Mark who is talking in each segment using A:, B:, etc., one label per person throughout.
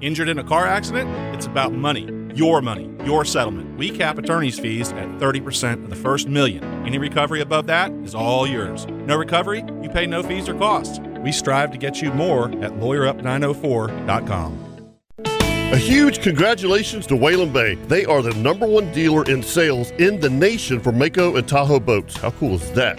A: Injured in a car accident? It's about money. Your money, your settlement. We cap attorney's fees at 30% of the first million. Any recovery above that is all yours. No recovery? You pay no fees or costs. We strive to get you more at lawyerup904.com.
B: A huge congratulations to Whalen Bay. They are the number one dealer in sales in the nation for Mako and Tahoe boats. How cool is that?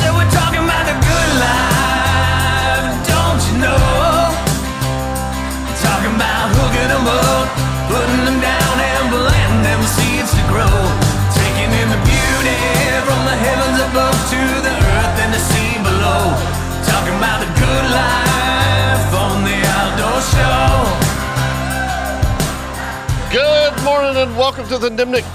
C: So we're talking about the good life, don't you know? Talking about hooking them up, putting them down and planting them seeds to grow. Taking in the beauty from the heavens above to the earth and the sea below. Talking about the good life on the outdoor show.
B: Good morning and welcome to the Nimnik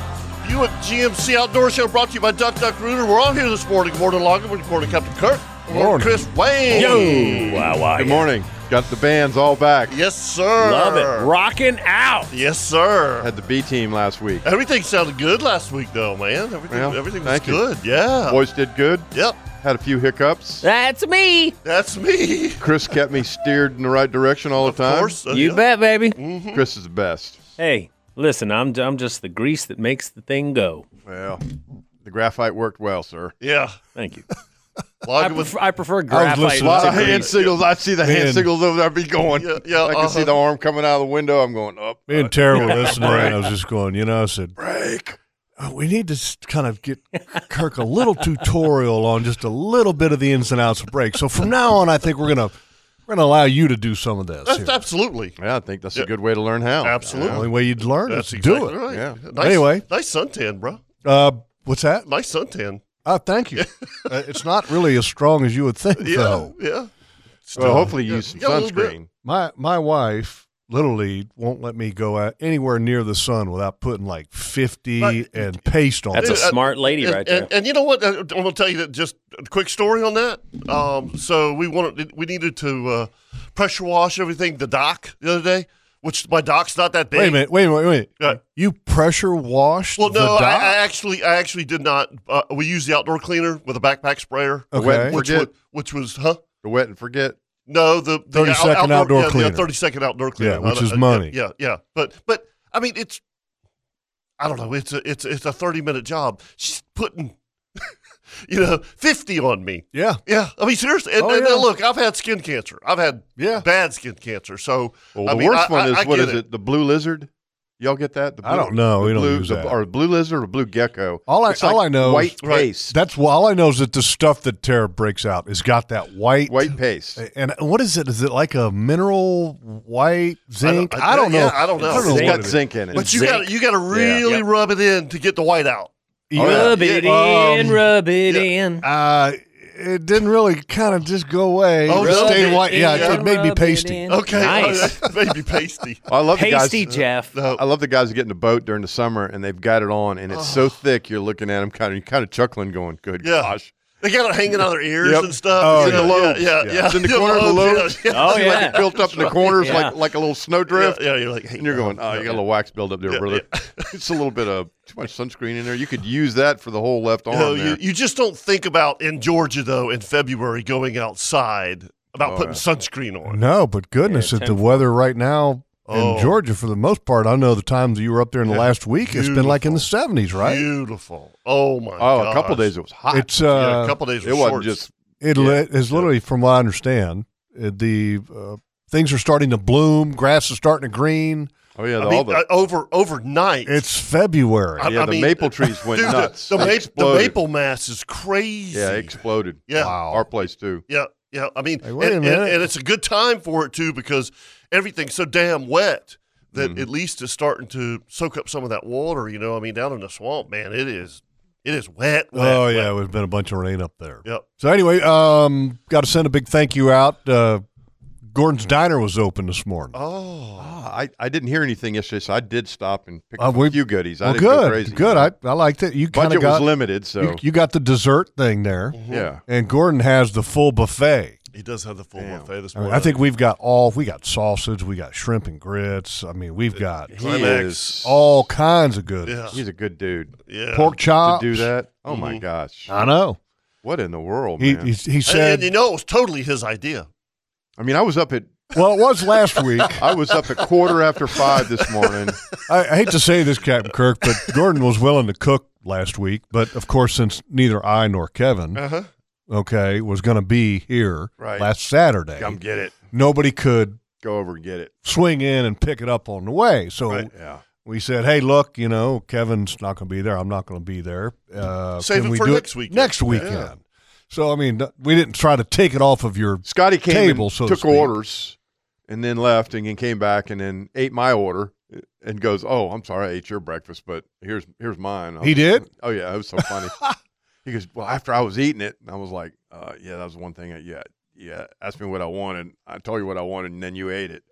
B: Buick GMC Outdoor Show brought to you by Duck Duck Rooter. We're on here this morning. Good morning, Logan. Good morning, Captain Kirk. Good morning, Chris Wayne.
D: Wow, wow.
E: Good morning. Got the bands all back.
B: Yes, sir.
D: Love it. Rocking out.
B: Yes, sir.
E: Had the B team last week.
B: Everything sounded good last week, though, man. Everything,
E: Well,
B: everything was
E: thank you.
B: good. Yeah.
E: Boys did good.
B: Yep.
E: Had a few hiccups.
D: That's me.
B: That's me.
E: Chris kept me steered in the right direction all
B: Of
E: the time.
B: course.
D: You
B: Yeah. Mm-hmm.
D: bet, baby.
E: Mm-hmm. Chris is the best.
D: Hey, listen, I'm I'm just the grease that makes the thing go.
E: Well, the graphite worked well, sir.
B: Yeah.
D: Thank you. I,
B: Logan uh, was.
D: prefer, I prefer graphite.
E: A lot of
D: to
E: hand
D: grease.
E: signals. I see the hand
F: Man.
E: signals over there. I'd be going.
B: Yeah, yeah,
E: I can see
B: uh-huh.
E: the arm coming out of the window. I'm going "Oh, uh, up.
F: Me and Tara were listening, and I was just going, you know, I said,
E: Break.
F: "Oh, we need to s- kind of get Kirk a little tutorial on just a little bit of the ins and outs of break. So from now on, I think we're gonna we're gonna allow you to do some of this.
B: That's
F: here.
B: absolutely.
E: Yeah, I think that's
B: Yeah.
E: a good way to learn how.
B: Absolutely.
F: the only way you'd learn
B: That's
F: is to
B: exactly
F: do it.
B: right.
E: Yeah.
B: Nice,
F: Anyway.
B: Nice suntan, bro.
F: Uh, what's that?
B: Nice suntan.
F: Uh, thank you. uh, it's not really as strong as you would think,
B: Yeah.
F: though.
B: Yeah.
E: Well, hopefully you use some
B: Yeah, a little bit.
E: sunscreen.
F: My my wife literally won't let me go out anywhere near the sun without putting like fifty
B: Right.
F: and paste on.
D: That's a
F: it.
B: Dude, I-
D: smart lady
B: and,
D: right there.
B: and, and you know what? I- I'm going to tell you that just a quick story on that. Um, so we wanted we needed to uh, pressure wash everything the dock the other day, which my dock's not that big.
F: Wait a minute! Wait a minute! Wait a
B: Uh,
F: minute! you pressure washed
B: Well,
F: the
B: no, I,
F: dock?
B: I actually I actually did not. Uh, we used the outdoor cleaner with a backpack sprayer,
F: Okay.
E: Wet and
B: which
E: forget.
B: was, which was huh?
E: The wet and forget.
B: No, the, the
F: 30-second outdoor
B: yeah,
F: cleaner.
B: The thirty second outdoor cleaner,
F: Yeah, which
B: I-
F: is
B: I-
F: money.
B: Yeah, yeah, but but I mean it's, I don't know, it's a it's it's a thirty minute job. She's putting, you know, fifty on me.
F: yeah,
B: Yeah, I mean seriously, and,
F: Oh,
B: and, and
F: yeah.
B: look, I've had skin cancer. I've had
F: Yeah.
B: bad skin cancer. So
E: Well,
B: I
E: the
B: mean,
E: worst
B: I-
E: one
B: I-
E: is
B: I
E: what
B: get
E: is it? The blue lizard. Y'all get that? The
F: I don't know.
E: the
F: We don't
E: blue,
F: use
E: the-
F: that.
E: Or blue lizard or blue gecko.
F: All I-
E: It's like
F: all I know is-
E: white
B: Right.
E: paste.
F: that's well, all I know is that the stuff that Tara breaks out has got that white.
E: White paste.
F: And what is it? Is it like a mineral white zinc?
B: I-
F: I don't, know.
B: yeah, I don't know.
F: I don't know
E: It's
F: what
E: got
F: it is.
E: zinc in it.
B: But you got you got to really
E: Yep.
B: rub it in to get the white out.
D: Rub it
F: Yeah.
D: in,
F: Um,
D: rub it
B: yeah.
D: in.
F: Uh, it didn't really kind of just go away.
B: Oh,
F: It
B: really?
F: stayed white.
D: in,
F: Yeah, it made me
D: rub
F: pasty.
D: in.
B: Okay,
D: Nice.
B: maybe pasty.
E: I love
D: Pasty,
E: the guys.
D: Jeff.
B: No,
E: I love the guys that get in the boat during the summer and they've got it on and it's so thick you're looking at them kind of kind of chuckling going good
B: Yeah.
E: gosh
B: They got it hanging out their ears
E: Yep.
B: and stuff.
F: Oh,
B: yeah,
F: yeah.
B: yeah, yeah,
F: Yeah.
B: yeah.
E: It's in the
B: Yeah,
E: corner of the
B: lobes, Yeah,
D: Oh
E: See, like it
D: yeah.
E: built up in the corners
D: Yeah.
E: like like a little snowdrift
B: yeah, yeah, You're like, hey,
E: and you're going oh you got a little wax buildup there
B: Yeah,
E: brother it's a little bit of too much sunscreen in there you could use that for the whole left arm
B: you, know, you,
E: there.
B: you just don't think about in Georgia though in February going outside about putting sunscreen on.
F: No, but goodness,
D: Yeah,
F: at the weather right now
B: Oh.
F: in Georgia, for the most part, I know the times that you were up there in the last week, it's been like in the 70s, right?
B: Beautiful. Oh my.
E: oh a couple
B: gosh.
E: days it was hot
F: It's
B: Yeah,
F: uh,
B: a couple days. Were
E: it wasn't
B: shorts.
E: just
F: It li- is literally, from what I understand, Uh, The uh, things are starting to bloom. Grass is starting to green.
E: Oh yeah,
B: I mean, uh, over overnight.
F: It's February.
B: I-
E: yeah,
B: I
E: the
B: mean,
E: maple trees went
B: dude, the-
E: nuts.
B: The,
E: They
B: maple, the
E: exploded.
B: maple mass is crazy.
E: Yeah, it exploded.
B: Yeah.
F: Wow.
E: Our place too.
B: yeah, yeah. I mean,
F: Hey, wait a
B: and, and,
F: minute.
B: and it's a good time for it too because everything's so damn wet that
E: Mm-hmm.
B: at least it's starting to soak up some of that water. You know, I mean, down in the swamp, man, it is, it is wet. wet
F: oh
B: wet.
F: yeah, there's been a bunch of rain up there.
B: Yep.
F: So anyway, um, got to send a big thank you out. Uh, Gordon's Diner was open this morning.
B: Oh,
E: Ah, I, I didn't hear anything yesterday, so I did stop and pick
F: Uh,
E: up
F: we-
E: a few goodies. I
F: well,
E: didn't
F: good,
E: go crazy.
F: good. I, I liked it. You kind
E: Budget
F: of got
E: was limited, so Mm-hmm.
F: you, you got the dessert thing there,
E: yeah.
F: and Gordon has the full buffet.
B: he does have the full
E: Damn.
B: buffet this
F: I, mean,
B: morning.
F: I think we've got all. We got sausage. We got shrimp and grits. I mean, we've got
E: He
B: Climax.
E: is.
F: all kinds of good
B: Yeah.
E: He's a good dude
B: yeah. Mm-hmm.
F: pork
E: to
F: chops.
E: do that. Oh my gosh,
F: I know.
E: what in the world,
F: He
E: man?
F: he, he
B: And,
F: said.
B: and you know, it was totally his idea.
E: I mean, I was up at
F: well, it was last week.
E: I was up at quarter after five this morning.
F: I, I hate to say this, Captain Kirk, but Gordon was willing to cook last week. But of course, since neither I nor Kevin,
B: Uh huh.
F: okay, was going to be here
E: Right.
F: last Saturday,
E: Come get it.
F: nobody could
E: Go over and get it.
F: swing in and pick it up on the way. So
B: Right.
E: Yeah.
F: we said, "Hey, look, you know, Kevin's not going to be there. I'm not going to be there. Uh,
B: Save
F: can
B: it
F: we
B: for
F: do
B: next weekend."
F: Next weekend." So I mean, we didn't try to take it off of your.
E: Scotty came
F: Table,
E: and
F: so to
E: took
F: speak.
E: orders and then left and, and came back and then ate my order and goes, "Oh, I'm sorry, I ate your breakfast, but here's here's mine." I
F: He
E: was-
F: did?
E: Oh yeah, it was so funny. he goes, "Well, after I was eating it, and I was like, uh, yeah, that was the one thing. I, yeah, yeah, asked me what I wanted. I told you what I wanted, and then you ate it.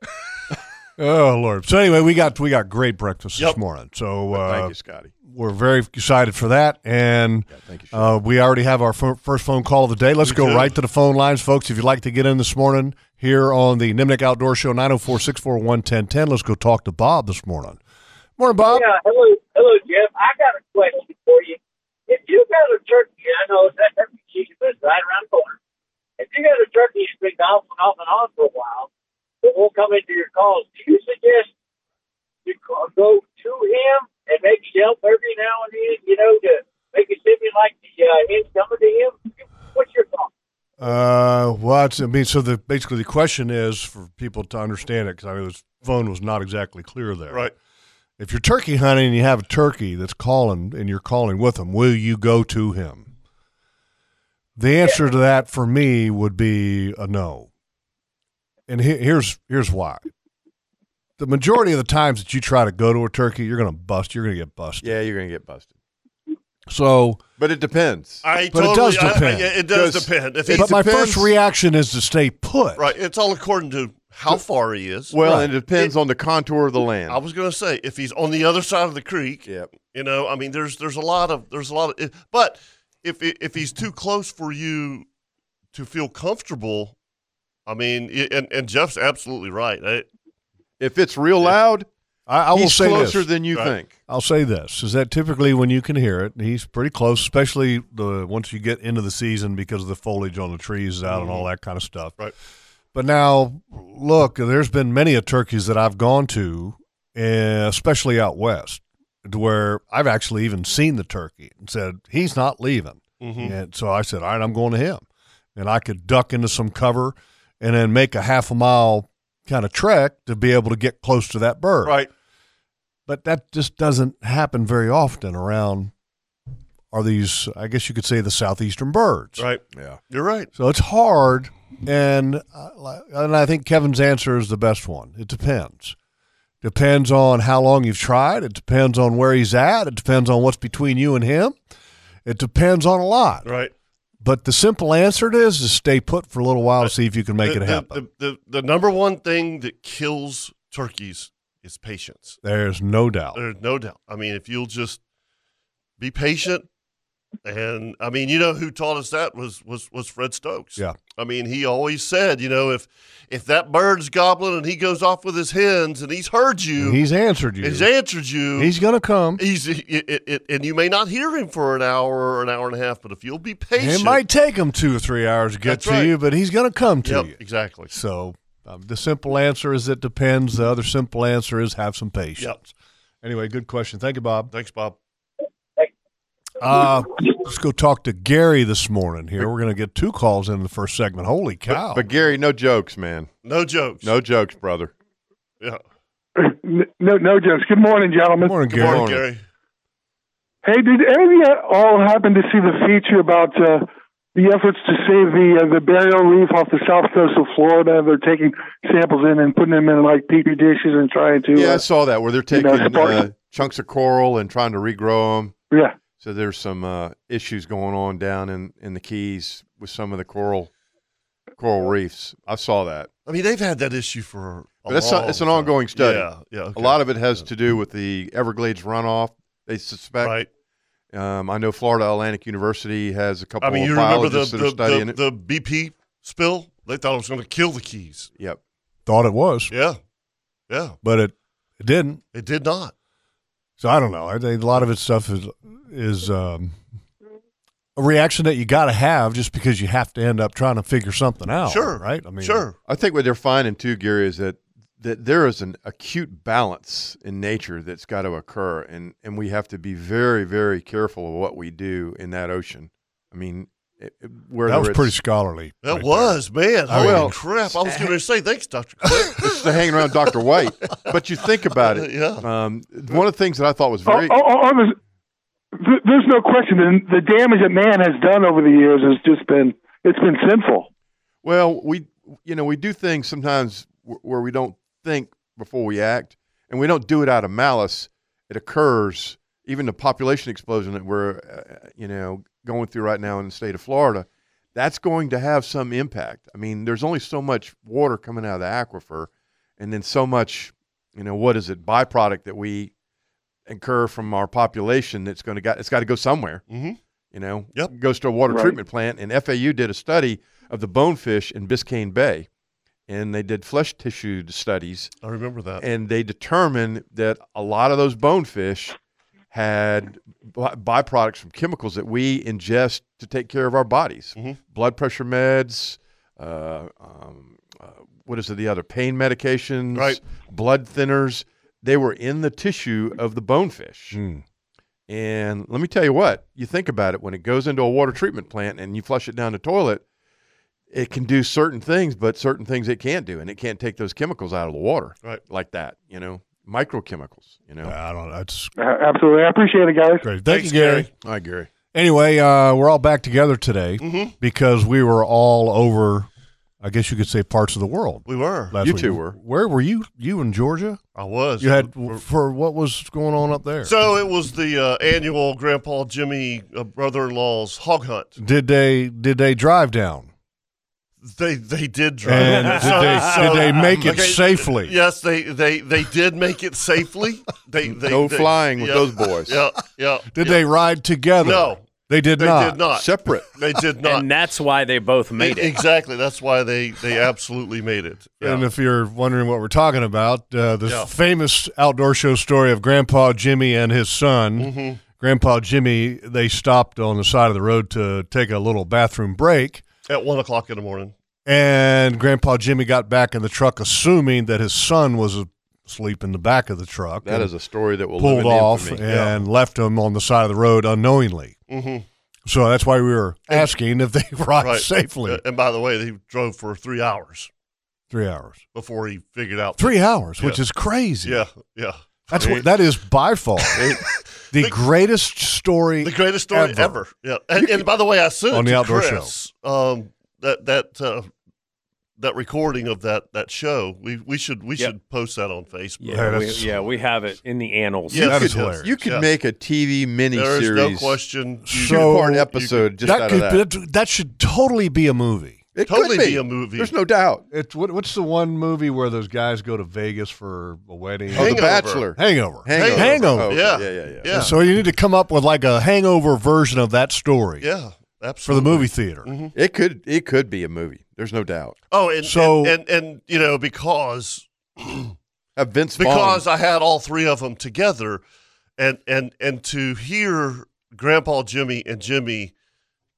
F: Oh Lord! So anyway, we got we got great breakfast this
B: Yep.
F: morning. So
E: But
F: uh,
E: thank you, Scotty.
F: we're very excited for that, and
E: Yeah, thank you. Sean.
F: Uh, we already have our f- first phone call of the day. Let's go right to the phone lines, folks. If you'd like to get in this morning here on the Nimnik Outdoor Show, 904 641 1010. Let's go talk to Bob this morning. Morning, Bob.
G: Yeah, hello, hello, Jeff. I got a question for you. If you got a turkey, I know that turkey season is right around the corner. If you got a turkey that's been off and off and on for a while, but won't come into your calls, do you suggest you ca- go to him and maybe help every now and then, you know, to make it seem like the uh, hens coming to him? What's your thought?
F: Uh, what? I mean, so the basically the question is for people to understand it because I mean, his phone was not exactly clear there.
B: Right.
F: If you're turkey hunting and you have a turkey that's calling and you're calling with him, will you go to him? The answer to that for me would be a no. And he- here's here's why. The majority of the times that you try to go to a turkey, you're going to bust. You're going to get busted.
E: yeah, you're gonna get busted,
F: So,
E: but it depends.
B: I
F: But it
B: totally,
F: does
B: I- I-
F: depend.
B: yeah, it does
E: Does-
B: depend. If
E: It
F: but
B: he's
F: my
E: depends.
F: first reaction is to stay put.
B: right, it's all according to how far he is.
E: well,
F: Right. Oh,
E: and it depends on the contour of the land.
B: I was going to say if he's on the other side of the creek,
E: Yep.
B: you know, I mean, there's there's a lot of there's a lot of, but if if he's too close for you to feel comfortable, I mean, i- and and Jeff's absolutely right. I,
E: If it's real loud,
F: I, I will
E: he's
F: say
E: closer
F: this.
E: than you
B: Right.
E: think.
F: I'll say this is that typically when you can hear it, he's pretty close, especially the once you get into the season because of the foliage on the trees is out and
E: Mm-hmm.
F: all that kind of stuff.
B: Right.
F: But now, look, there's been many a turkeys that I've gone to, eh, especially out west, to where I've actually even seen the turkey and said he's not leaving,
E: Mm-hmm.
F: and so I said, all right, I'm going to him, and I could duck into some cover, and then make a half a mile kind of trek to be able to get close to that bird
B: right,
F: but that just doesn't happen very often around are these i guess you could say the southeastern birds
B: right,
E: Yeah.
B: you're right.
F: so it's hard and I- and i think kevin's answer is the best one it depends depends on how long you've tried it depends on where he's at it depends on what's between you and him it depends on a lot
B: Right.
F: but the simple answer to it is to stay put for a little while to see if you can make
B: the,
F: it
B: the-
F: happen
B: The, the, the number one thing that kills turkeys is patience.
F: there's no doubt
B: There's no doubt. I mean, if you'll just be patient, and I mean, you know who taught us that was was was Fred Stokes.
F: Yeah.
B: I mean, he always said, you know, if if that bird's gobbling and he goes off with his hens and he's heard you,
F: he's answered you
B: he's answered you,
F: he's gonna come
B: he's it, it, it, and you may not hear him for an hour or an hour and a half, but if you'll be patient,
F: It might take him two or three hours to get
B: That's
F: to
B: right.
F: you, but he's going to come to
B: Yep,
F: you.
B: exactly.
F: So um, the simple answer is it depends. The other simple answer is have some patience.
B: Yep.
F: Anyway, good question. Thank you, Bob.
B: Thanks, Bob.
F: Uh, let's go talk to Gary this morning. Here, we're going to get two calls in the first segment. Holy cow!
E: But, but Gary, no jokes, man.
B: No jokes.
E: No jokes, brother.
B: Yeah.
H: No, no jokes. Good morning,
F: Good
H: gentlemen.
F: morning,
B: Good
F: Gary.
B: morning, Gary.
H: Hey, did any of you all happen to see the feature about uh, the efforts to save the uh, the burial reef off the south coast of Florida? They're taking samples in and putting them in like petri dishes and trying to.
E: Yeah, I
H: uh,
E: saw that where they're
H: you know,
E: taking uh,
H: spark-
E: chunks of coral and trying to regrow them.
H: yeah.
E: So there's some uh, issues going on down in, in the Keys with some of the coral coral reefs. I saw that.
B: I mean, they've had that issue for. A
E: But that's
B: long
E: a- it's an
B: time.
E: ongoing study.
B: Yeah, yeah.
E: A lot of it has to do with the Everglades runoff. They suspect.
B: right.
E: Um, I know Florida Atlantic University has a couple
B: I mean,
E: of
B: you remember the
E: biologists that
B: the,
E: are studying
B: the,
E: it.
B: the BP spill? They thought it was going to kill the keys.
E: yep.
F: Thought it was,
B: Yeah, yeah.
F: but it it didn't.
B: It did not.
F: So I don't know. I think a lot of its stuff is is um, a reaction that you got to have just because you have to end up trying to figure something out.
B: Sure.
F: right? I mean,
B: sure.
E: I think what they're finding too, Gary, is that that there is an acute balance in nature that's got to occur, and and we have to be very, very careful of what we do in that ocean. I mean, it, it- where
F: that was
E: there
F: pretty
E: it's-
F: scholarly.
B: That
F: right there.
B: was man. Holy
E: well,
B: crap! I was going to say thanks, Doctor.
E: It's the hanging around Dr. White, but you think about it.
B: Yeah.
E: Um, one of the things that I thought was
H: Oh,
E: very
H: oh, oh, oh, there's, th- there's no question. The, the damage that man has done over the years has just been it's been sinful.
E: Well, we you know we do things sometimes wh- where we don't think before we act, and we don't do it out of malice. It occurs. Even the population explosion that we're uh, you know going through right now in the state of Florida, that's going to have some impact. I mean, there's only so much water coming out of the aquifer, and then so much you know what is it byproduct that we incur from our population that's going to got it's got to go somewhere
B: Mhm.
E: you know
B: Yep.
E: goes to a water
H: Right.
E: treatment plant and fau did a study of the bonefish in biscayne bay and they did flesh tissue studies
B: I remember that.
E: and they determined that a lot of those bonefish had by- byproducts from chemicals that we ingest to take care of our bodies
F: Mm-hmm.
B: Mhm.
E: blood pressure meds uh, um, uh, what is it the other pain medications
B: Right.
E: blood thinners they were in the tissue of the bonefish
F: Hmm.
E: and let me tell you what, you think about it when it goes into a water treatment plant and you flush it down the toilet, it can do certain things, but certain things it can't do. And it can't take those chemicals out of the water
B: Right.
E: like that, you know, microchemicals, you know.
F: I don't know. That's
H: Uh, absolutely, I appreciate it, guys.
F: great. Thank
B: Thanks,
F: you, Gary.
B: Gary.
E: All right, Gary.
F: Anyway, uh, we're all back together today
B: Mhm.
F: because we were all over. I guess you could say parts of the world.
B: We were.
F: Last
E: You
F: week.
E: two were.
F: Where were you? You in Georgia?
B: I was.
F: You had for what was going on up there?
B: So it was the uh, annual Grandpa Jimmy uh, brother-in-law's hog hunt.
F: did they did they drive down?
B: They they did drive.
F: And did they, did they make it
B: Okay.
F: safely?
B: Yes, they, they they did make it safely. They, they
E: No
B: they-
E: flying with
B: yeah,
E: those boys.
B: Yeah, yeah.
F: Did they ride together?
B: No,
F: they did
B: they
F: not.
B: did not.
E: Separate.
B: They did not. E
D: And that's why they both made it.
B: Exactly. That's why they they absolutely made it. Yeah.
F: And if you're wondering what we're talking about, uh, the
B: Yeah.
F: famous outdoor show story of Grandpa Jimmy and his son.
B: Mhm.
F: Grandpa Jimmy, they stopped on the side of the road to take a little bathroom break.
B: At one o'clock in the morning.
F: And Grandpa Jimmy got back in the truck, assuming that his son was asleep in the back of the truck.
E: That
F: and
E: is a story that will live
F: pulled
E: in
F: off
E: infamy.
F: and left him on the side of the road unknowingly.
B: hmm
F: So that's why we were asking if they arrived safely.
B: And by the way, they drove for three hours
F: Three hours.
B: before he figured out.
F: Three hours,
B: Yeah.
F: which is crazy.
B: Yeah, yeah.
F: That's what that is by far the, greatest story.
B: The greatest story
F: Ever.
B: ever. Yeah. And, and by the way, I sent
F: On
B: it
F: the
B: to
F: outdoor
B: Chris, Um, that that uh, that recording of that that show. We we should we
D: Yep.
B: should post that on Facebook.
D: Yeah, we,
F: that's-
D: yeah, we have it in the annals.
B: Yeah.
F: that
B: you
F: is
B: could-
F: hilarious.
E: You could
B: Yeah.
E: make a TV mini
B: There is
E: series.
B: no question. You
F: So-
E: Two-part
F: you
E: episode just
F: that
E: out
F: could
E: of that.
F: that- that should totally be a movie.
E: It
B: totally
E: could
B: be a movie.
E: There's no doubt.
F: It's what, what's the one movie where those guys go to Vegas for a wedding?
E: Oh, The
B: Hangover.
E: Bachelor.
F: hangover.
E: Hangover.
F: Hangover.
E: Oh, okay.
B: Yeah.
E: yeah, yeah, yeah.
B: Yeah.
F: So you need to come up with like a hangover version of that story
B: yeah,
F: for the
B: absolutely. Mm-hmm.
F: movie theater.
E: It could it could be a movie. There's no doubt.
B: Oh, and
F: So-
B: so and, and you know because
E: Have Vince Vaughn.
B: because I had all three of them together, and and and to hear Grandpa Jimmy and Jimmy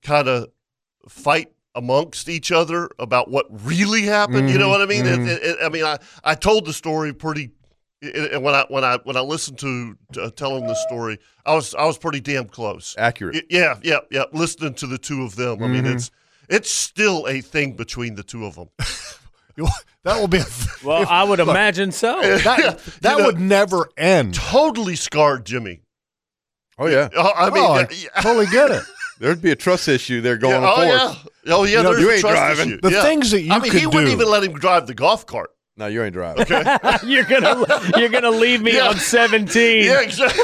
B: kind of fight amongst each other
E: Mm-hmm,
B: about what really happened. You know what I mean? It- it- it- I mean, I I told the story pretty. and and when I when I when I listened to uh, telling this story, I was I was pretty damn close.
E: Accurate.
B: Y- Yeah, yeah, yeah. Listening to the two of them, I mean,
F: Mhm.
B: it's it's still a thing between the two of them.
F: that will be.
D: Well, I would imagine so.
F: That, that would never end.
B: Totally scarred Jimmy.
E: Oh yeah,
B: Oh, I mean,
F: Oh, I
B: yeah, yeah.
F: totally get it.
E: there'd be a trust issue there going
B: oh
E: forward.
B: yeah, oh yeah.
F: You know,
B: there's
E: you
B: a
E: ain't
B: trust
E: driving.
B: issue.
F: The
B: Yeah.
F: things that you
B: I mean,
F: could
B: he wouldn't
F: do.
B: even let him drive the golf cart.
E: No, you ain't driving.
D: you're gonna you're gonna leave me
B: Yeah.
D: on 17.
B: Yeah, exactly.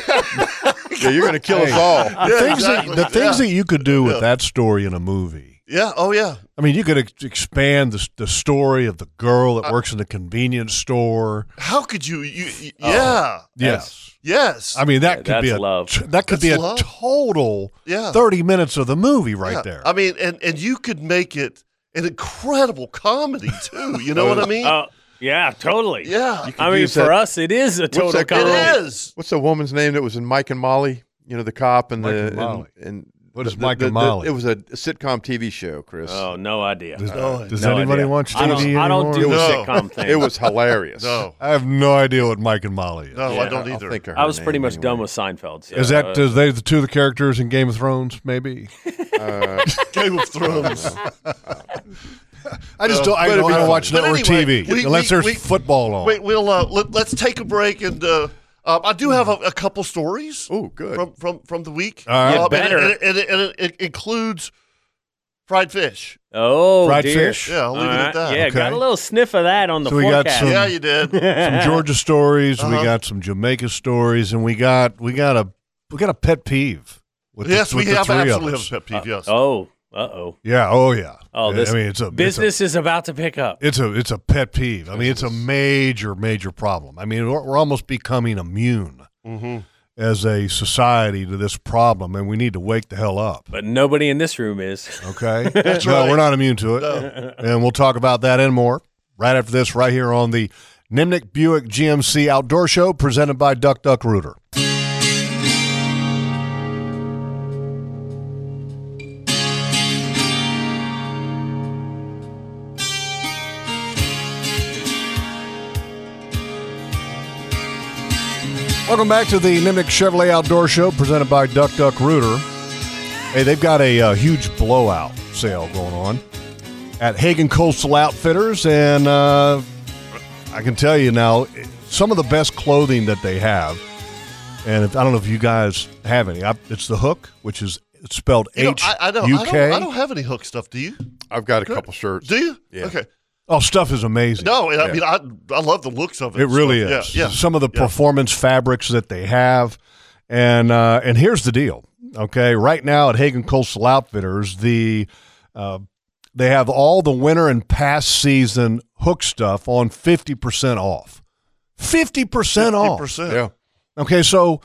E: Yeah, you're gonna kill us all.
F: The
B: Yeah,
F: things
B: exactly.
F: that the things
B: yeah.
F: that you could do with that story in a movie.
B: yeah, oh yeah.
F: I mean, you could ex- expand the, s- the story of the girl that works in the convenience store.
B: How could you? You, you yeah,
F: Yes,
B: yes.
F: Oh. I mean that could be
D: that's
F: a
D: love.
F: t- that could be a
B: That's love.
F: total
B: Yeah.
F: thirty minutes of the movie right
B: Yeah.
F: there.
B: I mean, and and you could make it an incredible comedy too. You know what I mean?
D: Oh, yeah, totally.
B: yeah,
D: I mean,
E: use
D: for
E: that-
D: us, it is a total
E: that called?
D: comedy.
B: it is.
E: What's the woman's name that was in Mike and Molly? You know, the cop Uh, and
F: Mike
E: the
F: and Molly.
E: And, and
F: What
E: the-
F: is
E: the-
F: Mike
E: the-
F: and
E: the-
F: Molly?
E: It was a sitcom TV show, Chris.
D: Oh, no idea. Uh,
F: Does,
B: No,
F: does
D: No
F: anybody
D: idea.
F: watch TV
D: I don't, I don't do
F: anymore?
D: the
B: No.
D: sitcom thing.
E: It was hilarious.
B: No,
F: I have no idea what Mike and Molly is.
B: no, I don't
E: I
B: either.
E: think I, heard
D: I was
E: her
D: pretty
E: name
D: much
E: anyway.
D: done with Seinfeld. so,
F: Is that
D: uh,
F: is they the two of the characters in Game of Thrones? Maybe
E: Uh,
B: Game of Thrones. Uh,
F: I just don't. I
B: but
F: don't,
B: it'd be
F: I don't
B: fun.
F: watch
B: But
F: network
B: anyway,
F: TV
B: we-
F: unless
B: we-
F: there's
B: we-
F: football on.
B: Wait, we'll uh, let, let's take a break, and uh, uh, I do have a, a couple stories.
E: oh, good.
B: from from from the week.
F: All right. You
B: Um, and it-
D: better.
B: And, it, and, it, and it, it includes fried fish.
D: oh,
F: Fried
D: dear.
F: fish.
B: Yeah, I'll leave it at
D: Alright,
B: that.
D: Yeah, got
F: Okay.
D: a little sniff of that on the
F: So we got
D: forecast.
F: some-
B: Yeah, you did.
F: some Georgia stories. We
B: Uh-huh.
F: got some Jamaica stories, and we got we got a we got a pet peeve. With the-
B: yes, we
F: with the
B: have
F: three of
B: absolutely have a
F: us.
B: pet peeve. Yes.
D: oh, uh oh.
F: Yeah. Oh yeah.
D: Oh, this
F: I mean, it's a
D: business is about to pick up.
F: It's a, it's a it's a pet peeve. I mean, it's a major major problem. I mean, we're, we're almost becoming immune as a society to this problem, and we need to wake the hell up.
D: But nobody in this room is.
F: Okay. That's no, we're not immune to it. And we'll talk about that and more right after this, right here on the Nimnik Buick GMC Outdoor Show presented by Duck Duck Rooter. Welcome back to the Nimnik Chevrolet Outdoor Show presented by Duck Duck Rooter. Hey, they've got a uh, huge blowout sale going on at Hagen Coastal Outfitters, and uh, I can tell you now it- some of the best clothing that they have. And if, I don't know if you guys have any. I, it's the Hook, which is it's spelled
B: You know,
F: H
B: I, I, don't,
F: U
B: I, don't, I
F: K.
B: don't have any hook stuff. Do you?
E: I've got a couple shirts.
B: Do you?
E: Yeah.
B: Okay.
F: Oh, stuff is amazing.
B: No, and I
E: Yeah.
B: mean I I love the looks of it.
F: It really
B: So,
F: is.
B: Yeah. yeah.
F: Some of the
B: yeah.
F: performance fabrics that they have, and uh, and here's the deal. Okay, right now at Hagen Coastal Outfitters, the uh, they have all the winter and past season hook stuff on fifty percent off. Fifty percent off.
B: 50%.
E: Yeah.
F: Okay, so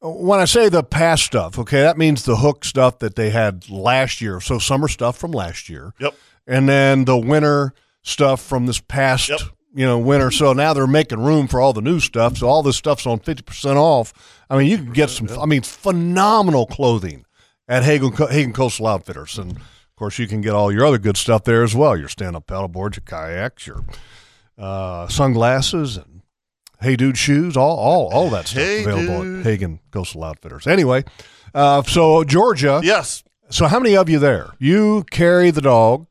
F: uh, when I say the past stuff, okay, that means the hook stuff that they had last year. So summer stuff from last year
B: Yep.
F: and then the winter stuff from this past
B: Yep.
F: you know winter so now they're making room for all the new stuff so all this stuff's on 50% off i mean you can get some i mean phenomenal clothing at hagen, Co- hagen coastal outfitters and of course you can get all your other good stuff there as well your stand-up paddle boards your kayaks your uh, sunglasses and hey dude shoes all all all that stuff
B: Hey
F: available
B: Dude.
F: at hagen coastal outfitters anyway uh, so georgia
B: Yes.
F: so how many of you there you carry the dog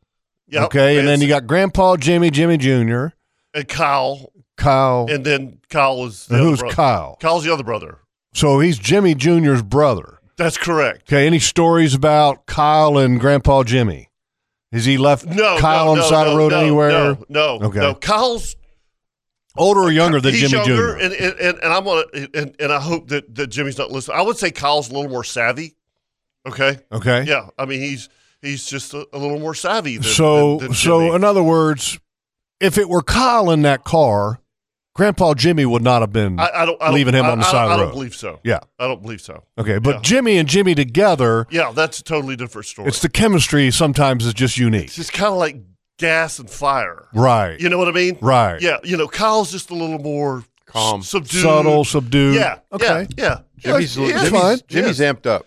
B: Yep.
F: Okay, and then
B: It's-
F: you got Grandpa Jimmy, Jimmy Jr.,
B: and Kyle,
F: Kyle.
B: and then Kyle is the
F: and
B: other
F: who's
B: brother.
F: Kyle?
B: Kyle's the other brother.
F: So he's Jimmy Jr.'s brother.
B: That's correct.
F: Okay, any stories about Kyle and Grandpa Jimmy? Is he left
B: No.
F: Kyle
B: no,
F: on the
B: no,
F: side of
B: no,
F: the road
B: no,
F: anywhere?
B: No. No.
F: Okay.
B: No. Kyle's
F: Older or younger than
B: he's
F: Jimmy
B: younger,
F: Jr.?
B: And, and, and, and I'm gonna and, and I hope that, that Jimmy's not listening. I would say Kyle's a little more savvy. Okay.
F: Okay.
B: Yeah. I mean he's he's just a, a little more savvy than
F: so,
B: than, than
F: so
B: Jimmy.
F: in other words, if it were Kyle in that car, Grandpa Jimmy would not have been.
B: I, I don't I don't-
F: leaving him
B: I-
F: on the
B: I-
F: side of the
B: I don't
F: road.
B: believe so.
F: yeah.
B: I don't believe so.
F: Okay, but
B: Yeah.
F: Jimmy and Jimmy together,
B: Yeah, that's a totally different story.
F: it's the chemistry sometimes is just unique.
B: it's just kinda like gas and fire.
F: Right.
B: You know what I mean?
F: Right.
B: Yeah, you know, Kyle's just a little more
E: Calm.
B: s- subdued.
F: Subtle, subdued.
B: Yeah.
F: Okay.
B: Yeah. yeah.
E: Jimmy's,
B: yeah,
E: Jimmy's,
F: fine.
E: Jimmy's amped up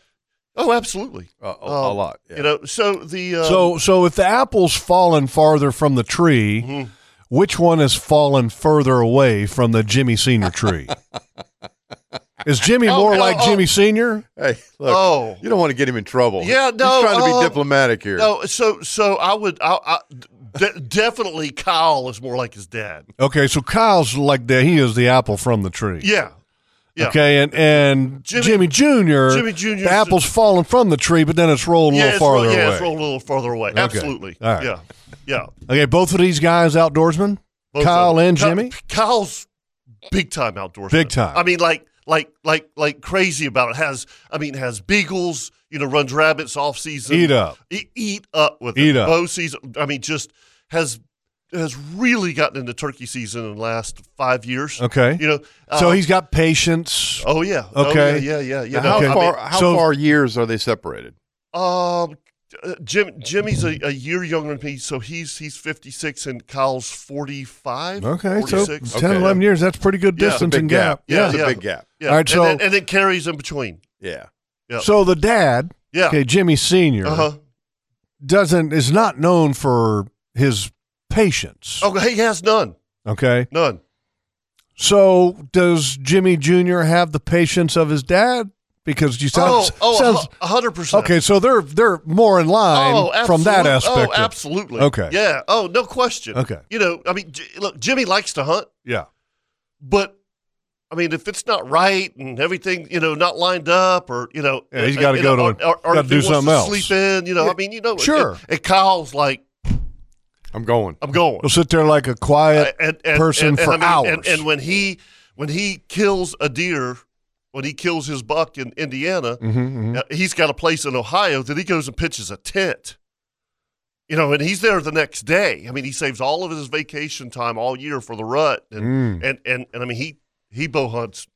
B: Oh, absolutely.
E: a, a, Uh, a
B: Um,
E: lot. Yeah.
B: You know, so the uh, Mm-hmm.
F: So, so if the apple's fallen farther from the tree, which one has fallen further away from the Jimmy Senior tree? Is Jimmy more
B: oh,
F: like
B: oh.
F: Jimmy Senior?
E: Hey, look,
B: Oh.
E: you don't want to get him in trouble.
B: Yeah,
E: He's
B: no,
E: trying to be
B: uh,
E: diplomatic here.
B: No, so so I would I, I de- definitely Kyle is more like his dad.
F: Okay, so Kyle's like that. He is the apple from the tree.
B: Yeah, yeah.
F: Okay, and and
B: Jimmy-
F: Jimmy, Junior,
B: Jimmy Jr.'s-
F: the apple's fallen from the tree, but then it's rolled a
B: yeah,
F: little
B: it's
F: farther
B: roll- yeah,
F: away.
B: it's rolled a little farther away. Absolutely.
F: All right.
B: Yeah, yeah.
F: Okay, both of these guys outdoorsmen,
B: Both of
F: Kyle
B: them.
F: and
B: Ky-
F: Jimmy.
B: Kyle's big time outdoorsman.
F: Big time.
B: I mean, like like like like crazy about it. Has I mean has beagles. You know, runs rabbits off season.
F: Eat up.
B: E- eat up with it.
F: Eat up.
B: Bow season. I mean, just has has really gotten into turkey season in the last five years.
F: Okay.
B: You know, uh,
F: so he's got patience.
B: Oh yeah. Oh,
F: Okay.
B: yeah, yeah, yeah. yeah.
E: Now, how
F: Okay.
B: I
E: far?
B: mean,
E: how
F: so-
E: far years are they separated?
B: Um, uh, Jim Jimmy's a, a year younger than me, so he's he's fifty six, and Kyle's forty five.
F: Okay, so 10,
B: 46.
E: Okay.
F: 11 years, that's pretty good
B: Yeah, it's a
F: distance
E: Big
F: and gap.
B: Yeah,
E: it's
B: yeah.
E: a big gap.
B: Yeah.
F: All right, so-
B: and, then, and then carries in between.
E: Yeah.
B: Yeah.
F: So the dad,
B: Yeah.
F: okay, Jimmy Senior,
B: Uh huh.
F: doesn't is not known for his patience.
B: Oh, he has none.
F: Okay,
B: None.
F: so does Jimmy Junior have the patience of his dad? Because you
B: Oh,
F: sound,
B: oh,
F: sounds
B: a hundred percent.
F: okay. So they're they're more in line
B: absolute-
F: from that aspect.
B: Oh,
F: of-
B: absolutely.
F: Okay.
B: Yeah. Oh, no question.
F: Okay.
B: You know, I mean, J- look, Jimmy likes to hunt,
F: yeah.
B: but I mean, if it's not right and everything, you know, not lined up, or you know,
F: Yeah, he's
B: uh,
F: gotta
B: you
F: go
B: know,
F: to-
B: or, or, or
F: gotta
B: if he
F: do
B: wants
F: something
B: to
F: else.
B: Sleep in, you know.
F: Yeah,
B: I mean, you know,
F: sure.
B: And, and Kyle's like,
E: I'm going.
B: I'm going. Uh,
F: He'll sit there like a quiet
B: and, and,
F: person
B: and, and,
F: for
B: I mean, And,
F: hours.
B: and when he when he kills a deer, when he kills his buck in Indiana,
F: Mm-hmm,
B: uh, he's got a place in Ohio that he goes and pitches a tent. You know, and he's there the next day. I mean, he saves all of his vacation time all year for the rut,
F: Mm.
B: and and, and and I mean he he bow hunts.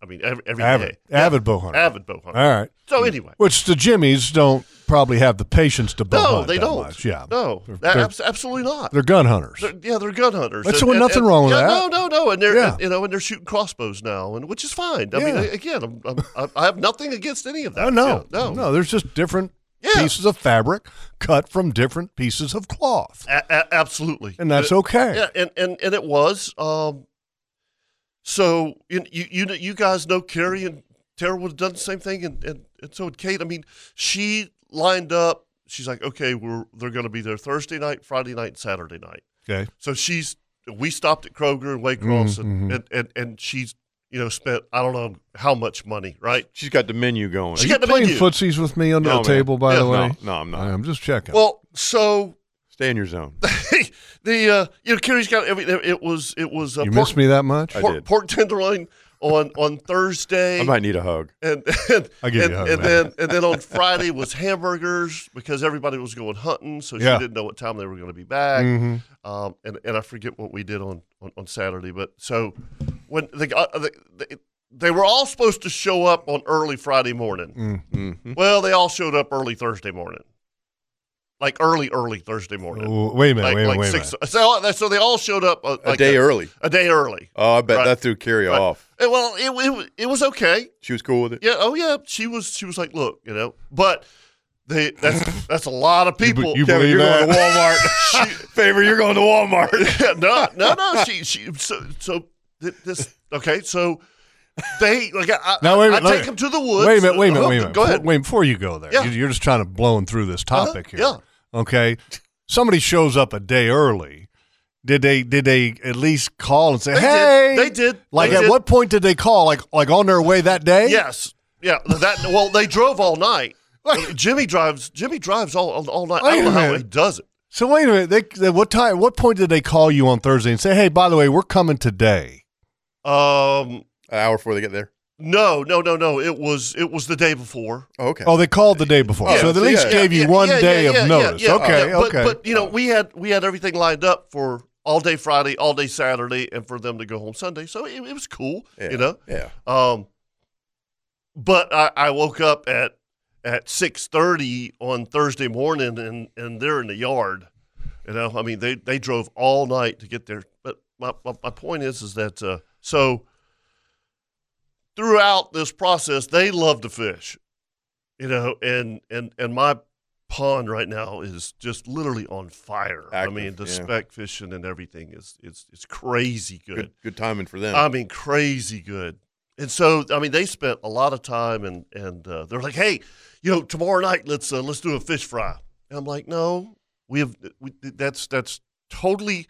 B: I mean every, every day.
F: avid avid bow hunter.
B: avid bow hunter.
F: All right.
B: So anyway,
F: Which the Jimmies don't probably have the patience to bow
B: no,
F: hunt
B: they
F: that
B: don't.
F: much. Yeah,
B: no,
F: They're-
B: a-
F: they're-
B: abs- absolutely not.
F: they're gun hunters.
B: They're- yeah, they're gun hunters.
F: That's the one- nothing wrong with
B: yeah,
F: that.
B: No, no, no, and they're
F: Yeah.
B: you know, and they're shooting crossbows now, and which is fine. I mean,
F: Yeah.
B: again, I'm, I'm, I'm- I have nothing against any of that.
F: Oh no,
B: Yeah, no,
F: no! There's just different
B: Yeah.
F: pieces of fabric cut from different pieces of cloth,
B: A- a- absolutely,
F: and that's
B: Uh,
F: okay.
B: Yeah, and and and it was. Um, so you you you, know- you guys know Carrie and Tara would have done the same thing, and and, and so would Kate. I mean, she lined up. She's like, okay, we're they're going to be there Thursday night, Friday night, and Saturday night.
F: Okay, Mm-hmm,
B: So she's we stopped at Kroger and Waycross, and, and and and she's you know spent I don't know how much money, right?
E: She's got the menu going.
B: She
F: Are you
B: got the
F: playing
B: menu.
F: footsies with me under
E: No,
F: the
E: man.
F: table? By
B: Yeah,
F: the way,
E: no, no, I'm not.
F: I'm just checking.
B: Well, so
E: Stay in your zone.
B: the uh, you know Carrie's got every it was it was uh,
F: you
B: pork,
F: missed me that much?
E: I
B: pork,
E: did.
B: pork tenderloin on on Thursday.
E: I might need a hug.
B: and and,
F: I'll give
B: and,
F: you a hug,
B: and
F: man.
B: then and then on Friday was hamburgers because everybody was going hunting, so
F: Yeah. Mm-hmm.
B: she didn't know what time they were going to be back. Um, and and I forget what we did on on, on Saturday, but so when they got they, they, they were all supposed to show up on early Friday morning.
F: Mm-hmm.
E: Mhm.
B: Well, they all showed up early Thursday morning, like early early Thursday morning.
F: Oh, wait a minute,
B: Like,
F: wait a minute,
B: like
F: wait a
B: six.
F: minute.
B: So, so they all showed up uh,
E: A
B: like
E: day early.
B: A day early.
E: Oh, I bet
B: Right.
E: that threw Carrie
B: Right.
E: off.
B: And, well, it, it wa- it was okay.
E: She was cool with it.
B: Yeah. Oh, yeah. She was. She was like, look, you know, but they. That's that's a lot of people.
F: you
E: Kevin,
F: believe
E: you're
F: that?
E: going to Walmart. Favor, you're going to Walmart.
B: Yeah, no, no, no. She she. So so thi- this. Okay. So they like I,
F: Now,
B: I,
F: wait a
B: I
F: minute, let
B: take
F: me-
B: them to the woods.
F: Wait a minute, wait a minute,
B: Uh,
F: wait a minute.
B: Go ahead.
F: Before, wait, before you go there,
B: Yeah. Uh-huh.
F: you- you're just trying to blowing through this topic here.
B: yeah.
F: Okay, somebody shows up a day early. Did they did they at least call and say,
B: They did.
F: "Hey"?
B: They did.
F: Like
B: They
F: at
B: did.
F: what point did they call? Like like on their way that day?
B: Yes. Yeah. That. Well, they drove all night. Jimmy drives. Jimmy drives all all, all night. I
F: Wait
B: don't
F: a
B: know how
F: minute.
B: he does it.
F: So wait a minute. They, they, what time? What point did they call you on Thursday and say, "Hey, by the way, we're coming today"?
B: Um.
E: An hour before they get there.
B: No. No. No. No. It was. It was the day before.
E: Oh, okay.
F: Oh, they called the day before,
E: Yeah.
F: so they at least
E: Yeah,
F: gave you
B: Yeah,
F: one
B: yeah,
F: day
B: yeah,
F: of
B: yeah,
F: notice.
B: yeah, yeah.
F: okay,
B: Yeah, but,
F: okay.
B: But you know, we had we had everything lined up for all day Friday, all day Saturday, and for them to go home Sunday. So it, it was cool,
E: yeah.
B: you know.
E: Yeah.
B: Um, but I, I woke up at at six thirty on Thursday morning, and and they're in the yard. You know, I mean, they they drove all night to get there. But my my, my point is, is that uh, so throughout this process, they love to fish. You know, and and and my pond right now is just literally on fire.
E: Active,
B: I mean, the
E: yeah.
B: spec fishing and everything is it's it's crazy good.
E: Good, good timing for them.
B: I mean, crazy good. And so, I mean, they spent a lot of time, and and uh, they're like, hey, you know, tomorrow night let's uh, let's do a fish fry. And I'm like, no, we have we, that's that's totally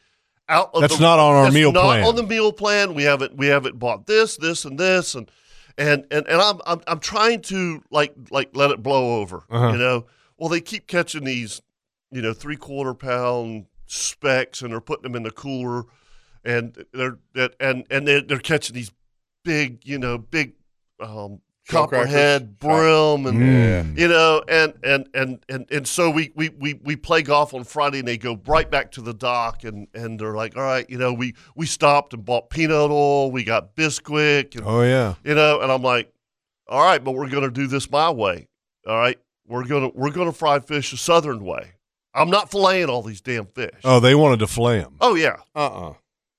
B: out. Of
F: That's
B: the-
F: not on our
B: that's
F: meal
B: not
F: plan.
B: On the meal plan, we haven't we haven't bought this, this, and this, and and and, and I'm, I'm I'm trying to like like let it blow over,
F: Uh-huh.
B: you know. Well, they keep catching these, you know, three quarter pound specks, and they're putting them in the cooler, and they're that and and they're, they're catching these big, you know, big um,
E: Shell
B: copperhead
E: crackers.
B: brim, and
E: Yeah.
B: you know, and and and and and so we we we we play golf on Friday, and they go right back to the dock, and and they're like, all right, you know, we we stopped and bought peanut oil, we got Bisquick, and
F: Oh yeah.
B: you know, and I'm like, all right, but we're gonna do this my way, all right, we're gonna we're gonna fry fish the southern way. I'm not filleting all these damn fish.
F: Oh, they wanted to fillet them.
B: Oh yeah,
E: uh uh-uh. uh.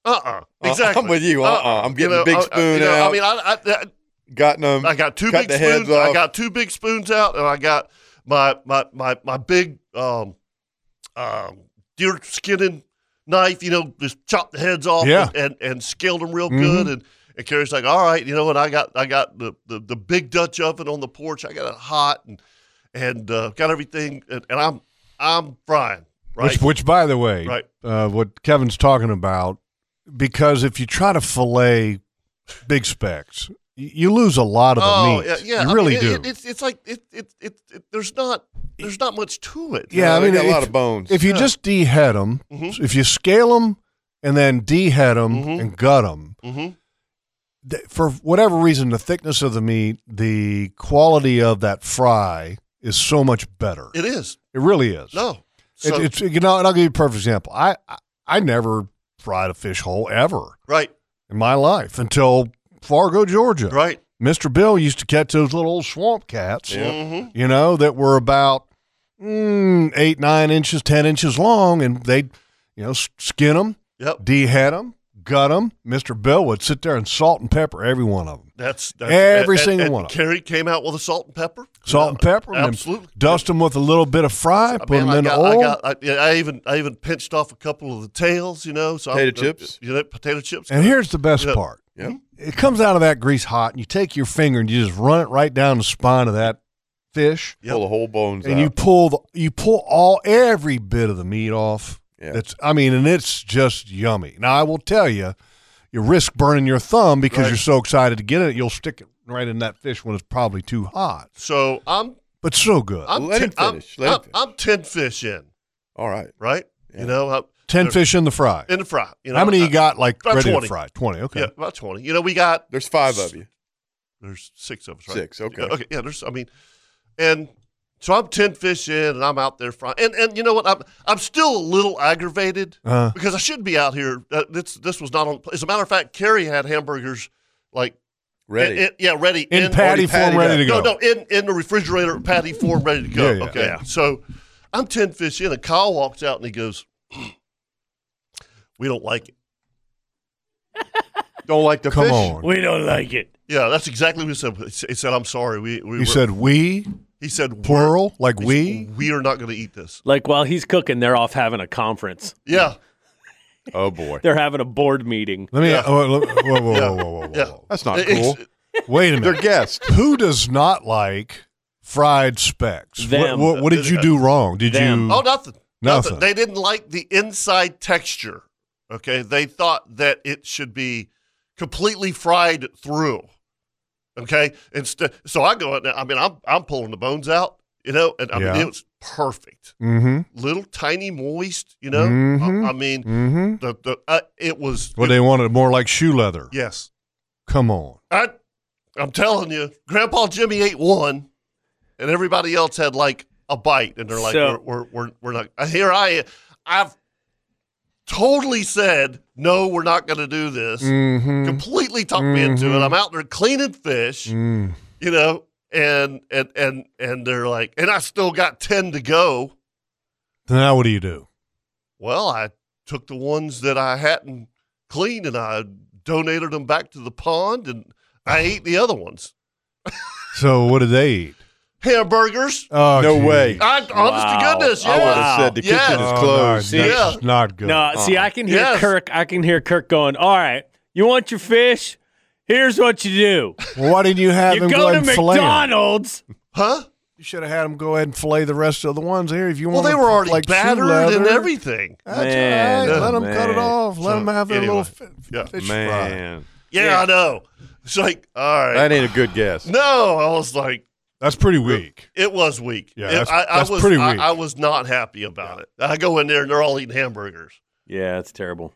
B: uh uh exactly.
E: I'm with you. Uh uh-uh. uh. i am getting
B: You know,
E: a big
B: I- I-
E: spoon
B: you know,
E: out.
B: I mean, I, I,
E: gotten them.
B: I got two
E: Cut
B: big
E: the heads
B: spoons. I
E: off.
B: got two big spoons out, and I got my my my my big um, um, deer skinning knife. You know, just chop the heads off
F: Yeah.
B: and, and and scaled them real
F: Mhm.
B: good. And and Carrie's like, all right, you know, and I got I got the the, the big Dutch oven on the porch. I got it hot and and uh, got everything, and, and I'm I'm frying right.
F: Which, which, by the way,
B: Right.
F: uh, what Kevin's talking about, because if you try to fillet big specks, y- you lose a lot of the meat.
B: Oh, yeah, yeah, I
F: you
B: mean,
F: really
B: it-
F: do.
B: It, it's it's like it, it, it, it there's not there's not much to it.
F: yeah, I
E: they
F: mean,
E: got a
F: if-
E: lot of bones.
F: If you just dehead them,
B: Mhm.
F: if you scale them and then dehead them
B: Mhm.
F: and gut them,
B: Mm-hmm.
F: for whatever reason, the thickness of the meat, the quality of that fry is so much better.
B: It
F: It,
B: is.
F: really is.
B: No. So,
F: It, it's you know, and I'll give you a perfect example. I I, I never fried a fish whole ever
B: right,
F: in my life until Fargo, Georgia.
B: right.
F: Mr. Bill used to catch those little old swamp cats,
B: Mm-hmm.
F: you know, that were about mm, eight, nine inches, ten inches long, and they'd you know s- skin them,
B: Yep.
F: dehead them, gut them. Mr. Bill would sit there and salt and pepper every one of them,
B: That's, that's
F: Every
B: and-
F: single
B: and
F: one of 'em.
B: Carrie came out with a salt and pepper.
F: salt and pepper, and then
B: Absolutely.
F: dust them with a little bit of fry, put
B: Man,
F: them
B: I
F: in the
B: got,
F: oil.
B: I, got, I, yeah, I even I even pinched off a couple of the tails, you know. So
E: Potato
B: I'm,
E: chips.
B: you know, potato chips.
F: And here's the best
B: Yep.
F: part.
E: Yep.
F: It comes out of that grease hot, and you take your finger and you just run it right down the spine of that fish,
B: Yep.
E: pull the whole bones
F: and
E: out.
F: you pull the, you pull all every bit of the meat off.
E: Yeah.
F: That's I mean, and it's just yummy. Now I will tell you, you risk burning your thumb because
B: Right.
F: you're so excited to get it. You'll stick it right in that fish when it's probably too hot,
B: so I'm
F: but so good.
B: I'm
E: Let
B: ten,
E: him finish.
B: I'm,
E: Let him
B: I'm, I'm ten fish in,
E: All right.
B: right?
E: Yeah.
B: You know, I'm,
F: Ten fish in the fry.
B: in the fry. You know,
F: How many
B: I-
F: you got? Like
B: about
F: ready
B: 20.
F: to fry? Twenty. Okay.
B: Yeah, about twenty. You know, we got
E: There's five of you.
B: There's six of us, right?
E: Six, okay.
B: Yeah, okay. Yeah. There's. I mean, and so I'm ten fish in, and I'm out there frying. And and you know what? I'm I'm still a little aggravated
F: Uh,
B: because I should be out here. Uh, this this was not on. As a matter of fact, Carrie had hamburgers like
E: Ready.
B: in- in- yeah, ready
F: in patty
E: already
F: form,
E: pattied
F: ready
E: up.
F: to go.
B: No, no, in in the refrigerator, patty form, ready to go.
F: Yeah, yeah.
B: okay. So I'm ten fish in, and Kyle walks out and he goes, "We don't like it."
E: Don't like the
F: Come
E: fish.
F: on.
D: We don't like it.
B: Yeah, that's exactly what he said. He said, "I'm sorry." We, we
F: You
B: were-
F: said we
B: he said
F: plural, like
B: "We're-
F: we.
B: we are not going to eat this.
D: Like while he's cooking, they're off having a conference.
B: Yeah,
E: Oh boy.
D: They're having a board meeting.
F: Let me.
B: Yeah.
F: oh, let- whoa, whoa,
B: Yeah.
F: whoa, whoa, whoa,
B: Yeah.
F: whoa.
E: That's not
B: It's-
E: cool.
F: Wait a
E: They're
F: minute.
E: guests.
F: Who does not like fried specks? What-
D: Them.
F: What, what did you do wrong? Did
D: Them.
F: you?
B: Oh, nothing.
F: Nothing.
B: They didn't like the inside texture. Okay, they thought that it should be completely fried through. Okay, instead, so I go out. Now, I mean, I'm I'm pulling the bones out, you know, and I
F: Yeah.
B: mean it was perfect,
F: Mm-hmm.
B: little tiny moist, you know.
F: Mhm.
B: I, I mean,
F: Mm-hmm.
B: the the uh, it was.
F: Well,
B: it-
F: they wanted more like shoe leather.
B: yes,
F: Come on.
B: I I'm telling you, Grandpa Jimmy ate one, and everybody else had like a bite, and they're like,
D: So-
B: we're, we're we're we're not. Uh, Here I am. I've totally said no, we're not going to do this.
F: Mm-hmm.
B: Completely talked me into it.
F: Mhm.
B: I'm out there cleaning fish,
F: Mm.
B: you know, and and and and they're like, and I still got ten to go.
F: Now what do you do?
B: Well, I took the ones that I hadn't cleaned, and I donated them back to the pond, and I ate the other ones.
F: So what did they eat?
B: hamburgers.
F: Oh,
E: No
F: gee.
E: way.
B: I, honest
D: Wow.
B: to goodness,
E: I would
B: yeah.
E: have said the kitchen
B: Yes.
E: is
F: Oh,
E: closed.
F: No,
B: Yeah.
F: that's not good.
D: No, see, I can hear
B: Uh-uh. Yes.
D: Kirk. I can hear Kirk going, "All right, you want your fish? Here's what you do:
F: Well, why didn't you have
D: you
F: him
D: go to
F: and fillet 'em?
D: McDonald's.
B: Huh?
F: You should have had him go ahead and fillet the rest of the ones here if you
B: Well,
F: want.
B: they were already
F: like shoe
B: battered
F: leather.
B: and everything.
F: That's
D: Man,
F: all right.
D: oh,
F: Let them cut it
D: man.
F: off. Let
B: So,
F: them have their little fi-
B: anyway. Yeah,
F: fish fry.
E: Man,
B: Yeah, I know. It's like, all right.
E: that ain't a good guess.
B: no, I was like,
F: That's pretty weak.
B: it was weak.
F: Yeah,
B: It-
F: that's-
B: I, I
F: that's
B: was,
F: pretty
B: I-
F: weak.
B: I, was not happy about it. I go in there and they're all eating hamburgers.
D: Yeah, it's terrible.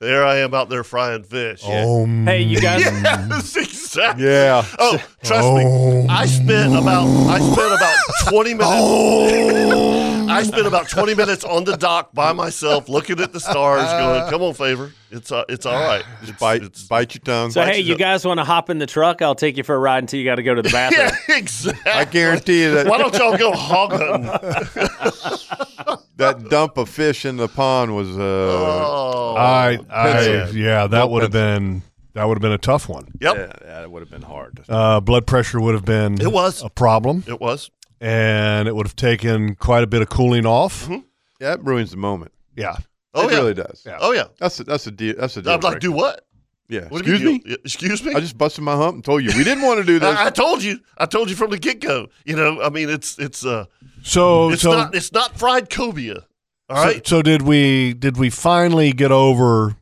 B: There I am out there frying fish.
F: Oh,
D: Hey, you guys,
B: Yes, exactly.
E: Yeah.
B: Oh, trust me.
F: Oh.
B: I spent about I spent about twenty minutes.
F: Oh.
B: I spent about twenty minutes on the dock by myself, looking at the stars, going, "Come on, favor, it's uh, it's all right." It's,
E: Bite,
B: it's-
E: bite your tongue.
D: so hey, you guys want to hop in the truck? I'll take you for a ride until you got to go to the bathroom.
B: yeah, exactly.
E: I guarantee you
B: Why
E: that
B: don't y'all go hog hunting?
E: that dump of fish in the pond was. Uh,
B: Oh,
F: I, I,
B: Pencil.
F: yeah, that would have been that would have been a tough one.
B: yep,
D: yeah, that would have been hard.
F: Uh, blood pressure would have been
B: It was.
F: a problem,
B: it was.
F: and it would have taken quite a bit of cooling off.
B: Mm-hmm.
E: that ruins the moment.
F: Yeah,
B: Oh
E: it
B: yeah.
E: really does.
B: Oh yeah.
E: That's a, that's a deal. That's a deal.
B: I'm like, do what?
E: yeah.
B: what do you
E: Excuse me.
B: do? Excuse me.
E: I just busted my hump and told you we didn't want to do this.
B: I, I told you. I told you from the get go. You know, I mean, it's it's uh,
F: so
B: it's
F: so
B: not it's not fried cobia. All
F: So-
B: right.
F: So, did we did we finally get over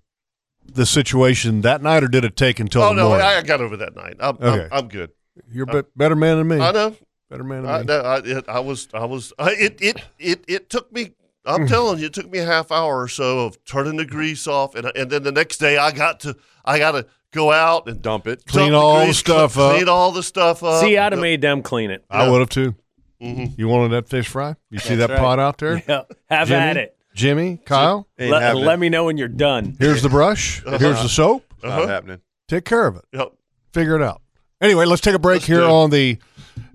F: the situation that night, or did it take until
B: Oh
F: the
B: no,
F: morning?
B: I, I got over that night. I'm,
F: Okay.
B: I'm, I'm good.
F: You're a bit better man than me.
B: I know.
F: Better man than
B: I,
F: me.
B: no, I, it, I was. I was. I, it. It. It. It took me.
F: Mm.
B: I'm telling you, it took me a half hour or so of turning the grease off, and and then the next day I got to. I got to go out and
E: dump it.
F: Clean
B: dump the
F: all the
B: grease,
F: stuff
B: clean,
F: up.
B: Clean all the stuff up.
D: See, I'd have made them clean it.
F: I would have too.
B: Mm-hmm.
F: You wanted that fish fry? You see that pot out there,
D: Yeah, have
F: Jimmy?
D: at it.
F: Jimmy, Kyle?
E: Ain't
D: Let,
E: happening.
D: let me know when you're done.
F: Here's the brush.
B: Uh-huh.
F: Here's the soap. Uh-huh.
E: Not happening.
F: Take care of it.
B: Yep.
F: Figure it out. Anyway, let's take a break here
B: do it.
F: on the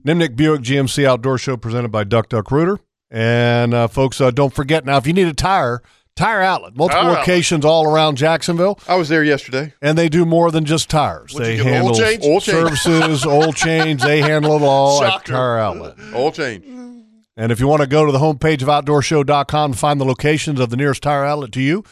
F: Nimnik Buick GMC Outdoor Show presented by Duck Duck Rooter. And uh, folks, uh, don't forget now if you need a tire, Tire Outlet, multiple
B: Tire Outlet.
F: locations all around Jacksonville.
E: I was there yesterday.
F: and they do more than just tires.
B: What'd
F: they
B: you give 'em,
F: handle
B: oil change?
E: Oil change.
F: services, oil change. They handle it all at
B: Shocker.
F: Tire Outlet.
E: Oil change.
F: And if you want to go to the homepage of outdoorshow.com to find the locations of the nearest tire outlet to you,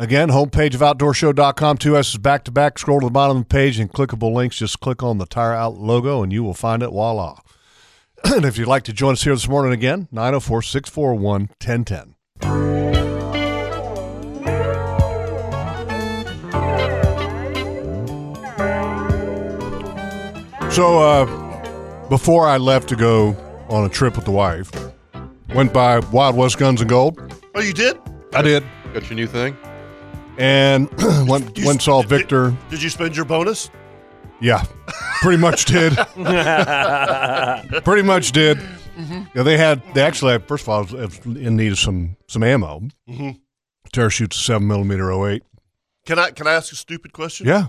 F: again, homepage of outdoorshow.com. 2S is back to back. Scroll to the bottom of the page and clickable links. Just click on the tire outlet logo and you will find it. Voila. and if you'd like to join us here this morning again, 904 641 1010. So, uh, before I left to go on a trip with the wife, went by Wild West Guns and Gold.
B: Oh, you did?
F: I did,
E: Got your new thing.
F: and went
B: You-
F: went saw
B: did- did-
F: Victor.
B: Did, you spend your bonus?
F: Yeah, pretty much did. pretty much did. Yeah, they had they actually had- first of all I was in need of some some ammo. Mm-hmm. Tara shoots a seven millimeter 08.
B: Can I can I ask a stupid question?
F: Yeah,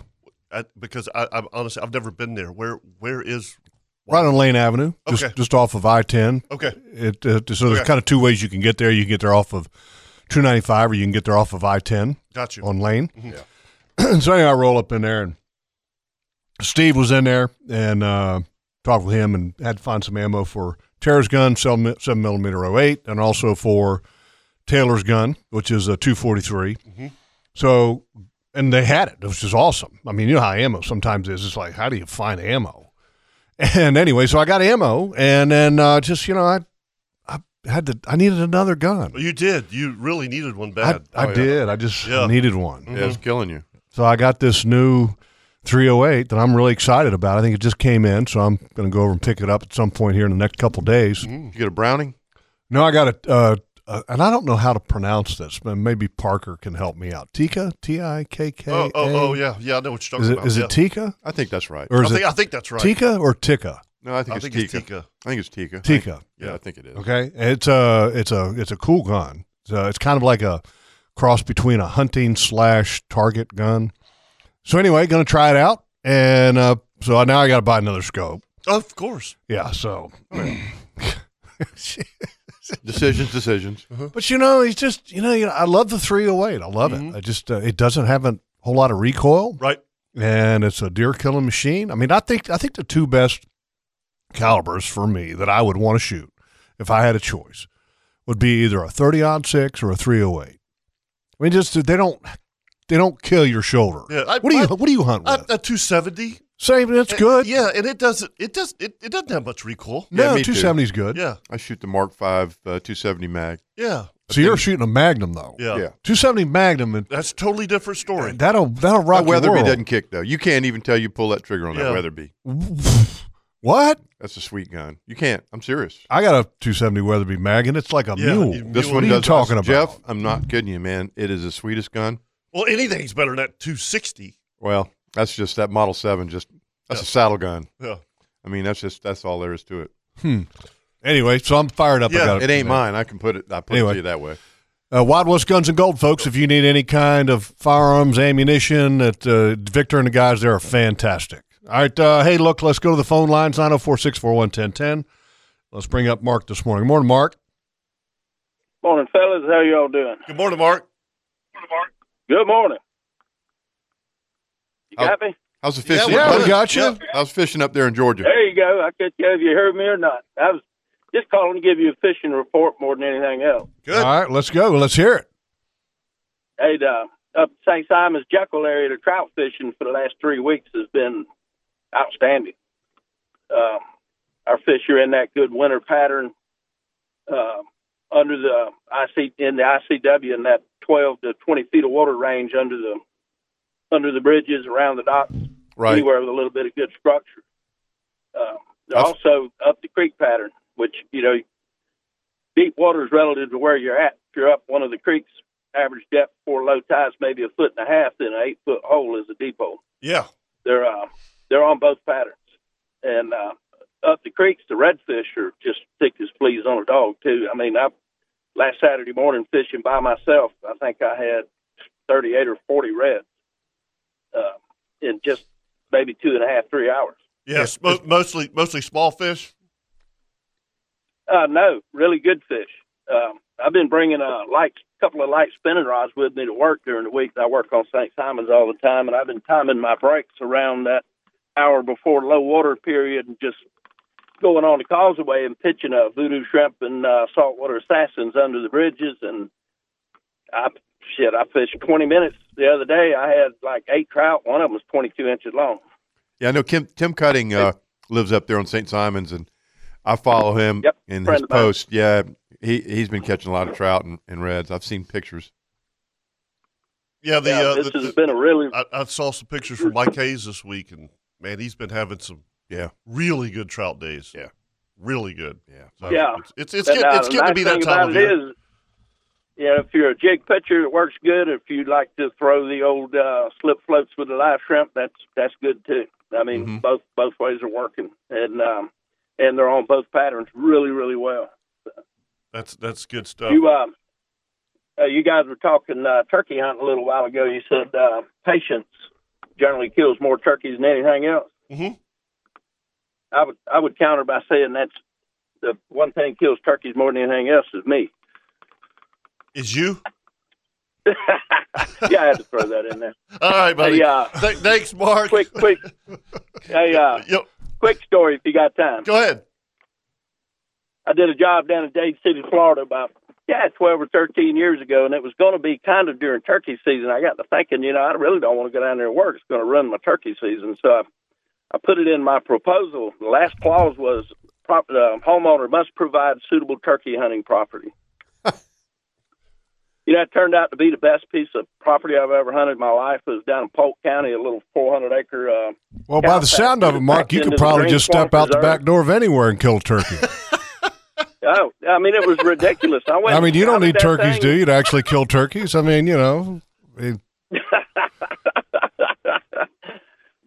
B: I, because I, I'm honestly I've never been there. Where where is?
F: right on Lane Avenue, just
B: Okay.
F: just off of I ten.
B: Okay.
F: It, uh, so there's
B: Okay.
F: kind of two ways you can get there. You can get there off of two ninety five, or you can get there off of I ten.
B: Got you. Mm-hmm.
F: on lane. so anyway, I roll up in there, and Steve was in there, and uh, talked with him, and had to find some ammo for Tara's gun, seven seven millimeter 08, and also for Taylor's gun, which is a two
B: Mm-hmm.
F: So, and they had it, which is awesome. I mean, you know how ammo sometimes is. It's like, how do you find ammo? And anyway, so I got ammo, and then uh, just you know, I I had to, I needed another gun.
B: You did. You really needed one
F: I,
B: bad. Oh,
F: I did. I just
B: Yeah. Mm-hmm.
F: needed one.
E: Yeah, it's killing you.
F: So I got this new 308 that I'm really excited about. I think it just came in, so I'm going to go over and pick it up at some point here in the next couple days.
E: You get a browning.
F: No, I got a, uh, uh, and I don't know how to pronounce this, but maybe Parker can help me out. Tika, T I K K.
B: Oh, oh,
F: A?
B: oh, yeah, yeah. I know what you're talking
F: Is it
B: about.
F: is
B: yeah.
F: it Tika
E: I think that's right.
F: or
B: I
F: is
B: think
F: it
B: I think that's right.
F: Tika or Tika?
E: No, I think,
B: I
E: it's,
B: think
E: Tika.
B: it's Tika.
E: I think it's Tika.
F: Tika.
E: Yeah, I think it is.
F: Okay, it's a it's a it's a cool gun. It's, a, it's kind of like a cross between a hunting slash target gun. So anyway, going to try it out, and uh, so now I got to buy another scope.
B: Of course.
F: Yeah, so.
E: Decisions, decisions.
B: Mm-hmm.
F: But you know, he's just you know, you know I love the 308. I love it. I just uh, it doesn't have a whole lot of recoil
B: Mm-hmm. Right.
F: and it's a deer killing machine. I mean, I think I think the two best calibers for me that I would want to shoot if I had a choice would be either a 30 odd six or a 308. I mean, just they don't they don't kill your shoulder.
B: Yeah, I-
F: what do you
B: I-
F: what do you hunt with?
B: A, a 270.
F: Same, that's
B: And-
F: good.
B: Yeah, and it doesn't. It does. It, it doesn't have much recoil.
F: no,
E: me too.
F: 270 is good.
B: Yeah,
E: I shoot the Mark V uh, 270 mag.
B: yeah,
F: So you're shooting a Magnum though.
B: yeah.
E: Yeah.
F: 270 Magnum and
B: That's a totally different story.
F: that'll that'll rock
E: That
F: your
E: Weatherby
F: world.
E: doesn't kick though. You can't even tell you pull that trigger on
B: Yeah.
E: that Weatherby.
F: What?
E: That's a sweet gun. You can't. I'm serious.
F: I got a 270 Weatherby mag and it's like a
B: Yeah,
F: mule.
B: you-
E: This
B: What
E: one
F: are you
E: does
F: talking about?
E: Jeff, I'm not kidding you, man. It is the sweetest gun.
B: Well, anything's better than that 260.
E: Well, that's just that Model Seven. Just that's a saddle gun.
B: Yeah.
E: I mean, that's just that's all there is to it.
F: Anyway, so Hmm. I'm fired up.
B: Yeah,
F: about
E: It ain't mine. I can put it. I put it
F: Anyway.
E: to you that way.
F: Uh, Wild West Guns and Gold, folks. If you need any kind of firearms, ammunition, that uh, Victor and the guys there are fantastic. All right, uh, hey, look, let's go to the phone lines 904 641 1010. Let's bring up Mark this morning. Morning, Mark.
G: Morning, fellas. How y'all doing?
B: Good morning, Mark.
G: Good morning. You
E: Oh.
G: got me?
E: How's the fishing?
B: Yeah,
F: Yeah, we
B: buddy.
F: got you.
B: Yeah.
E: How's fishing up there in Georgia?
G: There you go. I could tell if you heard me or not. I was just calling to give you a fishing report more than anything else.
B: Good.
F: All right, let's go. Let's hear it.
G: Hey, uh, up in St. Simon's Jekyll area, the trout fishing for the last three weeks has been outstanding. Um, our fish are in that good winter pattern um, under the IC in the ICW in that 12 to 20 feet of water range under the under the bridges around the docks.
E: Right.
G: anywhere with a little bit of good structure. Um, they're
E: That's-
G: also up the creek pattern, which you know, deep waters relative to where you're at. If you're up one of the creeks, average depth for low tides maybe a foot and a half, then an eight foot hole is a deep hole.
B: Yeah.
G: They're uh, they're on both patterns, and uh, up the creeks, the redfish are just thick as fleas on a dog too. I mean, I last Saturday morning fishing by myself, I think I had thirty eight or forty reds uh, in just maybe two and a half three hours.
B: Yes. Mo- mostly, mostly small fish.
G: Uh, no, really good fish. Um, I've been bringing a light, couple of light spinning rods with me to work during the week. I work on St. Simon's all the time, and I've been timing my breaks around that hour before low water period and just going on the causeway and pitching a voodoo shrimp and uh, saltwater assassins under the bridges. And I, shit, I fished 20 minutes the other day. I had like eight trout. One of them was 22 inches long.
E: Yeah, I know Kim Tim Cutting uh, lives up there on St. Simons, and I follow him
G: Yep,
E: in
G: friend
E: his
G: of mine.
E: post. Yeah, he he's been catching a lot of trout and, and reds. I've seen pictures.
B: Yeah. The,
G: yeah,
B: uh,
G: this
B: the-
G: has
B: the-
G: been a really
B: I, I saw some pictures from Mike Hayes this week, and man, he's been having some
E: Yeah.
B: really good trout days.
E: Yeah.
B: really good.
E: Yeah.
B: So
G: Yeah.
B: it's it's, it's,
G: But
B: getting,
G: now,
B: it's getting to be
G: nice
B: that
G: thing
B: time
G: about
B: of
G: it
B: year.
G: is, you know, if you're a jig pitcher, it works good. If you like to throw the old uh, slip floats with the live shrimp, that's that's good too. I mean,
B: Mm-hmm.
E: Mhm.
G: both both ways are working, and um, and they're on both patterns really, really well.
B: That's that's good stuff.
G: You um, uh, you guys were talking uh, turkey hunting a little while ago. You said uh, patience generally kills more turkeys than anything else.
B: Mhm.
G: I would I would counter by saying that's the one thing kills turkeys more than anything else is me.
B: Is you
G: yeah, I had to throw that in there.
B: all right, buddy?
G: Hey, uh,
B: Th- thanks, Mark.
G: Quick, quick, hey, uh,
B: Yep.
G: quick story if you got time.
B: Go ahead.
G: I did a job down in Dade City, Florida, about yeah, twelve or thirteen years ago, and it was going to be kind of during turkey season. I got to thinking, you know, I really don't want to go down there and work. It's going to ruin my turkey season, so I, I put it in my proposal. The last clause was: prop, uh, homeowner must provide suitable turkey hunting property. You know, it turned out to be the best piece of property I've ever hunted in my life. It was down in Polk County, a little 400 acre uh,
F: Well,
G: Yeah,
F: by the sound of it, Mark, you
G: into
F: could
G: the
F: probably
G: Green
F: just step
G: Swamp
F: out the
G: Reserve.
F: back door of anywhere and kill a turkey.
G: Oh, I mean, it was ridiculous. I went.
F: I mean, you don't need
G: that
F: turkeys,
G: thing-
F: do you, to actually kill turkeys? I mean, you know, it-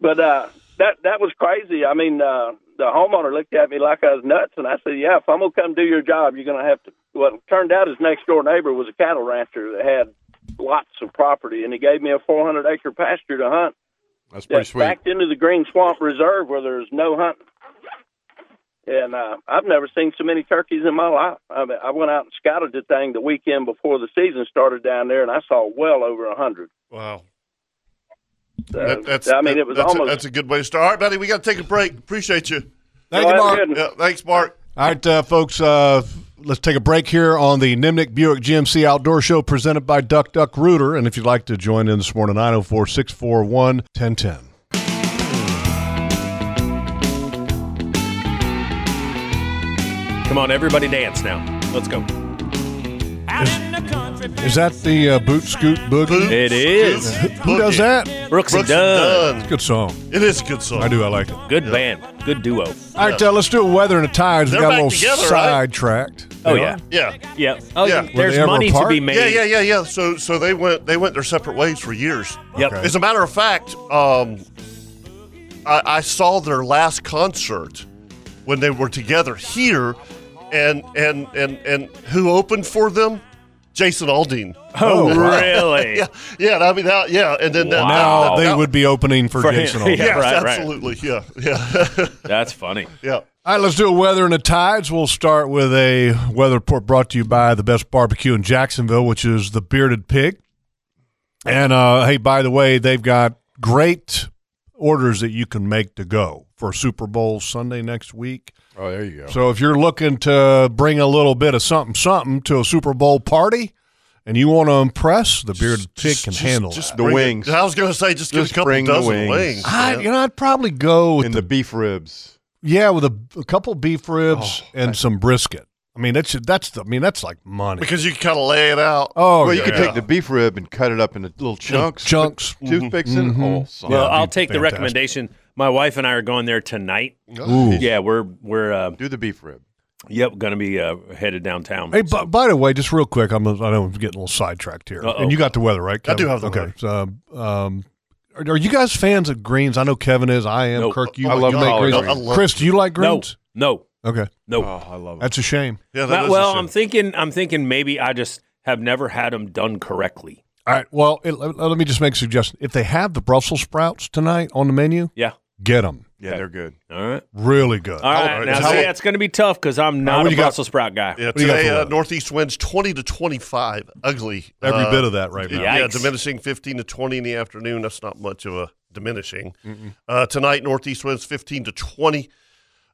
G: But uh, that that was crazy. I mean, uh, the homeowner looked at me like I was nuts, and I said, "Yeah, if I'm gonna come do your job, you're gonna have to." Well, it turned out his next door neighbor was a cattle rancher that had lots of property, and he gave me a 400 acre pasture to hunt.
E: That's pretty
G: That's
E: sweet.
G: backed into the Green Swamp Reserve where there's no hunting. And uh, I've never seen so many turkeys in my life. I, mean, I went out and scouted the thing the weekend before the season started down there, and I saw well over a hundred.
B: Wow.
G: So,
B: That- that's,
G: I mean, it was
B: that's
G: almost
B: a, that's a good way to start. All right, buddy, we got to take a break. Appreciate you.
F: Thank you, Mark. thanks, Mark. All right, uh, folks, uh, let's take a break here on the Nimnik Buick GMC Outdoor Show presented by Duck Duck Rooter. And if you'd like to join in this morning, 904 641 1010.
D: Come on, everybody dance now. Let's go.
F: Is that the uh, Boot Scoot Boogie?
D: It is.
F: Who does that?
D: Brooks, and
B: Brooks
D: Dunn.
B: Dunn.
F: Good song.
B: It is a good song.
F: I do. I like it.
D: Good band. Good duo.
F: All right, uh, let's do a weather and a tide. We
B: They're
F: got a
B: back
F: little
B: together, right?
F: sidetracked.
D: Oh,
F: They
D: yeah.
F: are?
B: Yeah.
D: Yeah. Oh,
B: Yeah.
F: Were
D: There's
F: they ever
D: money to
F: apart?
D: be made.
B: Yeah, yeah, yeah, yeah. So so they went they went their separate ways for years.
D: Yep.
F: Okay.
B: As a matter of fact, um, I, I saw their last concert when they were together here, and and and and who opened for them? Jason Aldean.
D: Oh, really?
B: Yeah, yeah. and I mean, that, yeah, and then that-
D: Wow.
B: that-
F: Now they
B: that-
F: would be opening for,
D: For him,
F: Jason. Aldean.
D: yeah.
B: Yes,
D: right, right.
B: absolutely. Yeah, yeah,
D: That's funny.
B: yeah.
F: All right, let's do a weather and the tides. We'll start with a weather report brought to you by the best barbecue in Jacksonville, which is the Bearded Pig. And uh, hey, by the way, they've got great orders that you can make to go for Super Bowl Sunday next week.
E: Oh, there you go.
F: So if you're looking to bring a little bit of something, something to a Super Bowl party, and you want to impress, the Bearded Pig can handle it.
E: The
B: Bring it-
E: wings.
B: I was going to say, just,
E: Just
B: get a couple
E: bring the
B: dozen
E: wings.
B: wings.
F: I,
B: yeah.
F: you know, I'd probably go with
E: and the beef ribs.
F: Yeah, with a, a couple beef ribs and some brisket. I mean, that's that's the, I mean that's like money.
B: because you kind of lay it out.
F: oh,
E: well, you
F: yeah.
E: could take the beef rib and cut it up into little chunks.
F: chunks. Mm-hmm.
E: put Toothpicks in it. Oh, son.
D: Well,
F: that'd
D: I'll
F: be
D: take the
F: fantastic.
D: recommendation. My wife and I are going there tonight.
F: Ooh.
D: Yeah, we're we're uh,
E: do the beef rib.
D: yep going to be uh, headed downtown.
F: Hey, bu- by the way, just real quick, I'm I know I'm getting a little sidetracked here,
D: Uh-oh.
F: and you got the weather right.
B: I do
F: Kevin?
B: have the
F: okay. So, um, are, are you guys fans of greens? I know Kevin is. I am.
D: Nope.
F: Kirk, you
E: I
F: you
E: love
F: like
E: collard
F: greens.
E: greens.
B: I love-
F: Chris, do you like
D: no,
F: greens?
D: no,
F: Okay,
D: no.
E: Oh, I love it.
F: that's a shame.
B: Yeah, that
D: Not-
B: is a
D: well,
B: shame.
D: I'm thinking I'm thinking maybe I just have never had them done correctly.
F: All right. Well, it, let, let me just make a suggestion. If they have the Brussels sprouts tonight on the menu,
D: Yeah.
F: get them.
E: Yeah, they're good.
D: All right.
F: Really good.
D: All right.
B: right,
D: Now,
B: how-
D: see, that's going to be tough because I'm not
F: what
D: a
F: you got?
D: Brussels sprout guy.
B: Yeah,
F: do you got
B: today
F: for
B: uh,
F: weather?
B: northeast winds twenty to twenty-five. Ugly.
F: Every
B: Uh,
F: bit of that right now.
B: Yeah,
D: Yikes.
B: diminishing fifteen to twenty in the afternoon. That's not much of a diminishing. Uh, tonight, northeast winds fifteen to twenty.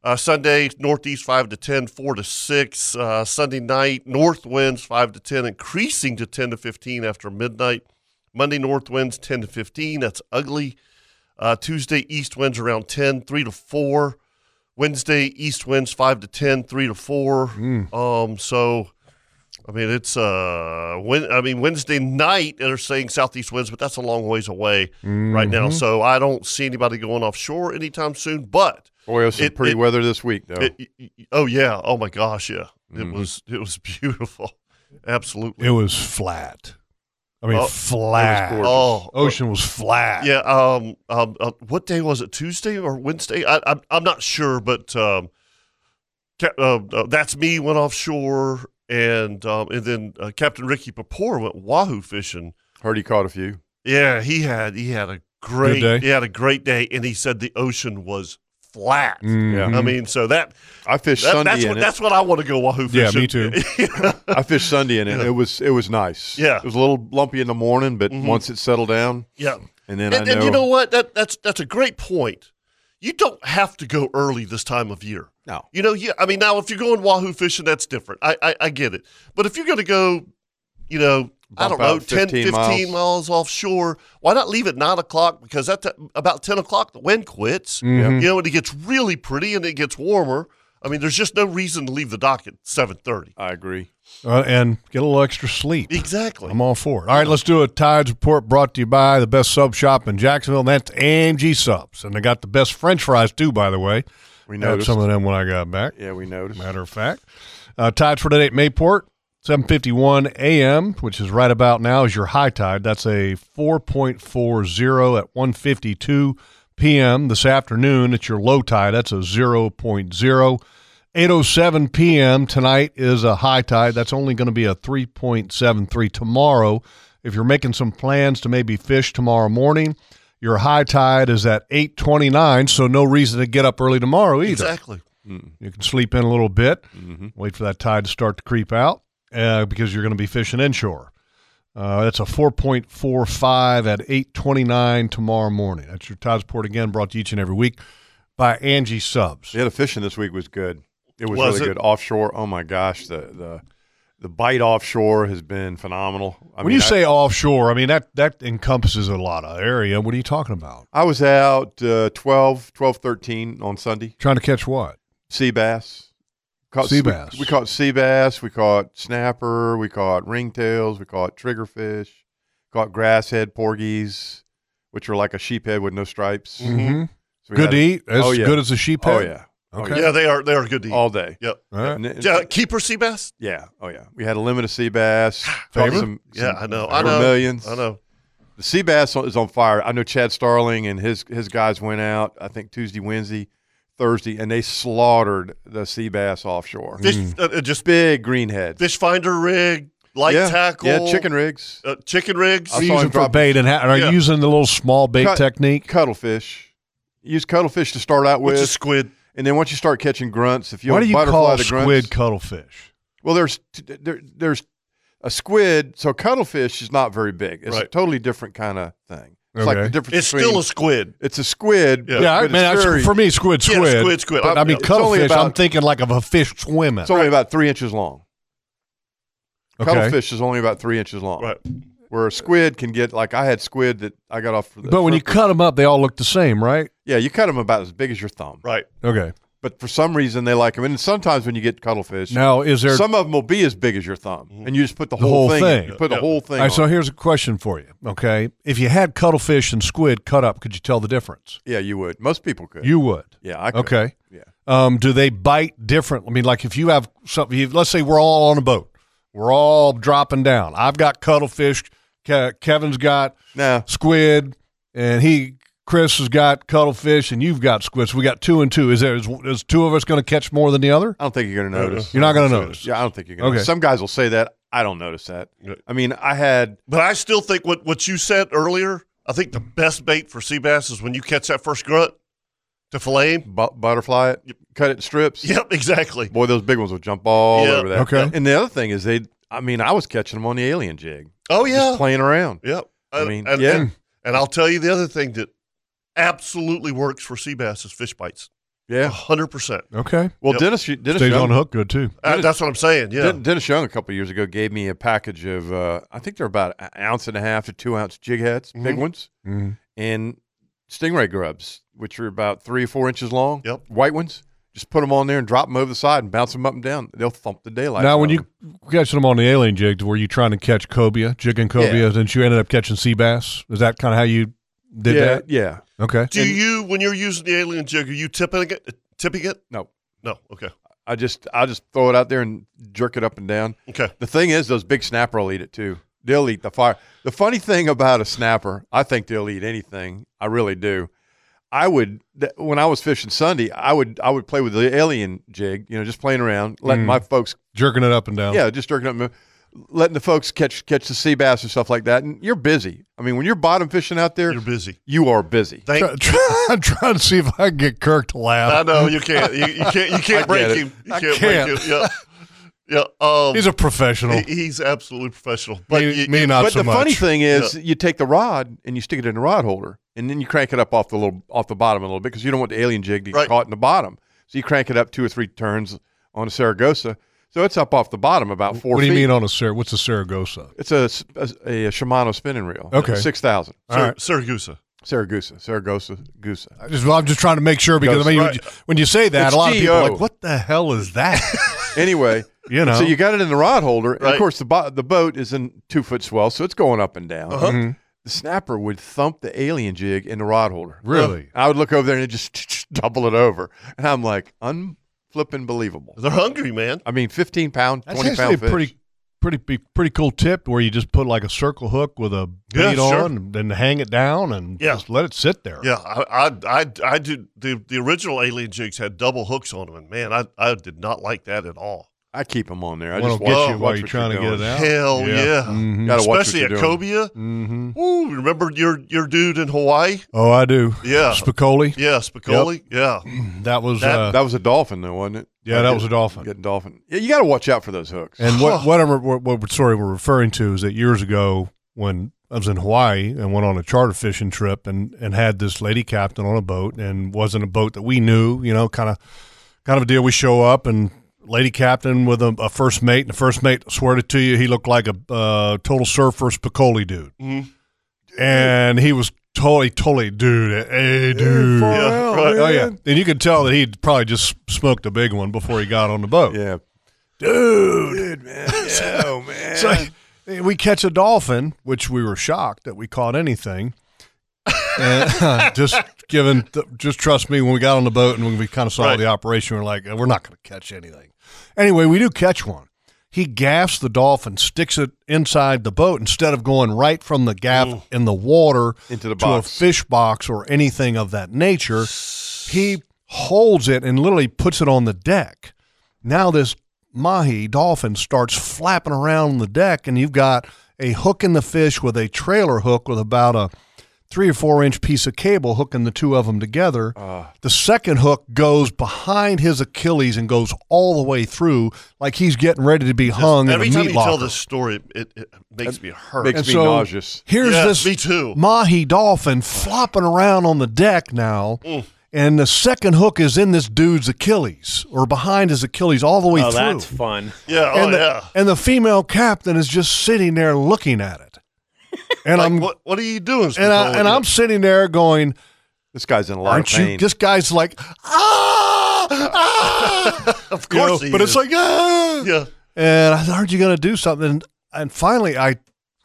B: Uh, Sunday, northeast five to 10, 4 to six. Uh, Sunday night, north winds five to ten, increasing to ten to fifteen after midnight. Monday, north winds ten to fifteen. That's ugly. Uh, Tuesday, east winds around 10, 3 to four. Wednesday, east winds 5 to 10, 3 to 4. Um, so, I mean, it's uh, when, I mean Wednesday night they're saying southeast winds, but that's a long ways away right now.
E: Mm-hmm.
F: Mm-hmm.
B: So I don't see anybody going offshore anytime soon. But
E: Boy, it was some
B: It-
E: pretty
B: it-
E: weather this week, though.
B: it- y- y- oh yeah, oh my gosh, yeah, it was it was beautiful, absolutely.
F: Mm. It was flat. I mean,
B: Oh, it was
F: flat.
E: gorgeous.
B: oh,
F: Ocean was flat.
B: Yeah. Um. Um. Uh, what day was it? Tuesday or Wednesday? I, I'm. I'm not sure, but um, Cap, uh, uh, that's me went offshore, and um, and then uh, Captain Ricky Papor went wahoo fishing.
E: Heard he caught a few.
B: Yeah, he had he had a great
F: day.
B: he had a great day, and he said the ocean was flat.
F: Mhm.
B: I mean, so that,
E: I fished
B: that
E: Sunday
B: that's
E: in
B: what
E: it.
B: that's what I want to go wahoo
F: Yeah,
B: fishing.
F: me too.
E: I fished Sunday in it. and It was it was nice.
B: Yeah.
E: it was a little lumpy in the morning, but
F: Mm-hmm.
E: once it settled down,
B: yeah,
E: and then
B: and,
E: I know,
B: and you know what? That that's that's a great point. You don't have to go early this time of year.
E: no,
B: You know, yeah. I mean, now if you're going wahoo fishing, that's different. I I, I get it. But if you're going to go, you know, I don't
E: Bump
B: know,
E: out
B: 10,
E: 15
B: 15
E: miles.
B: miles. offshore, why not leave at nine o'clock? Because at the, about 10 o'clock, the wind quits,
E: Mm-hmm.
B: you know, and it gets really pretty and it gets warmer. I mean, there's just no reason to leave the dock at 7.30.
E: I agree.
F: Uh, and get a little extra sleep.
B: Exactly.
F: I'm all for it. All right, let's do a Tides report brought to you by the best sub shop in Jacksonville, and that's AMG Subs. And they got the best french fries, too, by the way.
E: We
F: I had
E: noticed.
F: some of them when I got back.
E: Yeah, we noticed.
F: Matter of fact, uh, tides for today at Mayport, 7:51 a.m., which is right about now is your high tide. That's a 4.40 at 1:52 p.m. this afternoon. It's your low tide. That's a 0.0. 8:07 p.m. tonight is a high tide. That's only going to be a 3.73 tomorrow. If you're making some plans to maybe fish tomorrow morning, your high tide is at 8:29, so no reason to get up early tomorrow either.
B: Exactly.
E: Mm.
F: You can sleep in a little bit,
E: Mm-hmm.
F: wait for that tide to start to creep out uh, because you're going to be fishing inshore. Uh, that's a 4.45 at 8.29 tomorrow morning. That's your Tides Port again, brought to you each and every week by Angie Subs.
E: Yeah, the fishing this week was good. It was,
F: Was
E: really
F: it?
E: good offshore. Oh my gosh, the the the bite offshore has been phenomenal. I
F: when
E: mean,
F: you
E: I-
F: say offshore, I mean that that encompasses a lot of area. What are you talking about?
E: I was out uh, 12, 12, 13 on Sunday.
F: Trying to catch what?
E: Sea bass. Caught
F: Sea
E: we-
F: bass.
E: We, caught sea bass. We caught snapper. We caught ringtails. We caught triggerfish. Caught grasshead porgies, which are like a sheephead with no stripes.
B: Mm-hmm.
F: Mhm.
E: So we
F: Good
E: had-
F: to eat. As
E: Oh, yeah.
F: good as a sheep
E: Oh
F: head?
E: yeah.
F: Okay.
B: Yeah, they are. They are good to eat.
E: All day.
B: Yep.
F: All right.
E: And it-
B: Yeah, keeper sea bass. Ah,
E: Yeah. Oh yeah. We had a limit of sea bass.
F: Favorite?
B: Yeah, I know.
E: there
B: I
E: were
B: know.
E: Millions.
B: I know.
E: The sea bass is on fire. I know Chad Starling and his his guys went out. I think Tuesday, Wednesday, Thursday, and they slaughtered the sea bass offshore.
B: Fish,
F: Hmm.
B: uh, uh, just
E: Big greenheads.
B: fish finder rig, light
E: yeah.
B: tackle.
E: Yeah. Chicken rigs.
B: Uh, chicken rigs.
E: I
F: Are you
E: saw him
F: using for
E: drop-
F: bait and ha- are
B: Yeah.
F: you using the little small bait
E: Cut-
F: technique?
E: Cuttlefish. Use cuttlefish to start out
B: Which
E: with,
B: is squid.
E: and then once you start catching grunts, if you
F: Why do you
E: butterfly
F: call
E: the
F: squid
E: grunts,
F: cuttlefish?
E: Well, there's t- there, there's a squid. So cuttlefish is not very big. It's a
B: Right.
E: totally different kind of thing. It's like
F: Okay.
E: the difference.
B: It's
E: between,
B: still a squid.
E: it's a squid.
B: Yeah.
E: but-
F: Yeah, I,
E: but it's
F: man, that's-
E: very-
F: for me, squid,
B: Yeah,
F: squid.
B: squid, squid.
F: But, I mean,
B: It's
E: only
F: cuttlefish, I'm
E: about-
F: thinking like of a fish swimming.
E: it's only about three inches long.
F: Okay.
E: Cuttlefish is only about three inches long.
B: Right.
E: Where a squid can get like I had squid that I got off. For the
F: but when you
E: for-
F: cut them up, they all look the same, right?
E: yeah, you cut them about as big as your thumb.
B: Right.
F: Okay.
E: But for some reason they like them, and sometimes when you get cuttlefish,
F: Now, is there
E: some of them will be as big as your thumb, and you just put the,
F: whole
E: thing. in.
F: thing.
E: You put the
B: Yeah.
E: whole thing.
F: All right, so
E: on.
F: here's a question for you. Okay, if you had cuttlefish and squid cut up, could you tell the difference?
E: yeah, you would. Most people could.
F: You would.
E: yeah, I could.
F: Okay.
E: Yeah.
F: Um, do they bite different? I mean, like if you have something, you, let's say we're all on a boat, we're all dropping down. I've got cuttlefish. Ke- Kevin's got
E: Now,
F: squid, and he Chris has got cuttlefish, and you've got squid. So we got two and two. Is there is, is two of us going to catch more than the other?
E: I don't think you're going to notice.
F: You're not going to notice.
E: Yeah, I don't think you're going to.
F: Okay.
E: Some guys will say that. I don't notice that. I mean, I had
B: But I still think what, what you said earlier, I think the best bait for sea bass is when you catch that first grunt to fillet him.
E: bu- butterfly it, cut it in strips.
B: Yep, exactly.
E: Boy, those big ones will jump all
B: Yeah.
E: over that.
F: Okay.
E: And the other thing is they. I mean, I was catching them on the alien jig,
B: Oh,
E: just
B: yeah.
E: playing around.
B: Yep. Uh,
E: I
B: And-
E: mean,
B: and,
E: yeah.
B: And, and I'll tell you the other thing that absolutely works for sea bass is fish bites. A
E: Yeah.
B: 100%.
F: Okay.
E: Well,
B: Yep.
E: Dennis, Dennis
F: Stays
E: Young,
F: on hook good too.
B: Uh, that's what I'm saying. Yeah.
E: Den- Dennis Young a couple years ago gave me a package of uh, I think they're about an ounce and a half to two ounce jig heads, big
B: Mm-hmm.
E: ones,
F: Mhm.
E: and stingray grubs, which are about three or four inches long.
B: Yep.
E: White ones. Just put them on there and drop them over the side and bounce them up and down. They'll thump the daylight.
F: now, when
E: out of
F: you catching them on the alien jig, were you trying to catch cobia, jigging cobia, and since you ended up catching sea bass? Is that kind of how you did
E: 'em. yeah,
F: that?
E: yeah,
F: Okay.
B: Do you, when you're using the alien jig, are you tipping it? Tipping it?
E: no,
B: No. Okay.
E: I just I just throw it out there and jerk it up and down.
B: Okay.
E: The thing is, those big snapper will eat it too. They'll eat the fire. The funny thing about a snapper, I think they'll eat anything. I really do. I would th- when I was fishing Sunday, I would I would play with the alien jig, you know, just playing around, letting my folks,
F: Hmm. Jerking Mm. it up and down.
E: yeah, just jerking up, letting the folks catch catch the sea bass and stuff like that. And you're busy. I mean, when you're bottom fishing out there,
B: You're busy.
E: you are busy.
B: Thank
F: Try- try- I'm trying to see if I can get Kirk to
B: I
F: laugh.
B: know you can't. You, you can't. You can't break
E: it.
B: him. You
F: I
B: can't,
F: can't.
B: break him. Yeah, yeah. Um,
F: He's a professional.
B: he- he's absolutely professional. But
F: me,
B: you,
F: me
B: you-
F: not
E: but
F: so
E: the
F: much.
E: funny thing is, you take the rod and you stick it in a rod holder, and then you crank it up off the little off the bottom a little bit because you don't want the alien jig to get
B: Right.
E: caught in the bottom. So you crank it up two or three turns on a Saragossa, so it's up off the bottom about four.
F: what do
E: feet.
F: you mean on a Sar- What's a Saragossa?
E: It's a, s- a s- a Shimano spinning reel.
F: Okay.
E: six thousand
F: All right.
B: Saragusa.
E: Saragossa, Saragossa, Goosa.
F: I just, I'm just trying to make sure because I mean, when,
B: Right.
F: you, when you say that,
E: It's
F: a lot of people are
E: GO.
F: like, "What the hell is that?"
E: Anyway,
F: you know.
E: so you got it in the rod holder, and of
B: Right.
E: course the bo- the boat is in two foot swell, so it's going up and down.
B: Uh-huh.
F: Mm-hmm.
E: The snapper would thump the alien jig in the rod holder.
F: Really?
E: I would look over there and it just double it over. And I'm like, unflipping believable.
B: They're hungry, man.
E: I mean, 15 pound,
F: That's
E: 20
F: actually a
E: pound fish.
F: pretty, pretty, be- pretty cool tip where you just put like a circle hook with a
B: Yeah,
F: bead
B: sure.
F: on and then hang it down and
B: Yeah.
F: just let it sit there.
B: Yeah, I, I, I, I did. The, the original alien jigs had double hooks on them, and man, I, I did not like that at all.
E: I keep them on there. I
F: One
E: just
F: will get
E: watch-
F: you
E: watch
F: while you're
E: what
F: trying to get
E: doing.
F: it out. Yeah.
B: Hell
F: Yeah.
B: yeah,
F: Mhm.
E: Gotta watch
B: especially at
E: what you're
B: Cobia.
E: Mm-hmm.
B: Ooh, remember your your dude in Hawaii?
F: Oh, I do.
B: Yeah,
F: Spicoli.
B: yeah, Spicoli. Yeah,
F: That was
B: That-
F: uh,
E: That was a dolphin, though, wasn't it?
F: Yeah,
E: I
F: that
E: get-
F: was a dolphin.
E: Getting dolphin. Yeah, you got to watch out for those hooks.
F: And what what I'm what, what story we're referring to is that years ago when I was in Hawaii and went on a charter fishing trip and, and had this lady captain on a boat and wasn't a boat that we knew, you know, kind of kind of a deal. We show up and lady captain with a, a first mate and the first mate, I swear to you, he looked like a uh, total surfer Spicoli dude.
E: Mm-hmm.
F: And he was totally, totally, dude, hey, dude.
E: far out,
F: right. Oh, yeah.
E: man.
F: And you could tell that he'd probably just smoked a big one before he got on the boat.
E: Yeah.
F: Dude.
E: Dude, man. Oh, man.
F: So we catch a dolphin, which we were shocked that we caught anything. and uh, just given, just trust me, when we got on the boat and when we kind of saw
B: Right.
F: the operation, we are like, we're not going to catch anything. Anyway, we do catch one. He gaffs the dolphin, sticks it inside the boat instead of going right from the gaff in the water
E: Into the
F: to
E: box.
F: a fish box or anything of that nature. He holds it and literally puts it on the deck. Now this mahi dolphin starts flapping around on the deck, and you've got a hook in the fish with a trailer hook with about a three or four inch piece of cable hooking the two of them together.
B: Ah.
F: the second hook goes behind his Achilles and goes all the way through, like he's getting ready to be hung
B: Every
F: in a
B: time
F: meat
B: you
F: locker.
B: tell this story, it, it makes me hurt.
E: makes
F: And
E: me nauseous.
F: Here's
B: Yeah,
F: this
B: me too.
F: mahi dolphin flopping around on the deck now.
B: Mm.
F: And the second hook is in this dude's Achilles or behind his Achilles all the way
D: Oh,
F: through.
D: that's fun.
B: yeah, oh
F: and, the,
B: yeah.
F: and the female captain is just sitting there looking at it. And
B: Like,
F: I'm
B: what, what are you doing?
F: and I,
B: Spicoli?
F: and I'm sitting there going,
E: This guy's in a lot
F: aren't
E: of
F: you?
E: pain.
F: This guy's like, ah, ah.
B: of
F: You know,
B: course, he
F: but it's
B: is.
F: like, ah.
B: yeah,
F: And I thought, aren't you going to do something? And finally, I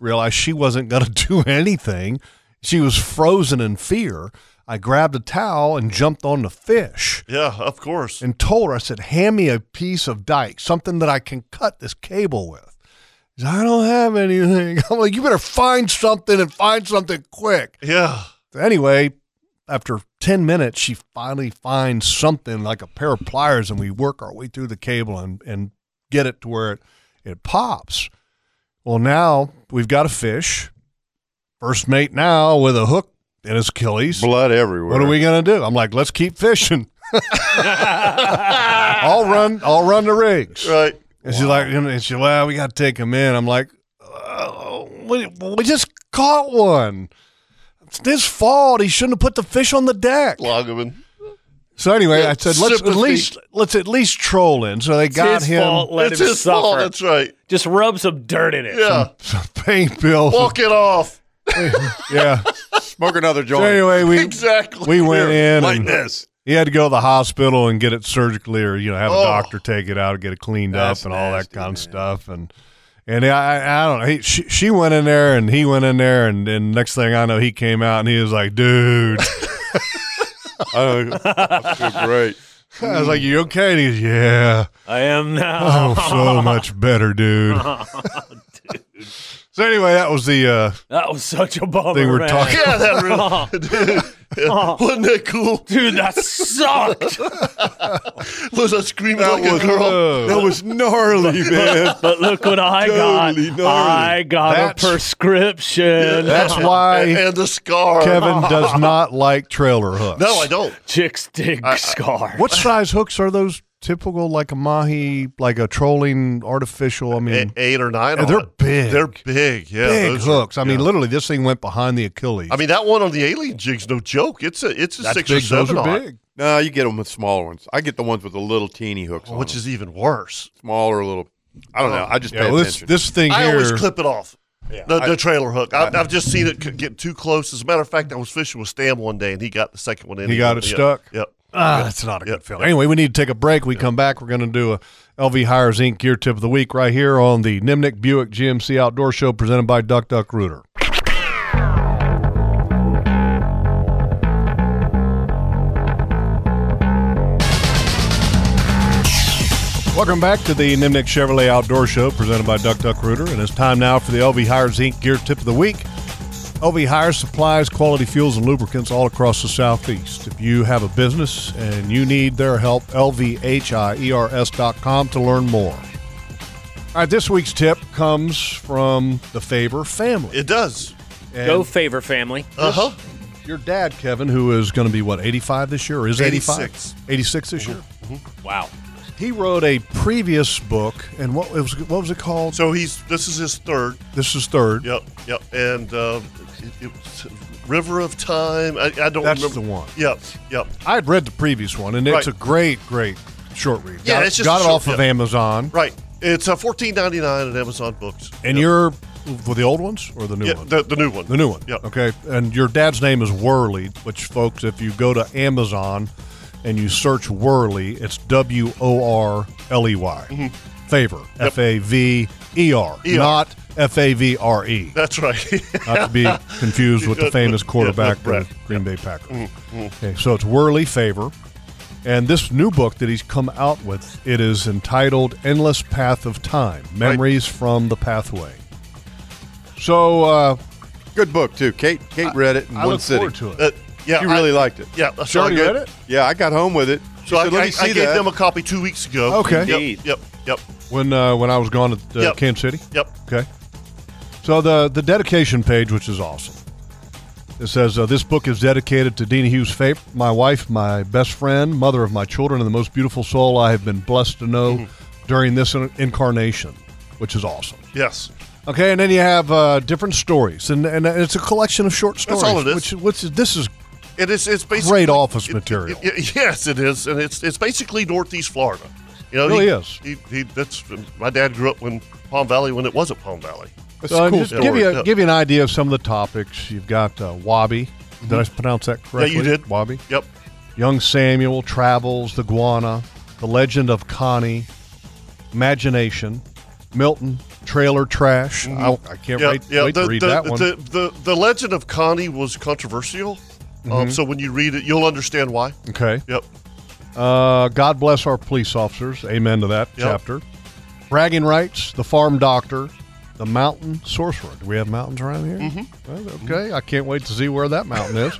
F: realized she wasn't going to do anything. She was frozen in fear. I grabbed a towel and jumped on the fish
B: yeah, of course.
F: and told her, I said, hand me a piece of dike, something that I can cut this cable with. She said, I don't have anything. I'm like, you better find something and find something quick.
B: yeah,
F: So anyway, after 10 minutes, she finally finds something like a pair of pliers, and we work our way through the cable and, and get it to where it, it pops. Well, now we've got a fish, first mate now with a hook in his Achilles.
E: Blood everywhere.
F: What are we gonna do? I'm like, let's keep fishing. I'll run. I'll run the rigs.
B: right.
F: And she's like, and she, well, we got to take him in. I'm like, oh, we, we just caught one. It's his fault. He shouldn't have put the fish on the deck.
B: Loggerman.
F: So anyway,
B: Yeah,
F: I said, let's at
B: sympathy.
F: least let's at least troll in. So they got
D: it's his
F: him
D: fault. Let
B: it's
D: him
B: his
D: suffer.
B: fault. That's right.
D: Just rub some dirt in it.
B: Yeah,
F: some paint bills.
B: walk it off.
F: yeah.
E: Smoke another
F: So
E: joint.
F: anyway, we
B: exactly.
F: we went in
B: like
F: and-
B: this.
F: he had to go to the hospital and get it surgically, or you know, have a
B: Oh.
F: doctor take it out, and get it cleaned
E: That's
F: up, and all that
E: nasty,
F: kind
E: man.
F: of stuff. And and I- I, I don't know. He, she, she went in there, and he went in there, and and next thing I know, he came out, and he was like, "Dude,"
E: Oh, I feel great.
F: I was like, "You okay?" And he goes, "Yeah,
D: I am now.
F: oh, so much better, dude." So anyway, that was the uh,
D: That was such a bummer.
F: They were
D: man.
F: talking-
B: Yeah, that really. Dude, wasn't that cool?
D: Oh. Dude, that sucked.
B: Was I screaming like a
E: was-
B: girl?
E: That was gnarly, man.
D: but look what I
E: Totally
D: got.
E: gnarly.
D: I got
F: That's-
D: a prescription.
F: that's
B: and,
F: why
B: and the scar.
F: Kevin does not like trailer hooks.
B: No, I don't.
D: Chicks dig scar.
F: What size hooks are those? Typical like a mahi, like a trolling artificial. I mean,
B: Eight, eight or nine.
F: Yeah,
B: on
F: they're
B: it.
F: big.
B: They're big. Yeah,
F: big
B: those are-
F: hooks. I mean, literally, this thing went behind the Achilles.
B: I mean, that one on the alien jig's no joke. It's a it's a
F: That's
B: six
F: big.
B: or
F: Those
B: seven
F: are
B: on it,
F: big.
E: no, you get them with smaller ones. I get the ones with the little teeny hooks,
B: which is even worse.
E: smaller little. I don't know. I just
F: Yeah,
E: pay
F: well, this
E: attention.
F: this thing
B: I
F: here.
B: always clip it off. The, the
E: I-
B: trailer hook. I, I've just seen it c- get too close. As a matter of fact, I was fishing with Stam one day, and he got the second one in.
F: He got it
B: yeah.
F: stuck?
B: Yep.
F: Ah, that's not a
B: Yeah.
F: good feeling. Anyway, we need to take a break. We come back. We're going to do a LV Hires Inc. Gear Tip of the Week right here on the Nimnik Buick GMC Outdoor Show presented by Duck Duck Rooter. Welcome back to the Nimnik Chevrolet Outdoor Show presented by Duck Duck Rooter. And it's time now for the LV Hires Inc. Gear Tip of the Week. LV hires supplies, quality fuels, and lubricants all across the Southeast. If you have a business and you need their help, E lvhires.com to learn more. All right, this week's tip comes from the Faber family.
B: It does.
F: And Uh-huh.
D: Go favor family.
B: Uh huh.
F: your dad, Kevin, who is going to be, what, 85 this year? Or is 85?
B: 86. Mm-hmm.
F: 86 this year?
D: Wow.
F: He wrote a previous book, and what it was what was it called?
B: So he's this is his third.
F: This is third.
B: Yep, yep. And uh, it, it was River of Time. I, I don't
F: That's
B: remember
F: the one.
B: Yep, yep.
F: I had read the previous one, and it's
B: Right.
F: a great, great short read.
B: Yeah,
F: got,
B: it's just
F: got
B: a
F: it
B: short-
F: off of
B: yeah.
F: Amazon,
B: Right. It's uh, fourteen ninety nine at Amazon Books.
F: and you're for the old ones or the new
B: Yeah,
F: ones?
B: the, the new one.
F: The new one.
B: Yep.
F: Okay. And your dad's name is Worley, which, folks, if you go to Amazon and you search Worley, it's W O R L E Y. Favor. F A V E R.
B: Mm-hmm. E R.
F: Not F A V R E.
B: That's right.
F: Not to be confused with the famous
B: Yeah, Mm-hmm,
F: quarterback
B: that's
F: of the Green Bay Packers. Okay, so it's Worley Favor. And this new book that he's come out with, it is entitled Endless Path of Time, Memories from the Pathway. So uh,
E: Good book too. Kate Kate read it in
F: I
E: one
F: look
E: city.
F: forward to it.
B: Uh, yeah,
E: She
B: I-
E: really liked it.
B: Yeah, that's
F: Shirley
B: really good.
F: read it?
E: Yeah, I got home with it. She
B: So I,
E: said, Let
B: I,
E: me see
B: I gave
E: that.
B: them a copy two weeks ago.
F: Okay.
B: Yep, yep, yep,
F: when uh, when I was gone at uh,
B: Yep.
F: Kansas City.
B: yep.
F: Okay. So the the dedication page, which is awesome, it says uh, this book is dedicated to Dina Hughes Fape, my wife, my best friend, mother of my children, and the most beautiful soul I have been blessed to know
B: Mm-hmm.
F: during this in- incarnation, which is awesome.
B: Yes.
F: Okay, and then you have uh, different stories, and and it's a collection of short stories.
B: That's all it is.
F: Which, which is, this is
B: It is. It's basically
F: great office
B: it-
F: material.
B: y- y- yes, it is, and it's it's basically Northeast Florida. You know,
F: It really
B: he,
F: is.
B: He, he, that's my dad grew up in Palm Valley when it wasn't Palm Valley.
E: That's
F: So,
E: a
F: and
E: cool
F: just
E: story.
F: give you
B: yeah.
F: a, give you an idea of some of the topics. You've got uh, Wabi. Did I pronounce that correctly?
B: Mm-hmm. Yeah, you did.
F: Wabi.
B: Yep.
F: Young Samuel, Travels, The Guana, The Legend of Connie, Imagination, Milton, Trailer Trash. I, I can't
B: Mm-hmm. Yeah,
F: wait,
B: yeah.
F: wait
B: the,
F: to read
B: the,
F: that one.
B: The, the the legend of Connie was controversial,
F: Mm-hmm.
B: um, so when you read it, you'll understand why.
F: okay.
B: Yep.
F: Uh, God Bless Our Police Officers. Amen to that
B: Yep.
F: chapter. Bragging Rights, The Farm Doctor, The Mountain Sorcerer. Do we have mountains around here? Mm-hmm. okay. I can't wait to see where that mountain is.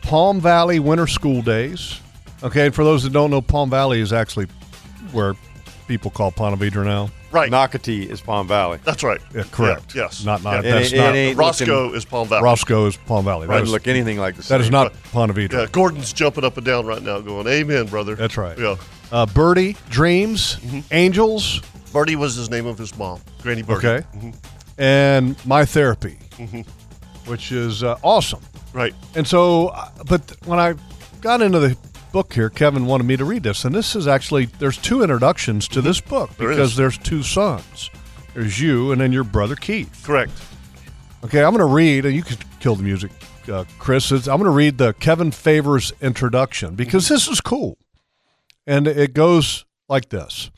F: Palm Valley Winter School Days. Okay. And for those that don't know, Palm Valley is actually where people call Ponte Vedra now.
B: Right.
E: Nocatee is Palm Valley.
B: that's right.
F: Yeah, correct.
B: Yeah, yes.
F: Not- not-
B: Yeah.
F: That's
E: it,
F: not-
E: ain't
B: Roscoe
E: Looking,
B: is Palm Valley.
F: Roscoe is Palm Valley. That
E: doesn't
F: is,
E: look anything like the
F: that is
E: same,
F: not
E: but
F: Ponte Vedra.
B: Yeah, Gordon's jumping up and down right now, going, "Amen, brother."
F: That's right.
B: Yeah,
F: Uh, Birdie, Dreams, Angels,
B: Bertie Mm-hmm. was his name of his mom, Granny Mm-hmm. Bertie.
F: okay, and My Therapy, which is uh, awesome.
B: Right.
F: And so, uh, but th- when I got into the book here, Kevin wanted me to read this, and this is actually there's two introductions to this book
B: Mm-hmm. There
F: because
B: is.
F: there's two sons. There's you, and then your brother Keith.
B: Correct.
F: Okay, I'm going to read, and you could kill the music, uh, Chris. It's, I'm going to read the Kevin Favors introduction because this is cool. And it goes like this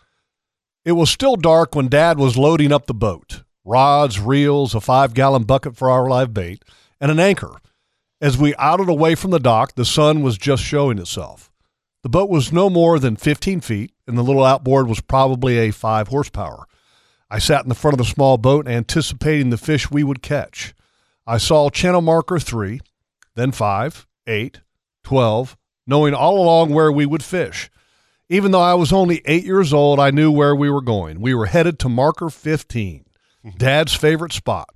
F: It was still dark when Dad was loading up the boat rods, reels, a five gallon bucket for our live bait, and an anchor. As we idled away from the dock, the sun was just showing itself. The boat was no more than 15 feet, and the little outboard was probably a five horsepower. I sat in the front of the small boat, anticipating the fish we would catch. I saw channel marker three, then five, eight, twelve, knowing all along where we would fish. Even though I was only eight years old, I knew where we were going. We were headed to marker 15, Dad's favorite spot.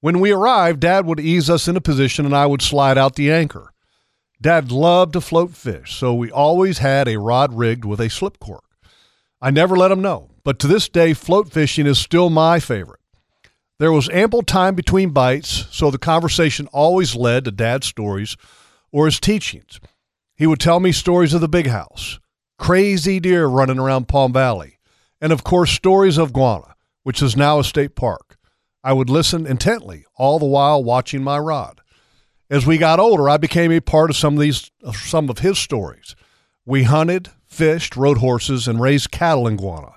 F: When we arrived, Dad would ease us into position and I would slide out the anchor. Dad loved to float fish, so we always had a rod rigged with a slip cork. I never let him know, but to this day, float fishing is still my favorite. There was ample time between bites, so the conversation always led to Dad's stories or his teachings. He would tell me stories of the big house, crazy deer running around Palm Valley, and of course, stories of Guana, which is now a state park. I would listen intently, all the while watching my rod. As we got older, I became a part of some of these of some of his stories. We hunted, fished, rode horses, and raised cattle in Guana.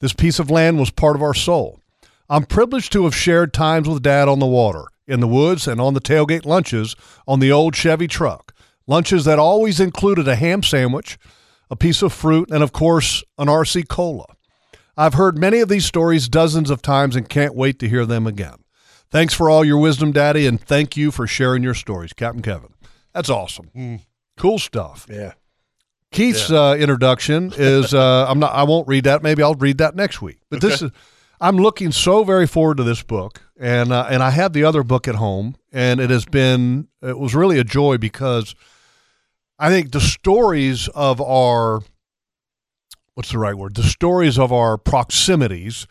F: This piece of land was part of our soul. I'm privileged to have shared times with Dad on the water, in the woods, and on the tailgate lunches on the old Chevy truck. Lunches that always included a ham sandwich, a piece of fruit, and of course, an RC Cola. I've heard many of these stories dozens of times and can't wait to hear them again. Thanks for all your wisdom, Daddy, and thank you for sharing your stories, Captain Kevin. That's awesome.
B: Mm.
F: Cool stuff.
E: Yeah.
F: Keith's uh, introduction is uh, I'm not I won't read that. Maybe I'll read that next week. But this is I'm looking so very forward to this book, and uh, and I have the other book at home, and it has been it was really a joy because I think the stories of our what's the right word? The stories of our proximities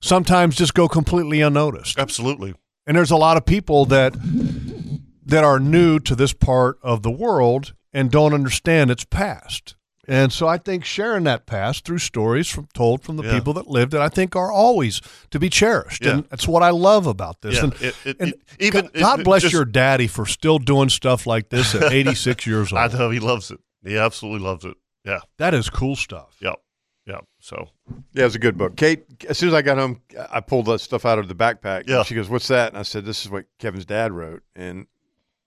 F: sometimes just go completely unnoticed.
B: Absolutely.
F: And there's a lot of people that that are new to this part of the world and don't understand its past. And so I think sharing that past through stories from told from the
B: Yeah.
F: people that lived it, I think are always to be cherished. And
B: Yeah.
F: that's what I love about this.
B: Yeah,
F: and
B: it- it-
F: and
B: it- even-
F: God, God
B: it-
F: bless
B: just-
F: your daddy for still doing stuff like this at 86 years
B: I
F: old.
B: know he loves it. He absolutely loves it. Yeah.
F: That is cool stuff.
B: Yeah. Yeah. So
E: Yeah, it was a good book. Kate, as soon as I got home, I pulled that stuff out of the backpack.
B: Yeah.
E: She goes, What's that? And I said, This is what Kevin's dad wrote. And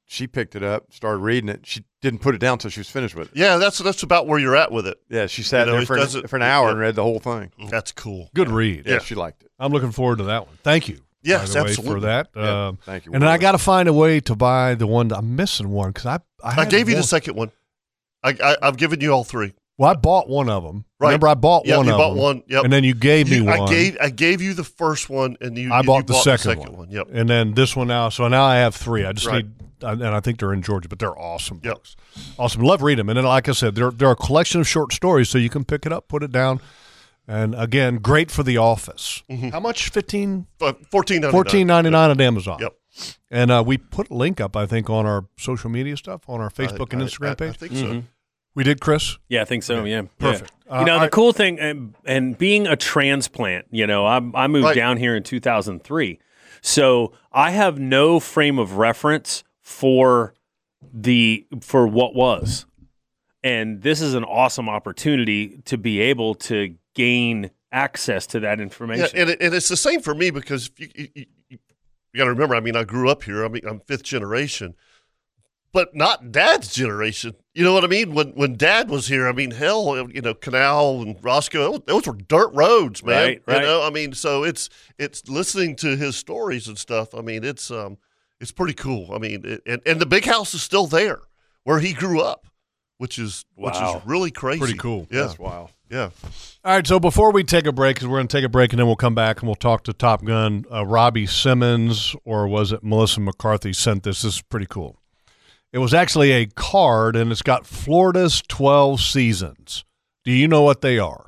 E: she picked it up, started reading it. She didn't put it down until she was finished with it.
B: yeah, that's that's about where you're at with it.
E: Yeah, she sat
B: You know,
E: there
B: it
E: for an,
B: doesn't-
E: for an hour
B: yeah. Mm-hmm.
E: and read the whole thing.
B: That's cool.
F: Good read.
E: Yeah,
B: Yeah.
E: she liked it.
F: I'm looking forward to that one. Thank you.
B: Yes,
F: by the way,
B: absolutely.
F: for that.
E: Yeah,
F: Um,
E: thank you,
F: And then I
E: Willie.
F: got to find a way to buy the one. I'm missing one because I I,
B: I
F: had
B: gave you the
F: one-
B: second one. I, I I've given you all three.
F: Well, I bought one of them.
B: Right.
F: Remember, I bought
B: Yeah,
F: one
B: you
F: of
B: bought
F: them,
B: one. Yep.
F: And then you gave
B: You-
F: me one.
B: I gave I gave you the first one, and you
F: I
B: you
F: bought, the, second
B: one.
F: one.
B: Yep.
F: And then this one now. So now I have three. I just
B: Right.
F: need, and and I think they're in Georgia, but they're awesome
B: Yep.
F: books. Awesome. Love reading them. And then, like I said, they're, they're a collection of short stories, so you can pick it up, put it down. And again, great for the office. How much? 15
B: Mm-hmm. Fourteen ninety nine.
F: Fourteen ninety nine at Amazon.
B: Yep.
F: And uh, we put a link up, I think, on our social media stuff, on our Facebook and Instagram
B: I,
F: page.
B: I think so.
F: we did, Chris.
D: Yeah, I think so. Yeah,
F: perfect.
D: Yeah.
F: Uh,
D: you know,
F: I-
D: the cool thing, and, and being a transplant, you know, I, I moved
B: Right.
D: down here in 2003, so I have no frame of reference for the for what was, and this is an awesome opportunity to be able to gain access to that
B: Yeah,
D: information.
B: and it, and it's the same for me because if you you, you, you got to remember. I mean, I grew up here. I mean, I'm fifth generation, but not Dad's generation. You know what I mean? When when Dad was here, I mean, hell, you know, Canal and Roscoe, those were dirt roads, man.
D: Right, right.
B: You know, I mean, so it's it's listening to his stories and stuff. I mean, it's um, it's pretty cool. I mean, it, and and the big house is still there where he grew up, which is which
D: Wow.
B: is really crazy.
F: Pretty cool.
B: Yeah,
E: That's wild.
B: yeah.
F: All right, so before we take a break, because we're going to take a break and then we'll come back and we'll talk to Top Gun. Uh, Robbie Simmons, or was it Melissa McCarthy, sent this. This is pretty cool. It was actually a card and it's got Florida's 12 seasons. Do you know what they are?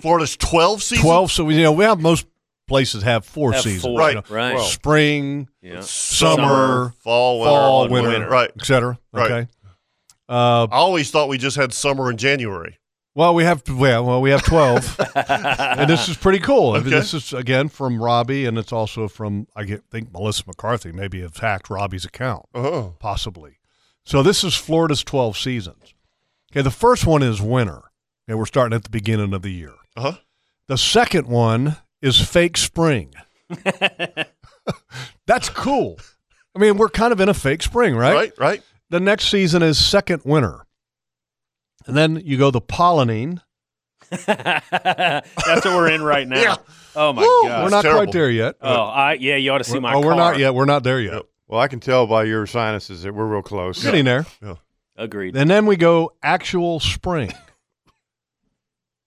B: Florida's twelve season.
F: 12, so we, you know, we have most places have four
D: Have
F: seasons.
D: four,
F: you
B: Right,
F: know,
D: right.
F: Spring,
D: Yeah.
F: summer,
B: fall, winter,
F: fall,
B: and
F: winter,
B: Right.
F: et cetera.
B: Right.
F: Okay. Uh,
B: I always thought we just had summer in January.
F: Well, we have well, well we have twelve, and this is pretty cool.
B: Okay.
F: This is again from Robbie, and it's also from I get, think Melissa McCarthy maybe have hacked Robbie's account,
E: Oh.
F: possibly. So this is Florida's twelve seasons. Okay, the first one is winter, and we're starting at the beginning of the year.
B: Uh-huh.
F: The second one is fake spring. That's cool. I mean, we're kind of in a fake spring,
B: Right, right.
F: the next season is second winter. And then you go the pollinating.
D: That's what we're in right now.
B: Yeah.
D: Oh my
B: Woo,
D: god.
F: we're not
B: terrible.
F: quite there yet.
D: Oh, I yeah, you ought to see
F: We're-
D: my.
F: oh, we're
D: car.
F: not yet. We're not there yet.
E: Well, I can tell by your sinuses that we're real close.
F: Getting there.
D: Agreed.
F: And then we go actual spring.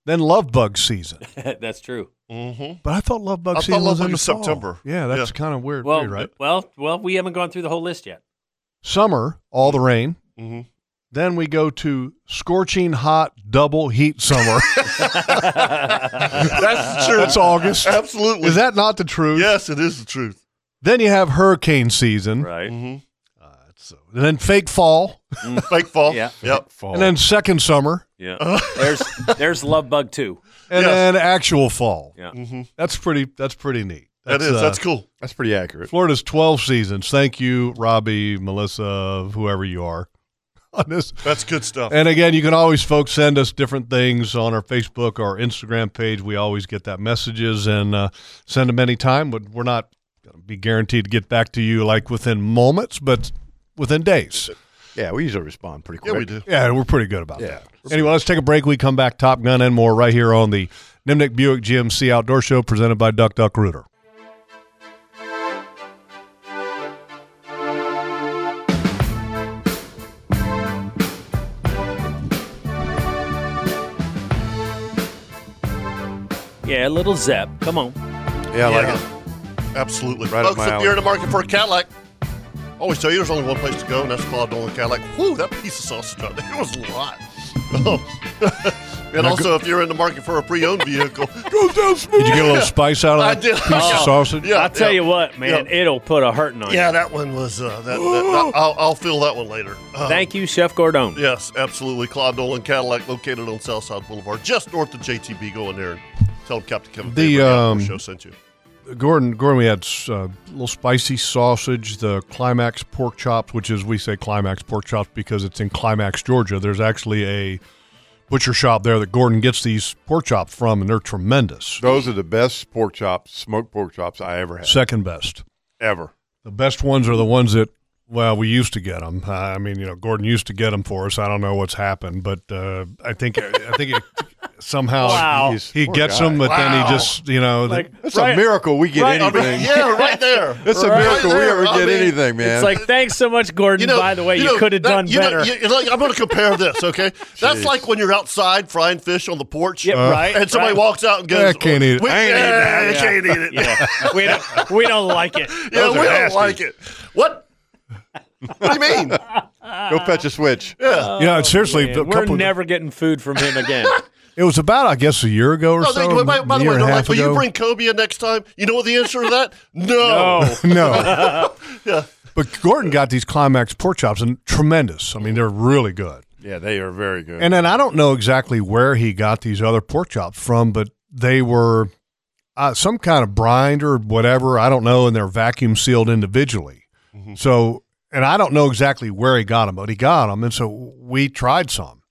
F: then love bug season.
D: That's true.
B: Mm-hmm.
F: But I thought love bug
B: I thought
F: season
B: love
F: was
B: bug
F: in the
B: was
F: fall.
B: September.
F: Yeah, that's
B: Yeah.
F: kind of weird,
D: Well,
F: too, right?
D: well, well, we haven't gone through the whole list yet.
F: Summer, all the rain.
B: Mm-hmm.
F: Then we go to scorching hot double heat summer.
B: That's the truth.
F: That's August.
B: Absolutely.
F: Is that not the truth?
B: Yes, it is the truth.
F: Then you have hurricane season. Uh,
D: Right.
B: Mm-hmm.
F: And then fake fall.
B: Fake fall.
D: Yeah.
B: Yep.
E: Fall.
F: And then second summer.
D: Yeah. There's there's Love Bug too.
F: and
B: Uh, Yes.
F: then actual fall.
D: Yeah.
B: Mm-hmm.
F: That's pretty. That's pretty neat.
B: That's,
F: uh,
B: That's cool.
E: That's pretty accurate.
F: Florida's twelve seasons. Thank you, Robbie, Melissa, whoever you are. On this,
B: That's good stuff.
F: and again, you can always, folks, send us different things on our Facebook or Instagram page. We always get that messages and uh, send them anytime. But we're not going to be guaranteed to get back to you like within moments, but within days.
E: Yeah, we usually respond pretty
B: yeah,
E: quick.
B: we do.
F: Yeah, we're pretty good about
E: Yeah.
F: that. Anyway, let's take a break. We come back, Top Gun and more, right here on the Nimnik Buick GMC Outdoor Show, presented by Duck Duck Rooter.
D: Yeah, little Zep. Come on.
E: Yeah, I like it.
B: Yeah. Absolutely.
E: Right up
B: Folks,
E: my
B: if
E: alley.
B: you're in the market for a Cadillac, I always tell you there's only one place to go, and that's Claude Dolan Cadillac. Whoo, that piece of sausage out there was a lot. and also, if you're in the market for a pre-owned vehicle,
F: go down smooth. Did you get a little spice out of
B: I
F: that
B: did. Oh.
F: piece of sausage?
B: Yeah,
D: I tell
B: yeah.
D: you what, man,
B: Yeah.
D: it'll put a hurting on
B: Yeah,
D: you.
B: that one was. Uh, that, that, that- I'll, I'll feel that one later. Uh,
D: Thank you, Chef Gordon.
B: Yes, absolutely. Claude Dolan Cadillac, located on Southside Boulevard, just north of JTB. Go in there and tell them Captain Kevin
F: The,
B: Faber,
F: um,
B: show sent you.
F: Gordon, Gordon, we had a little spicy sausage, the Climax pork chops, which is we say Climax pork chops because it's in Climax, Georgia. There's actually a butcher shop there that Gordon gets these pork chops from, and they're tremendous.
E: Those are the best pork chops, smoked pork chops I ever had.
F: Second best.
E: Ever.
F: The best ones are the ones that, well, we used to get them. I mean, you know, Gordon used to get them for us. I don't know what's happened, but uh, I think I think it, somehow
D: Wow.
E: He's-
F: he
E: poor
F: gets
E: guy.
F: them, but then
B: Wow.
F: he just, you know,
D: Like,
E: It's
D: right-
E: a miracle we get
D: right- I mean,
E: anything.
B: yeah, right there.
E: It's a
B: Right
E: miracle we
B: there.
E: ever
B: I
E: get
B: mean,
E: anything, man.
D: It's like, thanks so much, Gordon. By the way, you,
B: know,
D: could have
B: that-
D: done
B: you know,
D: better.
B: you- you know, I'm going to compare this, okay? That's like when you're outside frying fish on the porch,
D: Yeah, Uh, right,
B: And somebody
D: right.
B: walks out and goes,
F: I can't eat it.
B: We,
F: I
E: ain't eating
B: yeah,
E: that.
B: I can't eat it. Yeah,
D: yeah. we, don't, we don't like it.
E: Those
B: we
E: are
B: don't
E: nasty.
B: like it. What? What do you mean?
E: Go fetch a switch.
F: yeah, seriously, a
D: Man, Uh, we're
F: couple-
D: never getting food from him again.
F: It was about, I guess, a year ago or
B: No,
F: so.
B: they, by, by
F: a
B: the
F: year
B: way,
F: and a
B: they're like,
F: half
B: will you
F: ago.
B: bring Cobia next time? You know what the answer to that? No.
D: oh,
F: no. But Gordon got these climax pork chops and tremendous. I mean, they're really good.
E: Yeah, they are very good.
F: And then I don't know exactly where he got these other pork chops from, but they were uh, some kind of brine or whatever. I don't know. And they're vacuum sealed individually.
E: Mm-hmm.
F: So, and I don't know exactly where he got them, but he got them. And so we tried some.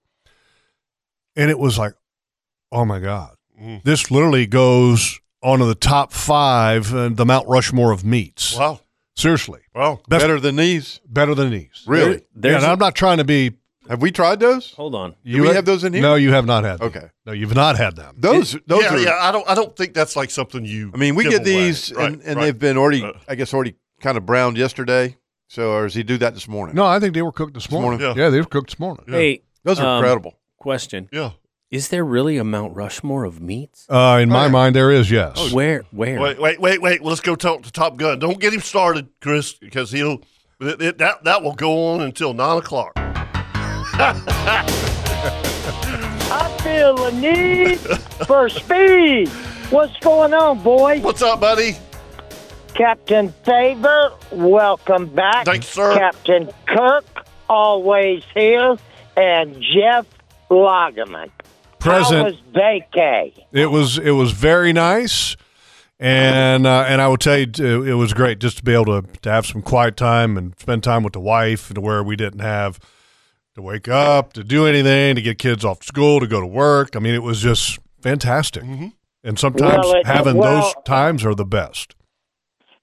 F: And it was like, oh my God,
E: Mm.
F: this literally goes onto the top five, uh, the Mount Rushmore of meats.
B: Wow.
F: Seriously,
E: well,
F: Best-
E: better than these.
F: better than these.
E: Really?
F: Yeah,
D: there's
F: and I'm not trying to be.
E: Have we tried those?
D: hold on.
F: You
E: we have those in here?
F: No, you have not had. Them.
E: Okay.
F: No, you've not had them.
E: Those those
B: yeah,
E: are
B: yeah. I don't. I don't think that's like something you.
E: I mean, we
B: give
E: get
B: away.
E: these
B: Right,
E: and, and
B: right.
E: they've been already
B: Uh.
E: I guess already kind of browned yesterday. So or does he do that this morning?
F: No, I think they were cooked this morning.
B: morning.
F: Yeah. they were cooked this morning.
D: Hey,
E: Those are
D: um,
E: incredible.
D: Question:
B: Yeah.
D: Is there really a Mount Rushmore of meats?
F: Uh, in my
E: Oh, yeah. Oh,
F: mind, there is yes.
D: where? Where?
B: Oh, Wait, wait, wait, wait. Let's go talk to Top Gun. Don't get him started, Chris, because he'll it, it- that that will go on until nine o'clock.
I: I feel a need for speed. What's going on, boy?
B: What's up, buddy?
I: Captain Favor, welcome back.
B: Thanks, sir.
I: Captain Cook, always here, and Jeff Lagerman. How was
F: Present.
I: vacay?
F: It was it was very nice, and uh, and I will tell you, too, it was great just to be able to to have some quiet time and spend time with the wife, to where we didn't have to wake up, to do anything, to get kids off school, to go to work. I mean, it was just fantastic.
E: Mm-hmm.
F: And sometimes
I: Well, it-
F: having
I: well-
F: those times are the best.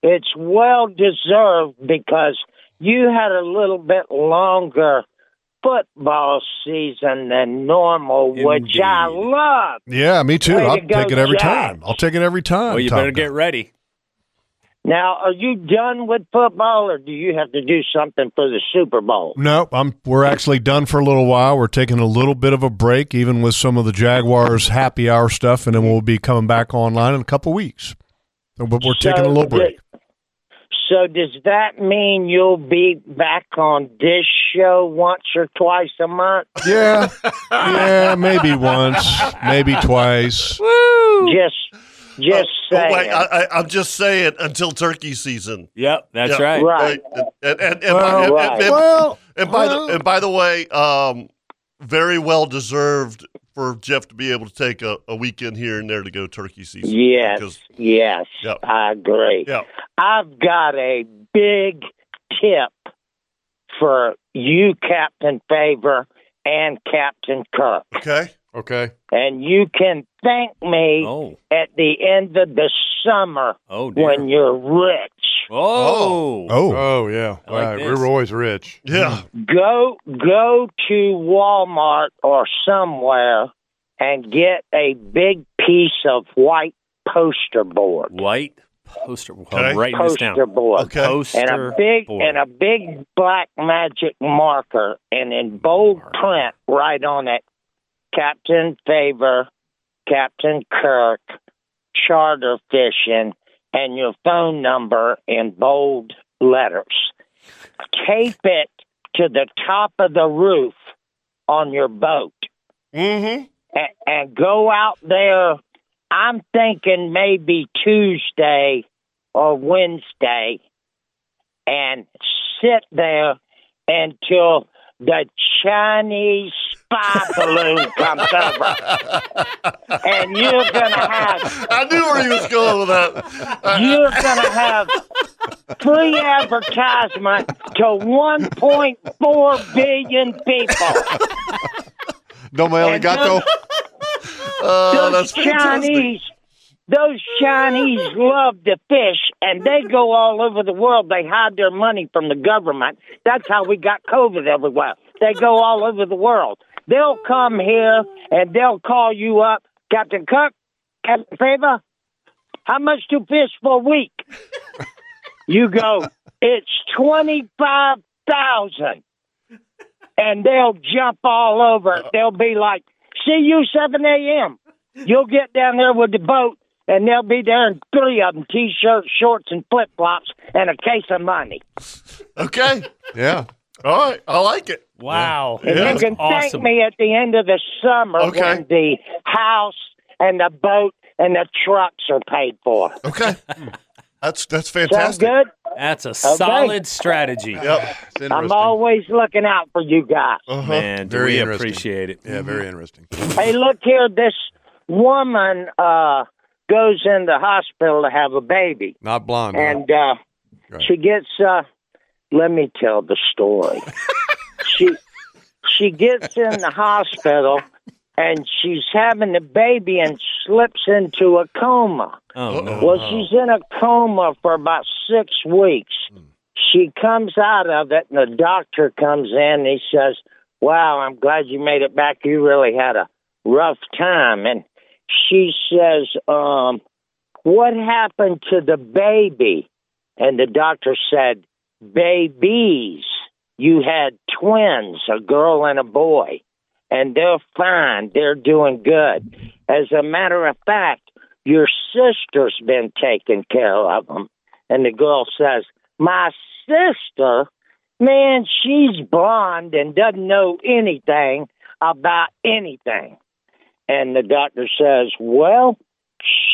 I: It's well deserved because you had a little bit longer football season than normal, which I
D: Indeed.
I: love.
F: Yeah, me too.
I: Way
F: I'll
I: to go,
F: take it every
I: Jack.
F: time. I'll take it every time.
D: well, you
F: Top
D: better
F: Gun.
D: get ready.
I: Now, are you done with football, or do you have to do something for the Super Bowl?
F: Nope, I'm, we're actually done for a little while. We're taking a little bit of a break, even with some of the Jaguars happy hour stuff, and then we'll be coming back online in a couple weeks. So, But we're taking a little break.
I: So does that mean you'll be back on this show once or twice a month?
F: Yeah, yeah, maybe once, maybe twice.
I: just, just
B: Oh,
I: saying.
B: wait, I, I, I'm just saying until turkey season.
D: Yep, that's
B: Yeah.
D: right.
I: right.
B: And, and, and,
F: Well,
B: and-
I: right.
B: and-
F: Well,
B: and by
F: well.
B: the and by the way, um, very well deserved for Jeff to be able to take a, a weekend here and there to go turkey season.
I: Yes,
B: Because-
I: yes,
B: Yep.
I: I agree.
B: yeah.
I: I've got a big tip for you, Captain Favor and Captain Kirk,
B: Okay.
E: Okay.
I: and you can thank me
D: Oh,
I: at the end of the summer
D: oh, dear.
I: when you're rich.
D: oh,
F: Oh,
E: Oh yeah.
D: I like
E: Right. We
D: this.
E: were always rich.
B: Yeah.
I: go go to Walmart or somewhere and get a big piece of white poster board.
D: white poster. well,
B: Okay.
D: I'm writing this down.
I: Poster board.
B: Okay.
D: Poster
I: And a big
D: board.
I: and a big black magic marker and in bold print right on it Captain Favor, Captain Kirk, charter fishing, and your phone number in bold letters. Tape it to the top of the roof on your boat Mm-hmm. And, and go out there. I'm thinking maybe Tuesday or Wednesday, and sit there until the Chinese spy balloon comes over, and you're gonna have.
B: I knew where he was going with that.
I: You're gonna have free advertisement to 1.4 billion people.
E: Domo Elegato.
B: Oh,
I: those
B: that's fantastic.
I: Chinese, those Chinese love to fish, and they go all over the world. They hide their money from the government. That's how we got COVID everywhere. They go all over the world. They'll come here and they'll call you up, Captain Cook, Captain Favor. How much do fish for a week? you go. It's twenty five thousand, and they'll jump all over. it. They'll be like, "See you seven a.m." You'll get down there with the boat, and they'll be there in three of them t-shirts, shorts, and flip flops, and a case of money.
B: Okay.
E: Yeah.
B: All right. I like it.
D: Wow.
I: And
D: Oh, That's
I: you can
D: awesome.
I: thank me at the end of the summer
B: Okay.
I: when the house and the boat and the trucks are paid for.
B: Okay. That's that's
I: Sound
B: fantastic.
I: good?
D: That's a solid strategy.
B: Yep.
E: It's interesting.
I: I'm always looking out for you guys.
B: Uh-huh.
D: Man, do
E: Very
D: we
E: interesting.
D: appreciate it. Mm-hmm.
E: yeah, very interesting.
I: Hey, look here. This woman uh, goes in the hospital to have a baby,
E: Not blonde. right?
I: and uh,
E: Right.
I: she gets. Uh, let me tell the story. she she gets in the hospital, and she's having a baby, and slips into a coma.
D: Oh, no.
I: Well, she's in a coma for about six weeks. She comes out of it, and the doctor comes in and he says, Wow, I'm glad you made it back. You really had a rough time. And she says, um, What happened to the baby? And the doctor said, Babies. You had twins, a girl and a boy, and they're fine. They're doing good. As a matter of fact, your sister's been taking care of them. And the girl says, My sister, man, she's blonde and doesn't know anything about anything. And the doctor says, Well,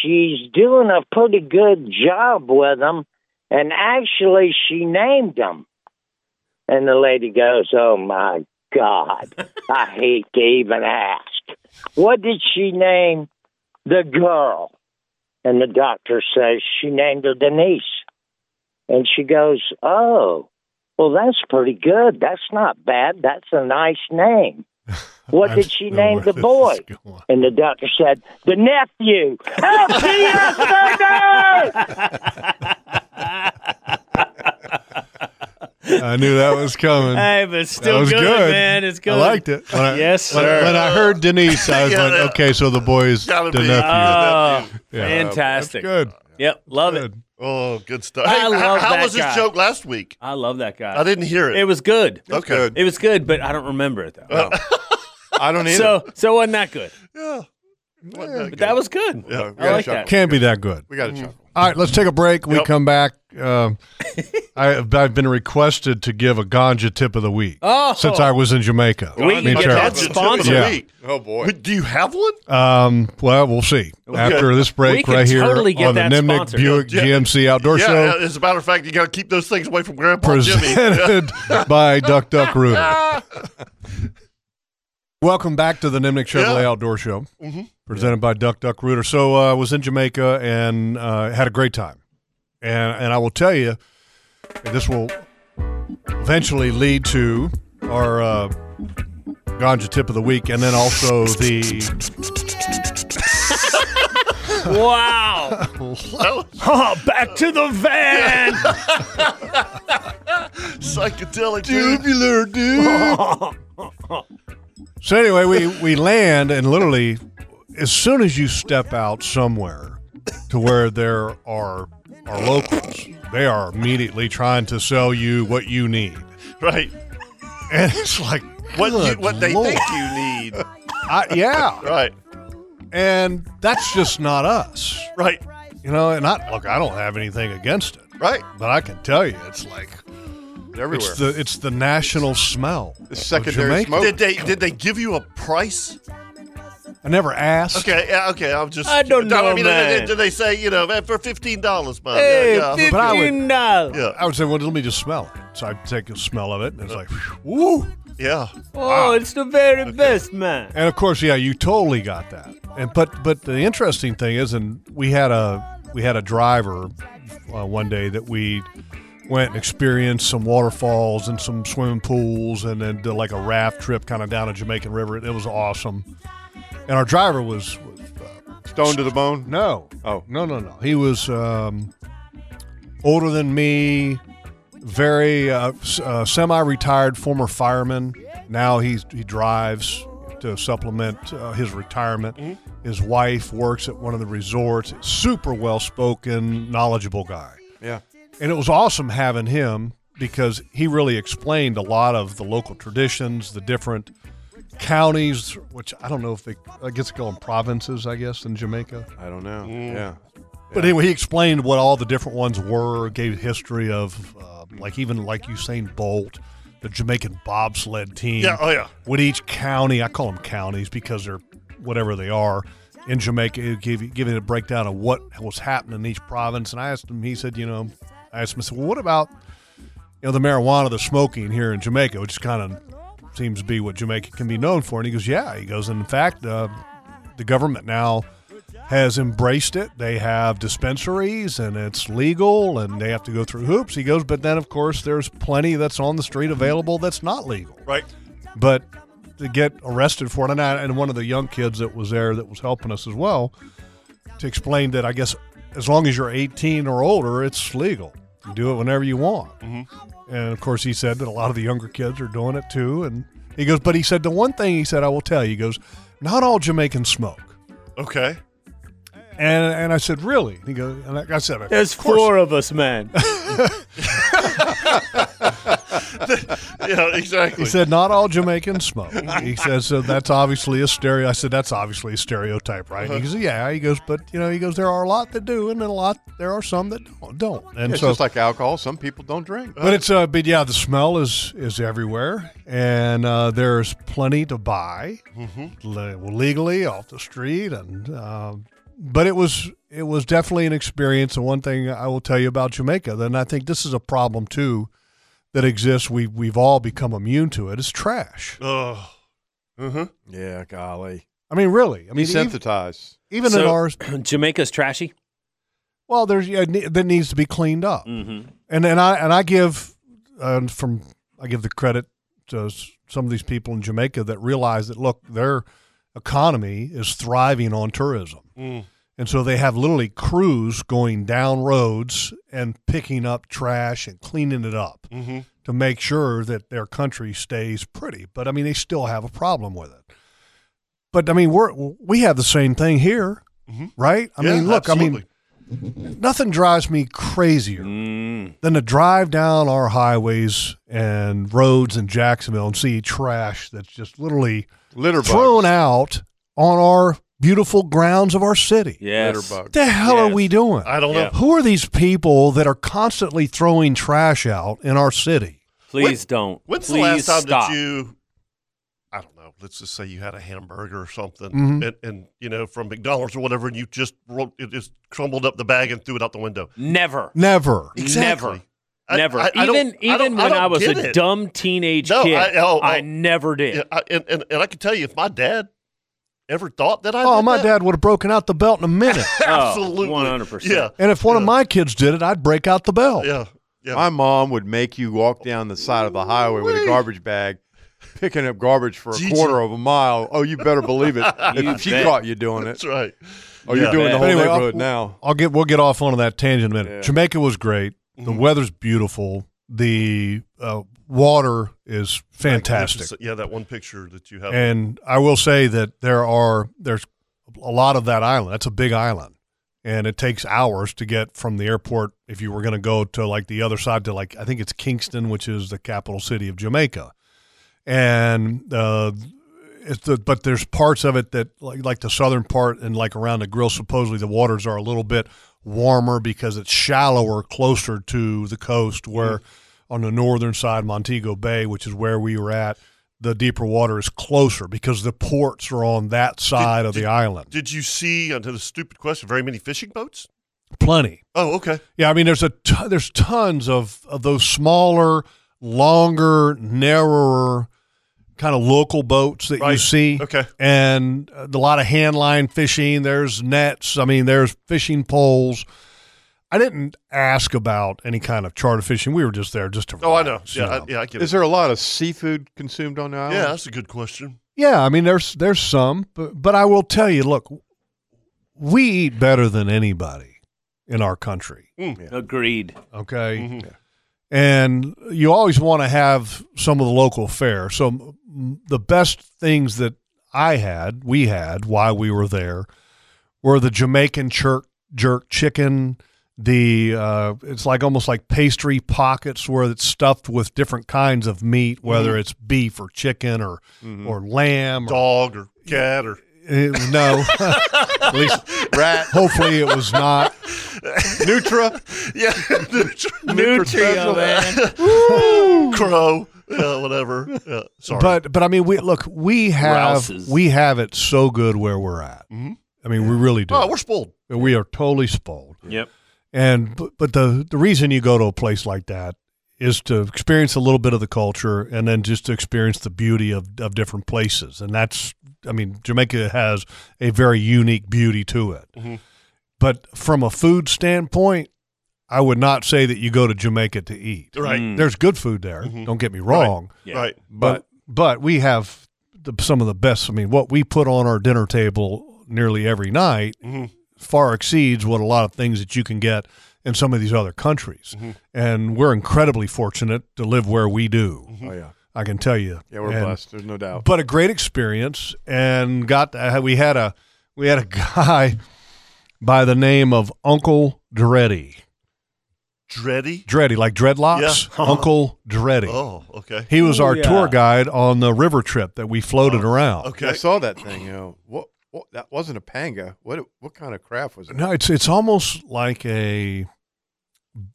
I: she's doing a pretty good job with them. And actually, she named them. And the lady goes, Oh my God, I hate to even ask. What did she name the girl? And the doctor says she named her Denise. And she goes, Oh, well, that's pretty good. That's not bad. That's a nice name. What
F: I
I: did she
F: know
I: name
F: where
I: the
F: this
I: boy?
F: is going.
I: And the doctor said, The nephew. LPS baby!
F: I knew that was coming.
D: Hey, but it's
F: that
D: still
F: was
D: good,
F: good,
D: man. It's good.
F: I liked it. When I,
D: Yes,
F: when,
D: sir.
F: When I heard Denise, I was
B: Yeah,
F: like,
B: that-
F: okay, so the boy is the
B: Gotta
F: nephew.
B: be.
D: Oh,
F: Yeah. That's
D: fantastic.
F: good.
D: Yep, love it.
F: Good.
B: Oh, good stuff.
D: I
B: Hey, h-
D: love
B: how
D: that
B: was
D: guy.
B: his joke last week?
D: I love that guy.
B: I didn't hear it. Uh,
D: It was good.
B: okay.
D: It was good, but I don't remember it though.
E: I don't either.
D: So, so it wasn't that good?
B: Yeah. Wasn't that
D: But
B: good.
D: that was good. I
E: yeah, we got
D: like
E: a chuckle.
D: that. Mm.
F: Can't be that good.
E: We got a chuckle.
F: All right, let's take a break. We
B: Yep.
F: come back. Um, I, I've been requested to give a ganja tip of the week
D: Oh.
F: since I was in Jamaica.
D: We can
F: Me
D: get
F: too.
D: that
B: Gotcha, tip of
D: sponsored.
B: the
F: Yeah.
B: week.
E: Oh boy.
B: Wait, Do you have one?
F: Um, well, we'll see after this
D: We
F: break
D: can
F: right here
D: totally get
F: on the
D: that
F: Nimnik
D: sponsored.
F: Buick
B: Yeah.
F: GMC Outdoor
B: yeah,
F: Show.
B: yeah, as a matter of fact, you got to keep those things away from Grandpa Jimmy.
F: presented by Duck Duck Rooter. Welcome back to the Nimnik Chevrolet
B: Yeah. Mm-hmm.
F: Outdoor Show, presented by Duck Duck Rooter. So uh, I was in Jamaica and uh, had a great time, and and I will tell you, and this will eventually lead to our uh, ganja tip of the week, and then also the
D: Wow. oh, back to the van.
B: Psychedelic dude.
F: tubular dude. so anyway, we we land and literally, as soon as you step out somewhere to where there are are locals, they are immediately trying to sell you what you need,
B: Right.
F: and it's like
B: What you,
F: good
B: what they
F: Lord.
B: think you need.
F: I, yeah,
B: Right.
F: and that's just not us,
B: Right.
F: you know. And I look, I don't have anything against it,
E: Right.
F: but I can tell you, it's like.
E: Everywhere.
F: It's the it's the national smell.
E: The
F: of
E: secondary
F: Jamaica.
E: smoke.
B: Did they did they give you a price?
F: I never asked.
B: Okay, yeah, okay. I'm just.
D: I don't know,
B: I mean,
D: man.
B: Did, did they say you know eh, for fifteen dollars, man?
D: Hey,
B: yeah, yeah.
F: I would-
D: fifteen dollars.
B: Yeah.
F: I would say, well, let me just smell it. So I take a smell of it, and it's like, whew. woo.
B: yeah. Ah.
D: Oh, it's the very best, man.
F: And of course, yeah, you totally got that. And but but the interesting thing is, and we had a we had a driver uh, one day that we went and experienced some waterfalls and some swimming pools, and then did like a raft trip kind of down a Jamaican river. It was awesome. And our driver was, was uh,
E: Stone to the bone.
F: no,
E: Oh.
F: no, no, no. He was um, older than me, very uh, s- uh, semi-retired former fireman. Now he's he drives to supplement uh, his retirement.
E: Mm-hmm.
F: His wife works at one of the resorts. Super well-spoken, knowledgeable guy,
E: Yeah.
F: and it was awesome having him because he really explained a lot of the local traditions, the different counties, which I don't know if they I guess they call them provinces, I guess in Jamaica.
E: I don't know.
B: Mm.
E: Yeah.
F: But anyway, he explained what all the different ones were, gave history of, uh, like even like Usain Bolt, the Jamaican bobsled team.
B: Yeah, oh, yeah.
F: With each county, I call them counties because they're whatever they are. In Jamaica, it gave you- giving a breakdown of what was happening in each province. And I asked him, he said, you know, I asked him, I said, well, what about you know, the marijuana, the smoking here in Jamaica, which kind of seems to be what Jamaica can be known for. And he goes, yeah. He goes, in fact, uh, the government now has embraced it. They have dispensaries and it's legal and they have to go through hoops. He goes, but then, of course, there's plenty that's on the street available that's not legal.
A: Right.
F: But to get arrested for it, and, I, and one of the young kids that was there that was helping us as well to explain that I guess as long as you're 18 or older, it's legal. You do it whenever you want. And of course, he said that a lot of the younger kids are doing it too. And he goes, but he said the one thing he said, I will tell you, he goes, not all Jamaicans smoke.
B: Okay.
F: And and I said, really? And he goes, and like I said, of
D: There's
F: course.
D: four of us, man.
B: Yeah, exactly.
F: He said, not all Jamaicans smoke. He says, so that's obviously a stereo. I said, that's obviously a stereotype,
B: Uh-huh.
D: Uh-huh.
F: right? He goes, yeah. He goes, but you know, he goes, there are a lot that do, and then a lot there are some that don't. don't. And
E: It's
F: so,
E: just like alcohol. Some people don't drink.
F: but it's uh, but yeah, the smell is is everywhere, and uh, there's plenty to buy le- legally off the street, and uh, but it was it was definitely an experience. And one thing I will tell you about Jamaica, then I think this is a problem too that exists. We we've all become immune to it. It's trash.
B: Oh, Mm-hmm.
E: Yeah, golly.
F: I mean, really. I mean, even,
E: Desensitize.
F: even in
D: So-
F: ours,
D: Jamaica's trashy.
F: well, there's yeah, ne- that needs to be cleaned up.
D: Mm-hmm.
F: and and I and I give uh, from I give the credit to s- some of these people in Jamaica that realize that look their economy is thriving on tourism,
B: Mm.
F: and so they have literally crews going down roads and picking up trash and cleaning it up
B: Mm-hmm.
F: to make sure that their country stays pretty. But I mean, they still have a problem with it. But I mean, we're we have the same thing here, right? I
B: Mm-hmm. yeah,
F: mean, look, I mean
B: absolutely.
F: nothing drives me crazier than to drive down our highways and roads in Jacksonville and see trash that's just literally
E: Litter bugs.
F: thrown out on our beautiful grounds of our city.
E: Litter
D: Yes.
E: bugs.
F: What the hell
D: Yes.
F: are we doing?
B: I don't know.
F: Who are these people that are constantly throwing trash out in our city?
D: Please don't.
B: When's
D: Please
B: the last time
D: stop.
B: that you? I don't know. Let's just say you had a hamburger or something,
F: Mhm.
B: and, and you know from McDonald's or whatever, and you just rolled, it just crumbled up the bag and threw it out the window.
D: Never.
F: Never.
B: Exactly. I-
D: Never.
B: I- I don't-
D: even
B: I
D: even
B: don't- I
D: when
B: don't
D: I, was
B: get
D: a
B: it.
D: dumb teenage
B: No,
D: kid,
B: I- oh,
D: I
B: oh.
D: never did.
B: Yeah, I, and, and and I can tell you, if my dad ever thought that I,
F: Oh,
B: did
F: my
B: that-
F: dad would have broken out the belt in a minute.
B: absolutely,
D: Oh, 100%.
B: Yeah,
F: and if one of
B: Yeah.
F: my kids did it, I'd break out the belt.
B: yeah, yeah.
E: My mom would make you walk down the side of the highway with a garbage bag, picking up garbage for a
B: Gigi.
E: quarter of a mile. Oh, you better believe it.
D: You
E: if she
D: bet.
E: caught you doing it.
B: That's right.
E: Oh, you're
D: Yeah.
E: doing the whole
F: But anyway,
E: neighborhood
F: I'll-
E: now.
F: I'll get we'll get off onto that tangent in a minute.
E: Yeah. Mm-hmm.
F: Jamaica was great. The weather's beautiful. The uh, water is fantastic.
B: Yeah, that one picture that you have.
F: And I will say that there are there's a lot of that island. That's a big island, and it takes hours to get from the airport if you were going to go to like the other side to like I think it's Kingston, which is the capital city of Jamaica, and uh, it's the, but there's parts of it that like like the southern part and like around the grill supposedly the waters are a little bit warmer because it's shallower closer to the coast where on the northern side Montego Bay which is where we were at the deeper water is closer because the ports are on that side of the island.
B: Did you see, uh, to the stupid question, very many fishing boats?
F: Plenty.
B: Oh, okay.
F: Yeah, I mean, there's a t- there's tons of, of those smaller, longer, narrower kind of local boats that you
B: Right.
F: see.
B: Okay.
F: and uh, a lot of hand line fishing. There's nets. I mean, there's fishing poles. I didn't ask about any kind of charter fishing. We were just there just to.
B: Oh, I know.
F: relax, you
B: Yeah, I, yeah, I get
E: Is
B: it.
E: there a lot of seafood consumed on the island?
B: Yeah, that's a good question.
F: Yeah, I mean there's there's some, but but I will tell you, look, we eat better than anybody in our country.
B: Mm.
D: Agreed.
F: Okay.
B: Mm-hmm.
F: And you always want to have some of the local fare. So m- m- the best things that I had, we had while we were there, were the Jamaican jerk jerk chicken. The uh, it's like almost like pastry pockets where it's stuffed with different kinds of meat, whether
E: Mm-hmm.
F: it's beef or chicken or or lamb
B: Mm-hmm.
F: or
B: Dog or cat or
F: uh, no. At least,
E: Rat,
F: hopefully, it was not.
E: Nutra,
B: yeah,
D: Nutria, man.
B: crow, yeah, whatever. Yeah, sorry,
F: But but I mean, we look. We have
D: Rouses.
F: we have it so good where we're at. I mean, we really do.
B: Mm-hmm. oh, we're spoiled.
F: we are totally spoiled.
D: Yep.
F: And but, but the the reason you go to a place like that is to experience a little bit of the culture, and then just to experience the beauty of of different places. And that's, I mean, Jamaica has a very unique beauty to it.
B: Mm-hmm.
F: But from a food standpoint, I would not say that you go to Jamaica to eat.
B: Right, Mm-hmm.
D: Mm.
F: There's good food there. Don't get me wrong
D: Yeah.
B: right.
F: but but we have the, some of the best. I mean, what we put on our dinner table nearly every night far exceeds what a lot of things that you can get in some of these other countries. And we're incredibly fortunate to live where we do.
E: Oh yeah,
F: I can tell you.
E: yeah, we're
F: And-
E: blessed. There's no doubt.
F: But a great experience, and got to, uh, we had a we had a guy by the name of Uncle Dreddy.
B: Dreddy.
F: Dreddy, like dreadlocks. Uncle Dreddy.
B: Oh, okay.
F: He was our
D: Ooh,
F: tour
D: yeah.
F: guide on the river trip that we floated
B: Oh,
F: around.
B: Uh, Okay.
E: I saw that thing. You know, what, what? That wasn't a panga. What? What kind of craft was it?
F: No, it's it's almost like a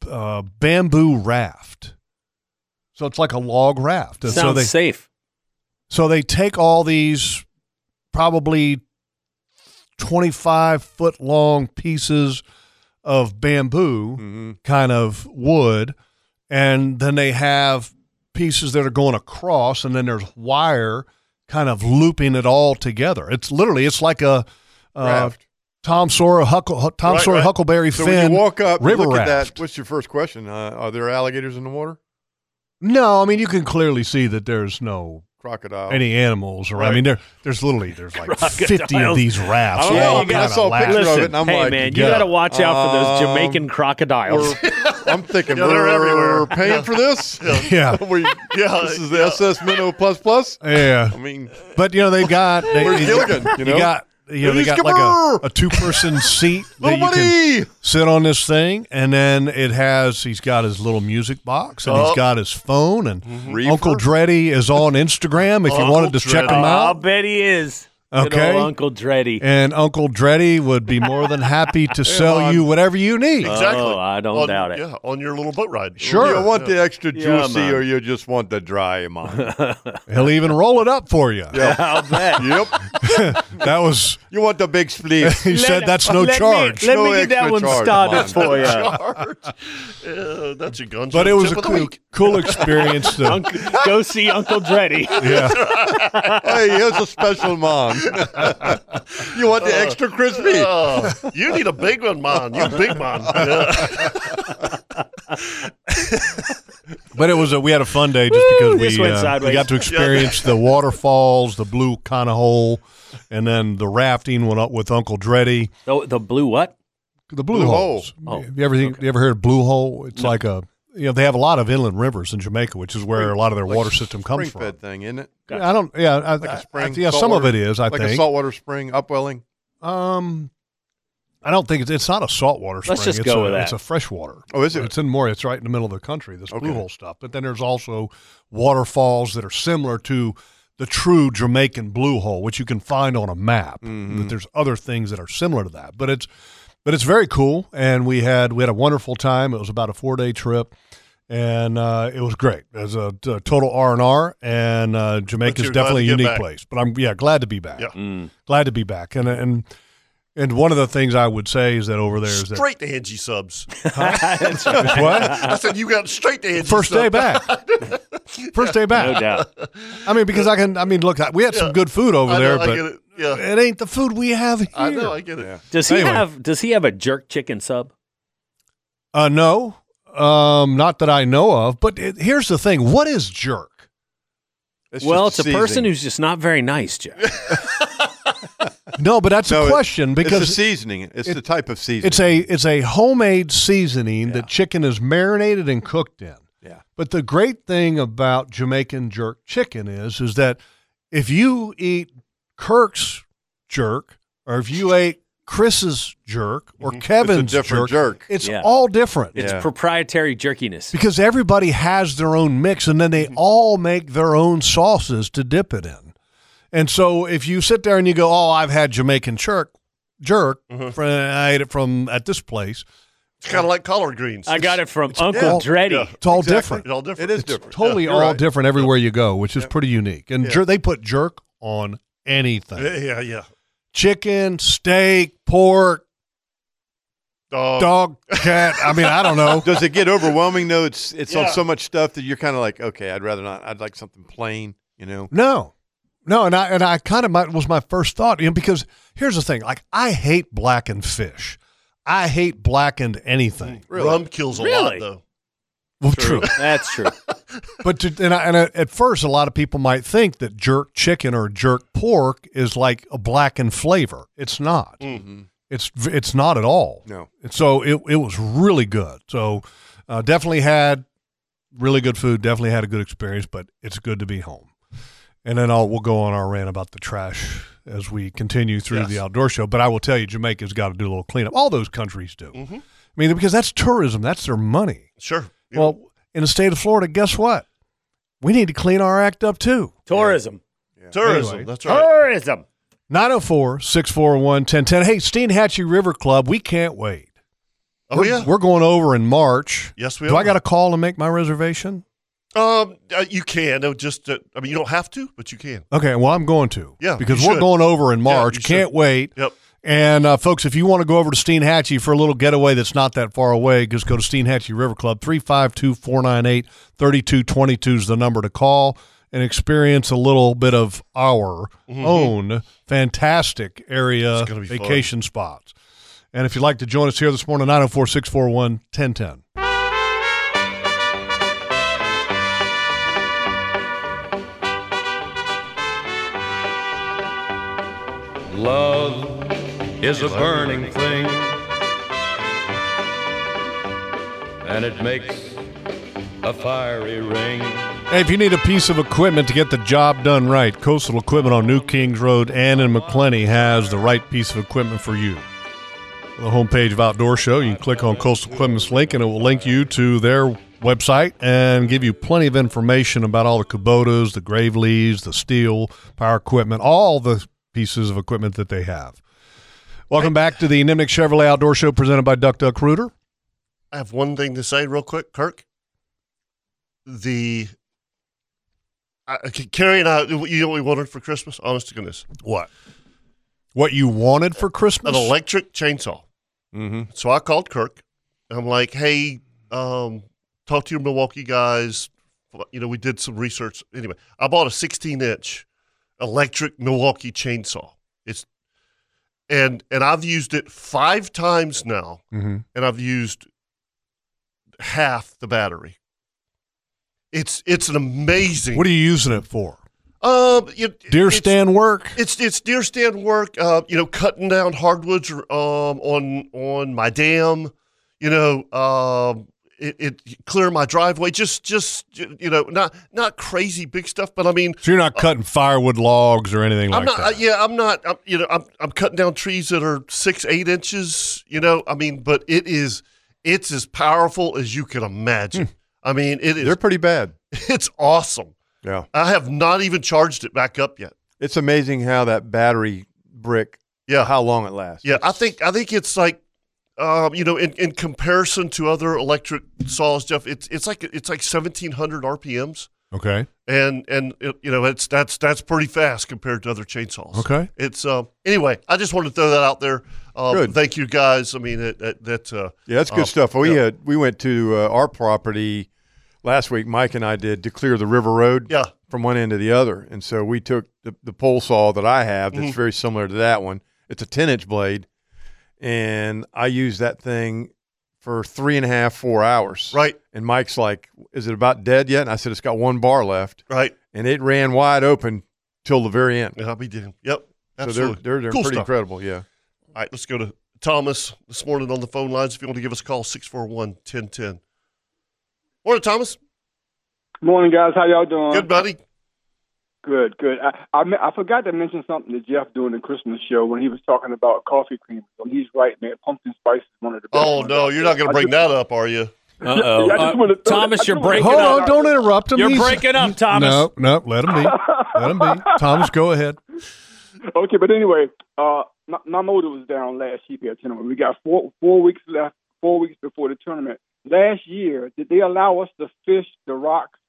F: uh, bamboo raft. So it's like a log raft. And
D: Sounds
F: so they
D: safe.
F: so they take all these probably 25 foot long pieces of bamboo
E: Mm-hmm.
F: kind of wood and then they have pieces that are going across and then there's wire kind of looping it all together. It's literally it's like a uh,
E: Raft.
F: Tom Sawyer, Huckle, Tom
B: Right,
F: Sawyer
B: right.
F: Huckleberry
E: so
F: Finn
E: when you walk up,
F: river
E: you look at
F: raft.
E: that. What's your first question? Uh, are there alligators in the water?
F: No, I mean you can clearly see that there's no
E: Crocodile.
F: any animals, or I
B: Right.
F: mean there there's literally there's like fifty of
D: Crocodiles.
F: these rafts.
E: I don't
F: all
E: know, I mean,
F: kinda
E: I saw
F: latched.
E: pictures of it,
D: Listen,
E: and I'm
D: hey
E: like,
D: man, you
F: yeah.
D: gotta watch out for
B: Uh,
D: those
E: Um,
D: Jamaican crocodiles.
E: We're, I'm thinking
B: Yeah, they're
E: we're,
B: everywhere.
E: we're paying for this.
F: Yeah,
E: we,
B: Yeah,
E: this is the SS Minnow Plus Plus.
F: yeah.
E: I mean,
F: But you know they've got they,
E: Where's
F: they-
E: Gilligan, you know?
F: got you know they
E: Where's
F: got like
E: Gilbert?
F: a, a two person seat that
E: little
F: you can
E: buddy.
F: sit on this thing, and then it has he's got his little music box, and
B: Oh.
F: he's got his phone, and
E: Reefer?
F: Uncle Dreddy is on Instagram if you
B: Uncle
F: wanted to check
B: Dreddy.
F: him
D: I'll
F: out.
D: bet he is. Good
F: Okay.
D: old Uncle Dreddy.
F: And Uncle Dreddy would be more than happy to sell you whatever you need.
B: exactly.
D: Oh, I don't
B: On-
D: doubt it.
B: Yeah, on your little boat ride.
F: Sure.
E: You want the extra
D: Yeah,
E: juicy,
D: man.
E: or you just want the dry amount?
F: He'll even roll it up for you.
D: I'll bet.
E: yep.
F: That was
E: You want the big split?
F: he said that's no
D: let me-
F: charge.
D: let
E: No
D: me get
E: extra
D: that one
E: charge,
D: started
E: man.
D: for you.
B: Yeah, that's a gun.
F: but it was
B: tip
F: a
B: of the
F: cool,
B: week.
F: cool experience. To,
D: Unc- go see Uncle Dreddy.
F: yeah.
E: hey, here's a special mom. you want the extra crispy?
B: Oh, Uh, you need a big one, man. You big man. Yeah.
F: But it was a, we had a fun day just because
D: this
F: we,
D: went
F: uh, we
D: sideways.
F: got to experience the waterfalls, the blue kind of hole, and then the rafting went up with Uncle Dreddy.
D: Oh, The, the blue what? Oh.
F: The blue,
E: Blue Oh,
F: holes.
D: hole.
F: You ever think- you ever heard of blue hole? It's like a you know they have a lot of inland rivers in Jamaica, which is where a lot of their
E: Like
F: water system comes
E: spring
F: from.
E: fed thing, isn't it?
F: Yeah, I don't. Yeah, I, I-
E: Like a spring.
F: yeah,
E: salt
F: some of it
E: water-
F: is. I
E: like a
F: think.
E: saltwater spring upwelling.
F: Um, I don't think it's, it's not a saltwater spring.
D: Let's just
F: it's
D: go
F: a,
D: with that.
F: It's a freshwater.
E: Oh, is it?
F: It's in more. It's right in the middle of the country. This
E: Okay.
F: blue hole stuff. But then there's also waterfalls that are similar to the true Jamaican blue hole, which you can find on a map.
B: Mm-hmm.
F: But there's other things that are similar to that. But it's but it's very cool, and we had we had a wonderful time. It was about a four day trip, and uh, it was great. It was a, a total R and R, and uh,
B: But
F: Jamaica's
B: you're glad
F: definitely a
B: to get
F: unique
B: back.
F: place. But I'm yeah glad to be back.
B: Yeah.
D: Mm.
F: Glad to be back. And and and one of the things I would say is that over there is that
B: Straight to Angie subs.
F: what
B: I said you got straight to Angie.
F: first
B: subs.
F: day back, first day back.
D: No doubt.
F: I mean, because I can. I mean, look, I- we had some good food over
B: I
F: there,
B: know, I
F: but
B: get
F: it.
B: it. Yeah,
F: ain't the food we have here.
B: I know. I get it.
D: Does he
F: Anyway.
D: have does he have a jerk chicken sub?
F: Uh, no, um, not that I know of. But it, here's the thing: what is jerk?
D: well, it's a person who's just not very nice, Jack.
F: No, but that's
E: No,
F: a
E: it-
F: question because
E: it's a seasoning. It's
F: it-
E: the type of seasoning.
F: It's a it's a homemade seasoning that chicken is marinated and cooked in.
E: Yeah.
F: But the great thing about Jamaican jerk chicken is is that if you eat Kirk's jerk or if you ate Chris's jerk or Kevin's
E: Mm-hmm. different jerk.
F: it's
D: Yeah.
F: all different.
D: It's
E: Yeah.
D: proprietary jerkiness.
F: because everybody has their own mix and then they
E: Mm-hmm.
F: all make their own sauces to dip it in. And so if you sit there and you go, "Oh, I've had Jamaican jerk, jerk,
E: Mm-hmm.
F: fr- I ate it from at this place."
B: It's kind of like collard greens.
D: I got it from Uncle
F: all-
D: Dreddy.
B: yeah.
F: It's all
E: Exactly.
F: different.
B: It's all different.
E: It is
B: It's
E: different.
F: totally
E: Yeah, you're
F: all
E: right.
F: different everywhere you go, which is pretty unique. And
B: Yeah.
F: jer- they put jerk on
B: Yeah,
F: anything:
B: yeah, yeah.
F: chicken, steak, pork,
B: Dog.
F: dog, cat. I mean, I don't know.
E: Oh. Does it get overwhelming though? It's it's
B: Yeah.
E: on so much stuff that you're kind of like, okay, I'd rather not. I'd like something plain. You know,
F: No, no, and I and I kind of my, was my first thought, you know, because here's the thing: like I hate blackened fish. I hate blackened anything.
B: Rum kills a
D: Really?
B: lot though.
F: Well, true.
D: That's true.
F: But to, and, I, and I, at first, a lot of people might think that jerk chicken or jerk pork is like a blackened flavor. It's not. It's it's not at all.
E: No.
F: And so it it was really good. So uh, definitely had really good food. Definitely had a good experience. But it's good to be home. And then I'll, we'll go on our rant about the trash as we continue through the outdoor show. But I will tell you, Jamaica's got to do a little cleanup. All those countries do. I mean, because that's tourism. That's their money.
B: Sure. Yeah.
F: Well, in the state of Florida, guess what? We need to clean our act up too.
D: Tourism.
B: tourism.
F: anyway.
B: That's right.
D: Tourism.
F: 904 641 1010. Hey, Steen Hatchie River Club, we can't wait.
B: Oh
F: we're,
B: yeah.
F: We're going over in March.
B: Yes, we
F: Do
B: are.
F: I got to call and make my reservation?
B: Um, uh, you can. No, just. Uh, I mean, you don't have to, but you can.
F: Okay, well, I'm going to.
B: Yeah,
F: Because
B: you
F: we're
B: should.
F: going over in
B: Yeah,
F: March.
B: you should.
F: can't wait.
B: Yep.
F: And uh, folks, if you want to go over to Steen Hatchie for a little getaway that's not that far away, just go to Steen Hatchie River Club. 352 498 3222 is the number to call and experience a little bit of our own fantastic area
B: gonna Mm-hmm. be fun.
F: Uh, vacation spots. And if you'd like to join us here this morning, 904 641 1010.
J: Love is a burning thing, and it makes a fiery ring.
F: Hey, if you need a piece of equipment to get the job done right, Coastal Equipment on New Kings Road and in McClenny has the right piece of equipment for you. On the homepage of Outdoor Show, you can click on Coastal Equipment's link and it will link you to their website and give you plenty of information about all the Kubotas, the Graveleys, the steel, power equipment, all the pieces of equipment that they have. Welcome back to the Nimnik Chevrolet Outdoor Show presented by Duck Duck Rooter.
B: I have one thing to say real quick, Kirk. The I, I- Carrie and I, you know, what we wanted for Christmas. Honest to goodness,
F: What? What you wanted for Christmas?
B: an electric chainsaw.
E: mm-hmm.
B: So I called Kirk. And I'm like, hey, um, talk to your Milwaukee guys. You know, we did some research. Anyway, I bought a 16 inch electric Milwaukee chainsaw. It's and and I've used it five times now,
F: Mhm.
B: and I've used half the battery. It's it's an amazing.
F: What are you using it for?
B: um, it,
F: Deer
B: it's-
F: stand work.
B: It's it's deer stand work. Uh, you know, cutting down hardwoods um, on on my dam. You know, um, it, it clear my driveway. Just just you know, not not crazy big stuff, but I mean,
F: So you're not cutting firewood logs or anything
B: I'm
F: like
B: not.
F: that.
B: uh, yeah, I'm not. I'm, you know, I'm I'm cutting down trees that are six eight inches. You know, I mean, but it is it's as powerful as you can
F: Hmm.
B: imagine. I mean, it is.
E: They're pretty bad.
B: It's awesome.
E: Yeah,
B: I have not even charged it back up yet.
E: it's amazing how that battery brick.
B: Yeah.
E: how long it lasts.
B: Yeah, I think I think it's like Um, you know, in, in comparison to other electric saws, Jeff, it's it's like it's like seventeen hundred RPMs,
F: Okay.
B: and and it, you know it's that's that's pretty fast compared to other chainsaws.
F: Okay.
B: It's um anyway, I just wanted to throw that out there. Um,
E: Good.
B: Thank you guys. I mean that that, that uh,
E: Yeah, that's good
B: uh,
E: stuff. We
B: yeah.
E: had we went to uh, our property last week. Mike and I did to clear the river road.
B: Yeah.
E: from one end to the other, and so we took the, the pole saw that I have. That's
B: Mm-hmm.
E: very similar to that one. It's a ten inch blade, and I used that thing for three and a half four hours.
B: Right.
E: And Mike's like, "Is it about dead yet?" And I said, "It's got one bar left,"
B: right.
E: and it ran wide open till the very end.
B: Yeah, we did. Yep.
E: So they're they're, they're
B: Cool
E: pretty
B: stuff.
E: incredible. Yeah.
B: All right, let's go to Thomas this morning on the phone lines. If you want to give us a call, 641 1010. Morning, Thomas.
K: Morning, guys. How y'all doing?
B: Good, buddy.
K: Good, good. I, I me- I forgot to mention something to Jeff during the Christmas show when he was talking about coffee creamers. And he's right, man. Pumpkin spice is one of the best.
B: Oh, no, you're not going to bring that up, are you?
D: Uh-oh.
K: I just
D: Uh,
K: wanna- I
D: Thomas,
K: just
D: you're
K: wanna-
D: breaking
F: Hold
D: up.
F: on. Don't interrupt him.
D: You're
F: He's-
D: breaking up, Thomas.
F: No, no. Let him be. Let him be. Thomas, go ahead.
K: Okay, but anyway, uh, my, my motor was down last year at tournament. We got four four weeks left, four weeks before the tournament. Last year, did they allow us to fish the rocks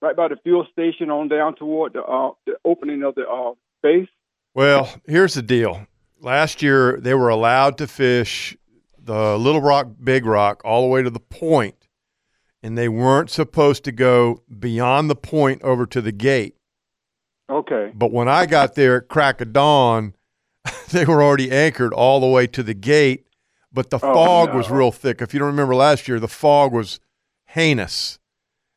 K: right by the fuel station on down toward the uh, the opening of the uh, base?
E: Well, here's the deal. Last year, they were allowed to fish the Little Rock, Big Rock, all the way to the point, and they weren't supposed to go beyond the point over to the gate.
K: Okay.
E: But when I got there at crack of dawn, they were already anchored all the way to the gate, but the fog was
K: Oh, no.
E: real thick. If you don't remember last year, the fog was heinous,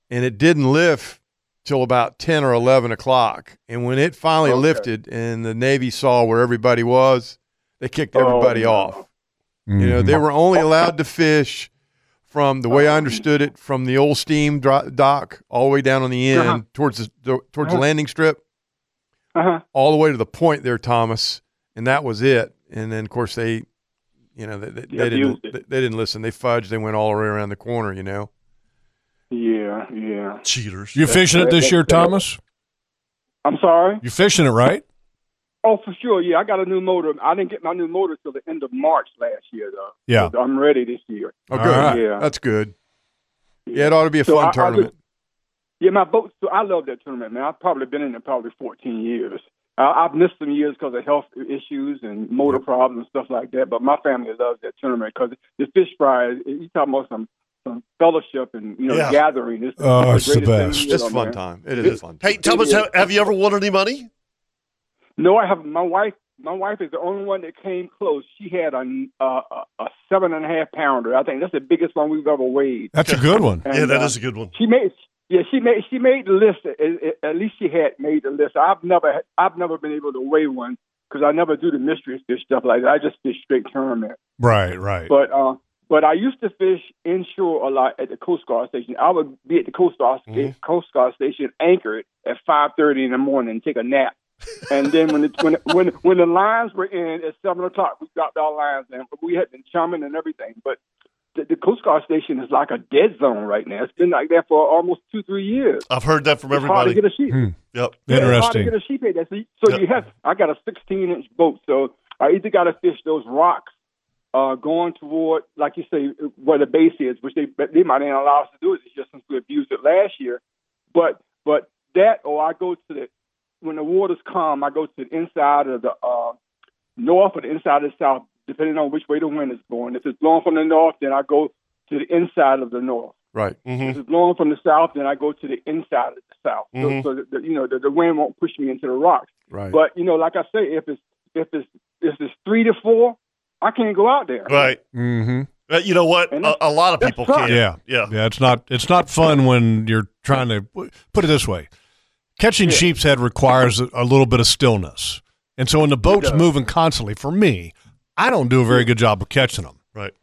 E: and it didn't lift till about 10 or 11 o'clock. And when it finally
K: Okay.
E: lifted and the Navy saw where everybody was, they kicked everybody
K: Oh, no.
E: off. You know, they were only allowed to fish from the way I understood it, from the old steam dro- dock all the way down on the end
K: Uh-huh.
E: towards the towards the
K: Uh-huh.
E: landing strip
K: Uh huh.
E: all the way to the point there, Thomas, and that was it. And then, of course, they, you know, they, they,
K: Yeah,
E: they didn't
K: abused it.
E: they, they didn't listen. They fudged. They went all the way around the corner. You know,
K: Yeah, yeah.
B: Cheaters.
F: You fishing it this year, Thomas?
K: I'm sorry.
F: You fishing it, right?
K: Oh, for sure. Yeah, I got a new motor. I didn't get my new motor till the end of March last year, though.
F: Yeah.
K: So I'm ready this year.
E: oh,
F: All
E: good.
F: right.
K: Yeah.
E: That's good. Yeah, it ought to be a
K: So
E: fun
K: I- I just-
E: tournament.
K: Yeah, my boat. So I love that tournament, man. I've probably been in it probably 14 years. I, I've missed some years because of health issues and motor problems and stuff like that. But my family loves that tournament because the fish fry. You talking about some some fellowship and you know
B: Yeah.
K: gathering. It's,
F: Oh, it's the
K: greatest thing
F: best.
K: you
E: it's
K: know,
E: a fun
K: man.
E: time. It is a fun. Time.
B: Hey, Thomas, have, have you ever won any money?
K: No, I have my wife. My wife is the only one that came close. She had a a, a a seven and a half pounder. I think that's the biggest one we've ever weighed.
F: That's a good one.
B: yeah,
K: And,
B: that
K: uh,
B: is a good one.
K: She made. Yeah, she made. She made the list. At, at- at least she had made the list. I've never. I've never been able to weigh one because I never do the mystery fish stuff like that. I just fish straight tournament.
F: Right, right.
K: But uh, but I used to fish inshore a lot at the Coast Guard station. I would be at the Coast Guard,
B: Mm-hmm.
K: Coast Guard station anchored at five thirty in the morning and take a nap. and then when it, when it- when when the lines were in at seven o'clock, we dropped our lines and we had been chumming and everything. But the, the Coast Guard station is like a dead zone right now. It's been like that for almost two three years.
B: I've heard that from
K: It's hard to
B: everybody.
K: get a sheep.
F: Hmm.
B: Yep.
K: Yeah, it's hard to
F: Interesting.
K: get a sheep head. That's- So you have, I got a 16 inch boat, so I either got to fish those rocks uh, going toward, like you say, where the base is, which they but they might not allow us to do it. It's just since we abused it last year. But but that, or I go to the when the waters calm, I go to the inside of the uh, north or the inside of the south, depending on which way the wind is going. If it's blowing from the north, then I go to the inside of the north.
E: Right.
B: hmm
F: Mm-hmm.
K: If it's blowing from the south, then I go to the inside of the south. So-
B: Mhm.
K: So, that the, you know the, the wind won't push me into the rocks.
E: Right.
K: But you know, like I say, if it's if it's if it's three to four, I can't go out there.
B: Right.
F: Mm-hmm.
B: Uh, you know what?
K: And
B: A, a lot of
K: that's
B: people
K: fun.
B: can.
F: Yeah.
B: Yeah.
F: Yeah, it's not it's not fun when you're trying to put it this way. Catching sheep's head requires a, a little bit of stillness, and so when the boat's
K: does.
F: moving constantly, for me, I don't do a very good job of catching them.
B: Right.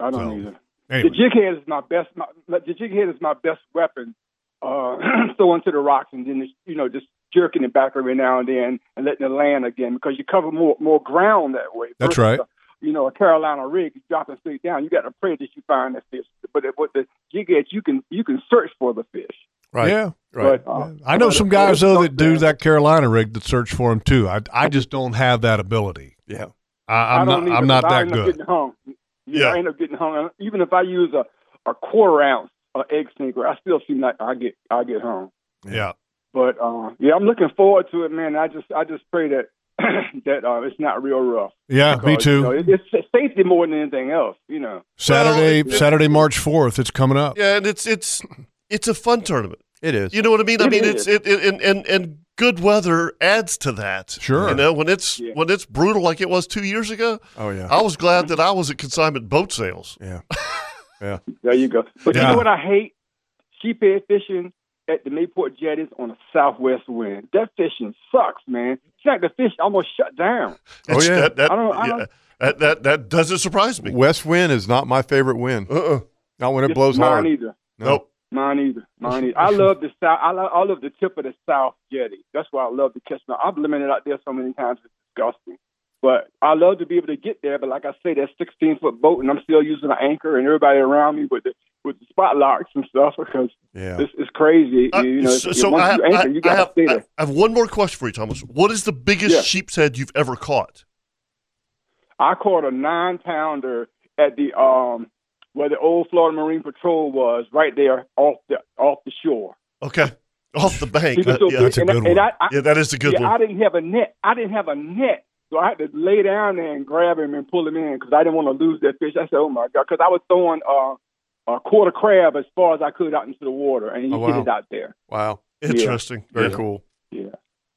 K: I don't
F: So,
K: either. The
F: Anyway,
K: jig head is my best. My, the jig head is my best weapon. Uh, throwing to the rocks and then just, you know just jerking it back every now and then and letting it land again because you cover more more ground that way.
F: That's
K: versus
F: right.
K: a- you know, a Carolina rig dropping straight down. You got to pray that you find that fish. But it, with the jig head, you can you can search for the fish.
E: Right.
F: yeah,
E: Right.
K: But, uh,
F: I know
K: but
F: some
K: if-
F: guys
K: if
F: though
K: it's
F: that do
K: not there-
F: that Carolina rig that search for them too. I I just don't have that ability.
E: Yeah.
F: I,
K: I
F: I'm
K: don't
F: not
K: either,
F: I'm not
K: but I
F: that
K: end up
F: good.
K: Getting hung. You know,
B: Yeah.
K: I end up getting hung. up. Even if I use a, a quarter ounce uh, egg sinker, I still seem like I get I get hung.
F: Yeah.
K: But uh, yeah, I'm looking forward to it, man. I just I just pray that that uh, it's not real rough.
F: Yeah, me
K: Because, you
F: too.
K: know, it- it's safety more than anything else, you know.
F: Saturday,
K: Well, it-
F: Saturday, March fourth. It's coming up.
B: Yeah, and it's it's it's a fun tournament.
E: It is.
B: You know what I mean? I
F: It
B: mean,
F: is.
B: it's it, it and and and good weather adds to that.
F: Sure.
B: You know when it's when it's brutal like it was two years ago.
E: Oh yeah.
B: I was glad that I was at consignment boat sales.
E: Yeah. Yeah.
K: There you go. But you
B: Yeah.
K: know what I hate? Sheephead fishing at the Mayport jetties on a southwest wind. That fishing sucks, man. It's like the fish almost shut down.
E: Oh,
B: It's- That, that,
K: I don't. I don't
B: yeah, that, that that doesn't surprise me.
E: West wind is not my favorite wind.
B: Uh-uh.
E: Not when it
K: It's
E: blows
K: mine
E: hard.
K: either.
E: No.
K: Mine either. Mine either. I love the south. I love, I love the tip of the south jetty. That's why I love to catch. Now I've limited out there so many times. It's disgusting. But I love to be able to get there. But like I say, that 16 foot boat, and I'm still using an anchor, and everybody around me with the with the spotlights and stuff because
E: yeah.
K: it's, it's crazy. you know,
B: Uh, so,
K: it's-
B: so
K: once
B: I, have,
K: you anchor,
B: I-
K: you
B: I
K: got
B: have-
K: to stay
B: I-
K: there.
B: I have one more question for you, Thomas. What is the biggest
K: Yeah.
B: sheep's head you've ever caught?
K: I caught a nine pounder at the um where the old Florida Marine Patrol was, right there off the off the shore.
B: Okay, off the bank.
K: People
B: Uh,
K: so
B: yeah,
K: big, and I- and I- I-
B: yeah, that is a good
K: yeah, I
B: one.
K: didn't have a net. I didn't have a net, so I had to lay down there and grab him and pull him in because I didn't want to lose that fish. I said, "Oh my god!" Because I was throwing uh, a quarter crab as far as I could out into the water, and you
E: Oh,
K: get
E: wow.
K: it out there.
E: Wow.
B: Interesting.
E: Very
B: Yeah.
E: cool.
K: Yeah.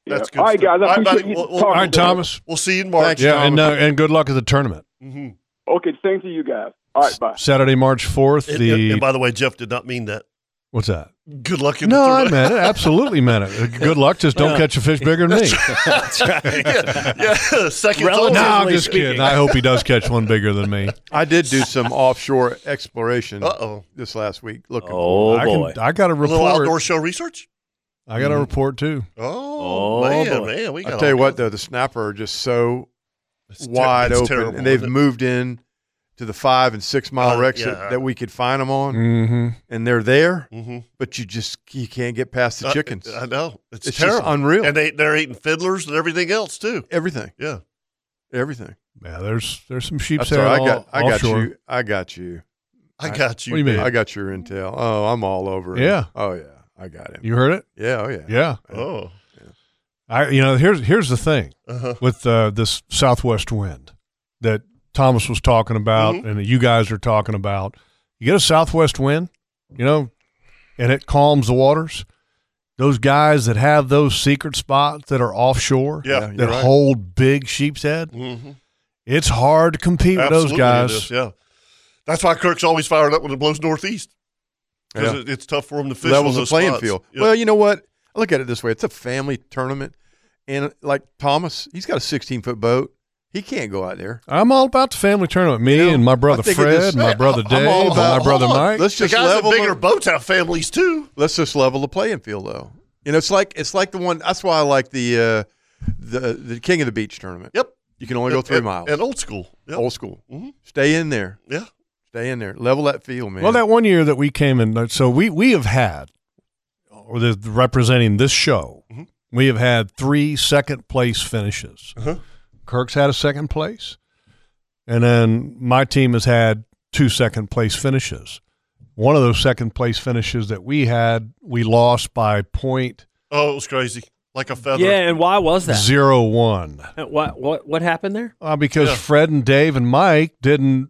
B: That's
K: All right,
B: stuff.
K: guys, I appreciate
B: buddy.
K: you
B: Well, well,
K: talking
F: All right, Thomas.
B: We'll see you in March.
F: yeah, and uh, and good luck at the tournament.
B: Mhm.
K: Okay, same to you guys. All right, bye.
F: Saturday, March fourth.
B: And- and-
F: The
B: and by the way, Jeff did not mean that.
F: what's that?
B: Good luck in
F: No,
B: the
F: I
B: tournament.
F: meant it. Absolutely meant it. Good luck. Just don't
B: Yeah.
F: catch a fish bigger than me.
B: That's right. yeah, yeah. Second
F: No, I'm just
B: speaking.
F: kidding. I hope he does catch one bigger than me.
E: I did do some offshore exploration
B: Uh-oh.
E: this last week. Looking
D: Oh
F: I,
D: boy.
F: I got
B: A
F: a
B: little
F: report.
B: outdoor show research.
F: I
E: Mm-hmm.
F: got a report too.
B: Oh,
D: Oh,
B: man,
D: boy.
B: man, we got
E: I tell you
B: all
E: what,
B: kinds-
E: though, the snapper are just so
B: It's ter-
E: wide
B: it's
E: open,
B: terrible,
E: and they've
B: isn't it?
E: moved in to the five and six mile
B: Uh,
E: wrecks
B: yeah.
E: that, that we could find them on,
F: Mm-hmm.
E: and they're there,
B: Mhm.
E: but you just you can't get past the
B: Uh,
E: chickens.
B: I, know it's,
E: It's just
B: terrible,
E: unreal.
B: and they they're eating fiddlers and everything else too.
E: everything,
B: Yeah,
E: everything.
F: Yeah, there's there's some sheep
E: That's
F: there.
E: all right. I got, I got
F: offshore.
E: you. I got you.
B: I
E: I-
B: got you.
F: What do you mean?
E: I got your intel. Oh, I'm all over. it.
F: Yeah.
E: Oh yeah, I got him.
F: You heard it?
E: Yeah. Oh yeah.
F: Yeah.
B: babe. Oh,
F: I you know here's here's the thing
B: uh-huh.
F: with uh, this southwest wind that Thomas was talking about
E: Mm-hmm.
F: and that you guys are talking about. You get a southwest wind, you know, and it calms the waters. Those guys that have those secret spots that are offshore
B: Yeah,
E: Yeah,
F: that
E: you're right.
F: hold big sheep's head,
B: Mm-hmm.
F: it's hard to compete with those guys.
B: yeah, that's why Kirk's always fired up when it blows northeast because
E: Yeah.
B: it, it's tough for him to fish. on
E: Levels the
B: those
E: playing
B: spots.
E: field.
B: Yeah.
E: Well, you know what? I look at it this way: it's a family tournament, and like Thomas, he's got a 16 foot boat. He can't go out there.
F: I'm all about the family tournament. Me
E: You know,
F: and my brother
E: I think it
F: Fred,
E: is-
F: and my brother
E: I'm
F: Dave,
E: all
F: and
E: about-
F: my brother
E: hold on.
F: Mike.
E: Let's
B: the
E: just
B: guys
E: level
B: that bigger
E: them-
B: boats have families too.
E: Let's just level the playing field, though. You know, it's like it's like the one. That's why I like the uh, the the King of the Beach tournament.
B: Yep,
E: You can only go three
B: and,
E: miles.
B: and old school. Yep.
E: Old school.
B: Mhm.
E: Stay in there.
B: Yeah,
E: Stay in there. Level that field, man.
F: Well, that one year that we came in, uh, so we we have had, or the, representing this show,
B: Mm-hmm.
F: we have had three second place finishes.
B: Uh-huh.
F: Kirk's had a second place, and then my team has had two second place finishes. One of those second place finishes that we had, we lost by point
B: oh, it was crazy, like a feather.
D: Yeah, and why was that?
F: zero one.
D: Uh, What what what happened there?
F: Uh, because
B: Yeah.
F: Fred and Dave and Mike didn't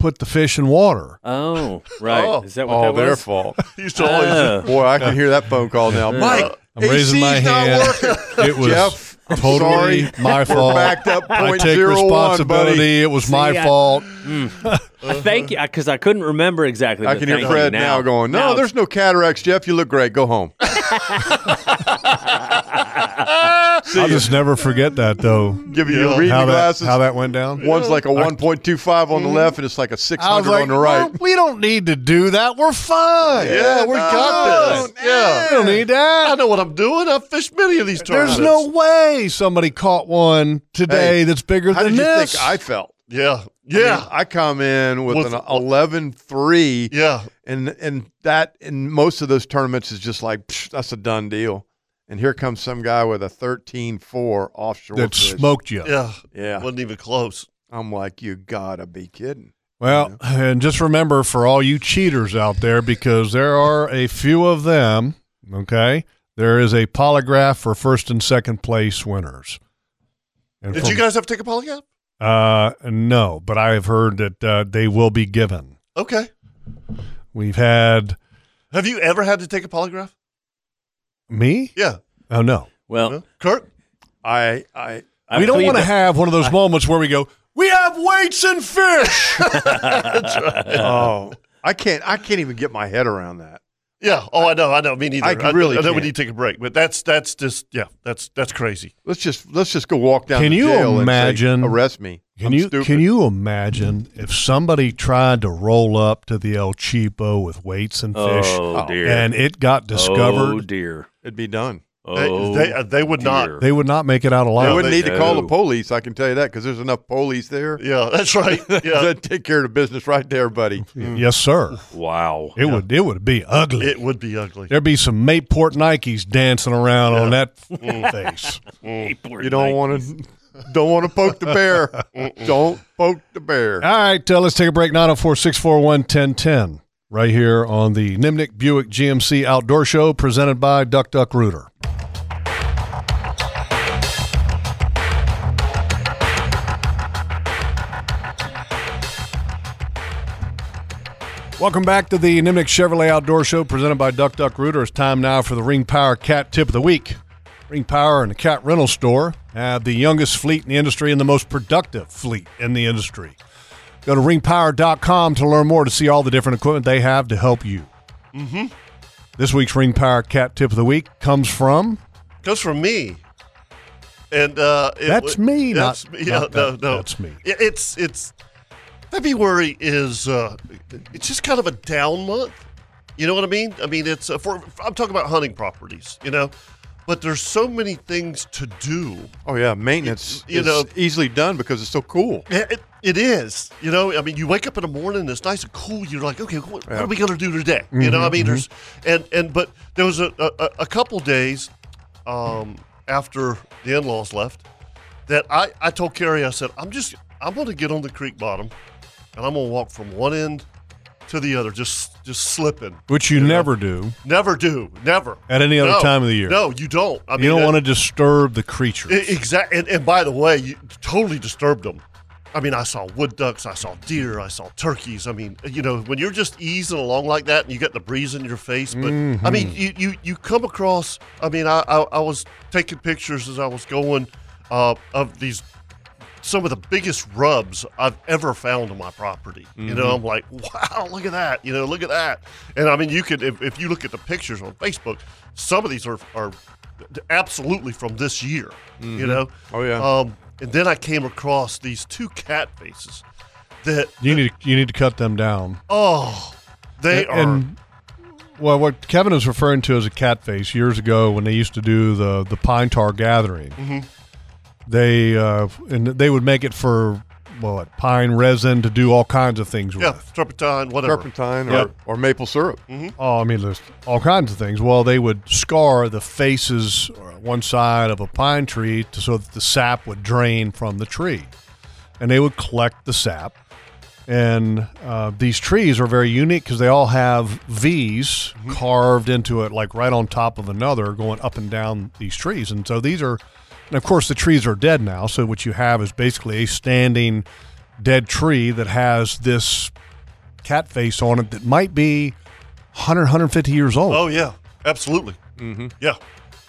F: put the fish in water.
D: Oh, right.
B: Oh.
D: Is that what
E: all
D: that
E: their
D: was?
E: fault.
B: He used to always.
D: Oh.
E: Boy, I can hear that phone call now. Mike,
F: I'm raising
E: AC's
F: my
E: not
F: hand.
E: working.
F: It was
E: Jeff, I'm
F: totally
E: sorry.
F: my
E: We're
F: fault.
E: backed up
F: I
E: point
F: take
E: zero one,
F: responsibility.
E: buddy.
F: It was my
D: See, I-
F: fault.
D: I thank you because I couldn't remember exactly.
E: I
D: but
E: can hear
D: thank you
E: Fred now going, no,
D: Now
E: there's no cataracts, Jeff. You look great. Go home.
F: I'll just never forget that though.
E: Give you
B: Yeah.
E: your reading
F: How that,
E: glasses.
F: how that went down. Mm-hmm.
E: One's like a 1.25 on the left, and it's like a 600 on the right.
F: "Well, we don't need to do that. We're fine.
B: Yeah, we got this. Yeah.
F: We don't need
B: I
F: that.
B: know what I'm doing. I've fished many of these tournaments.
F: There's no way somebody caught one today
E: Hey,
F: that's bigger
E: How
F: than
E: did you
F: this.
E: think I felt?
B: Yeah,
E: I mean,
B: yeah,
E: I come in with,
B: With-
E: an 11 3,
B: yeah.
E: and, and that in most of those tournaments is just like, psh, that's a done deal. And here comes some guy with a 13 4 offshore.
F: that
E: fish.
F: smoked you.
B: Yeah.
E: Yeah.
B: Wasn't even close.
E: I'm like, you gotta be kidding.
F: Well, and just remember for all you cheaters out there, because there are a few of them, okay? There is a polygraph for first and second place winners. And
B: Did
F: from-
B: you guys have to take a polygraph?
F: Uh, no, but I have heard that uh, they will be given.
B: Okay.
F: We've had
B: Have you ever had to take a polygraph?
F: me.
B: Yeah.
F: Oh no.
D: Well,
B: Kirk,
E: I, I,
F: we don't want to have one of those moments where we go. We have weights and fish.
E: oh, I can't. I can't even get my head around that.
B: Yeah. Oh, I know. I know. Me neither.
E: I really
B: I, know we
E: can't.
B: need to take a break, but that's that's just yeah. That's that's crazy.
E: Let's just let's just go walk down.
F: Can
E: to
F: you
E: jail and say,
F: imagine?
E: arrest me.
F: Can
E: I'm
F: you
E: Stupid.
F: can you imagine if somebody tried to roll up to the El Cheapo with weights and fish,
D: Oh, dear.
F: and it got
D: Oh
F: discovered?
D: dear.
E: It'd be done.
D: Oh,
B: they, uh, they would not.
D: dear.
F: They would not make it out
E: I
F: alive.
E: wouldn't need to
D: no.
E: call the police. I can tell you that because there's enough police there.
B: Yeah, that's right. Yeah,
E: That'd take care of the business right there, buddy. Mm.
F: yes, sir.
D: Wow.
F: It would it would be ugly.
B: it would be ugly.
F: There'd be some Mayport Nikes dancing around on that Mm. face.
B: Mm.
E: You don't want to don't want to poke the bear. don't poke the bear.
F: All right, uh, let's take a break. 904 641 1010 right here on the Nimnik Buick GMC Outdoor Show presented by Duck Duck Rooter. Welcome back to the Nimnik Chevrolet Outdoor Show presented by Duck Duck Rooter. It's time now for the Ring Power Cat Tip of the Week. Ring Power and the Cat Rental Store have the youngest fleet in the industry and the most productive fleet in the industry. Go to ringpower.com to learn more to see all the different equipment they have to help you. Mm-hmm. This week's Ring Power Cat Tip of the Week comes from
B: Comes from me. And uh, it
F: That's
B: would-
F: me, not-
B: me. Yeah,
F: not
B: no,
F: that-
B: no,
F: that's me.
B: It- it's it's February is uh, it's just kind of a down month. You know what I mean? I mean it's uh, for I'm talking about hunting properties. You know, but there's so many things to do.
E: Oh yeah, maintenance
B: You- you
E: is
B: know-
E: easily done because it's so cool.
B: It, it- it is. You know, I mean, you wake up in the morning, it's nice and cool. You're like, okay, what, what are we going to do today? you know, I mean, there's,
F: Mm-hmm,
B: and, and, but there was a, a, a couple days um, after the in laws left that I, I told Carrie, I said, I'm just, I'm going to get on the creek bottom and I'm going to walk from one end to the other, just, just slipping.
F: which you never do
B: Never do, never.
F: at any other
B: No.
F: time of the year.
B: No, you don't. I
F: you don't
B: that-
F: want to disturb the creature.
B: Exactly. E, And, and by the way, you totally disturbed them. I mean, I saw wood ducks, I saw deer, I saw turkeys. I mean, you know, when you're just easing along like that and you get the breeze in your face, but I mean, you, you you come across. I mean, I, I I was taking pictures as I was going uh, of these some of the biggest rubs I've ever found on my property. You know, I'm like, wow, look at that. You know, look at that. And I mean, you could, if, if you look at the pictures on Facebook, some of these are, are absolutely from this year, you know?
E: Oh, yeah.
B: Um, and then I came across these two cat faces that,
F: you need to, you need to cut them down.
B: oh, they
F: A- and well, what Kevin is referring to as a cat face years ago when they used to do the the pine tar gathering,
B: Mm-hmm.
F: they uh, and they would make it for well, what pine resin to do all kinds of things
B: are, yeah,
F: with.
B: turpentine, whatever.
E: Turpentine or,
F: Yep.
E: or maple syrup.
F: Oh, I mean, there's all kinds of things. Well, they would scar the faces or one side of a pine tree to, so that the sap would drain from the tree, and they would collect the sap. And uh, these trees are very unique because they all have V's carved into it, like right on top of another, going up and down these trees. And so these are, and of course, the trees are dead now. So what you have is basically a standing dead tree that has this cat face on it that might be 100, 150 years old.
B: Oh, yeah, absolutely. Mm-hmm. Yeah.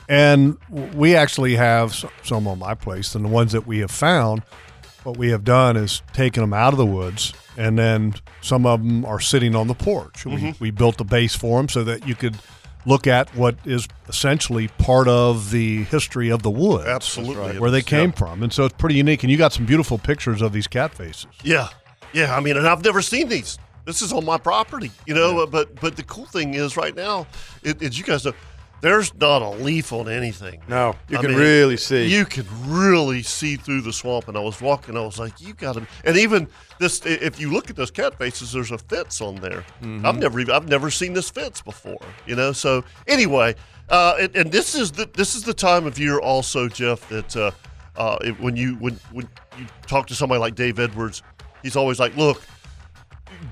F: And w- we actually have s- some on my place, and the ones that we have found, what we have done is taken them out of the woods, and then some of them are sitting on the porch. We,
B: Mm-hmm.
F: we built a base for them so that you could look at what is essentially part of the history of the woods,
B: Absolutely.
F: where they
B: It's-
F: came from. And so it's pretty unique. And you got some beautiful pictures of these cat faces.
B: Yeah, yeah. I mean, and I've never seen these. This is on my property, you know. But but the cool thing is, right now, it, it, you guys know, there's not a leaf on anything.
E: No, you
B: I
E: can
B: mean,
E: really see.
B: You can really see through the swamp. And I was walking, I was like, you got to. And even this, i- if you look at those cat faces, there's a fence on there. I've never even, I've never seen this fence before, you know? So anyway, uh, and, and this is the, this is the time of year also, Jeff, that, uh, uh, it- when you, when, when you talk to somebody like Dave Edwards, he's always like, look,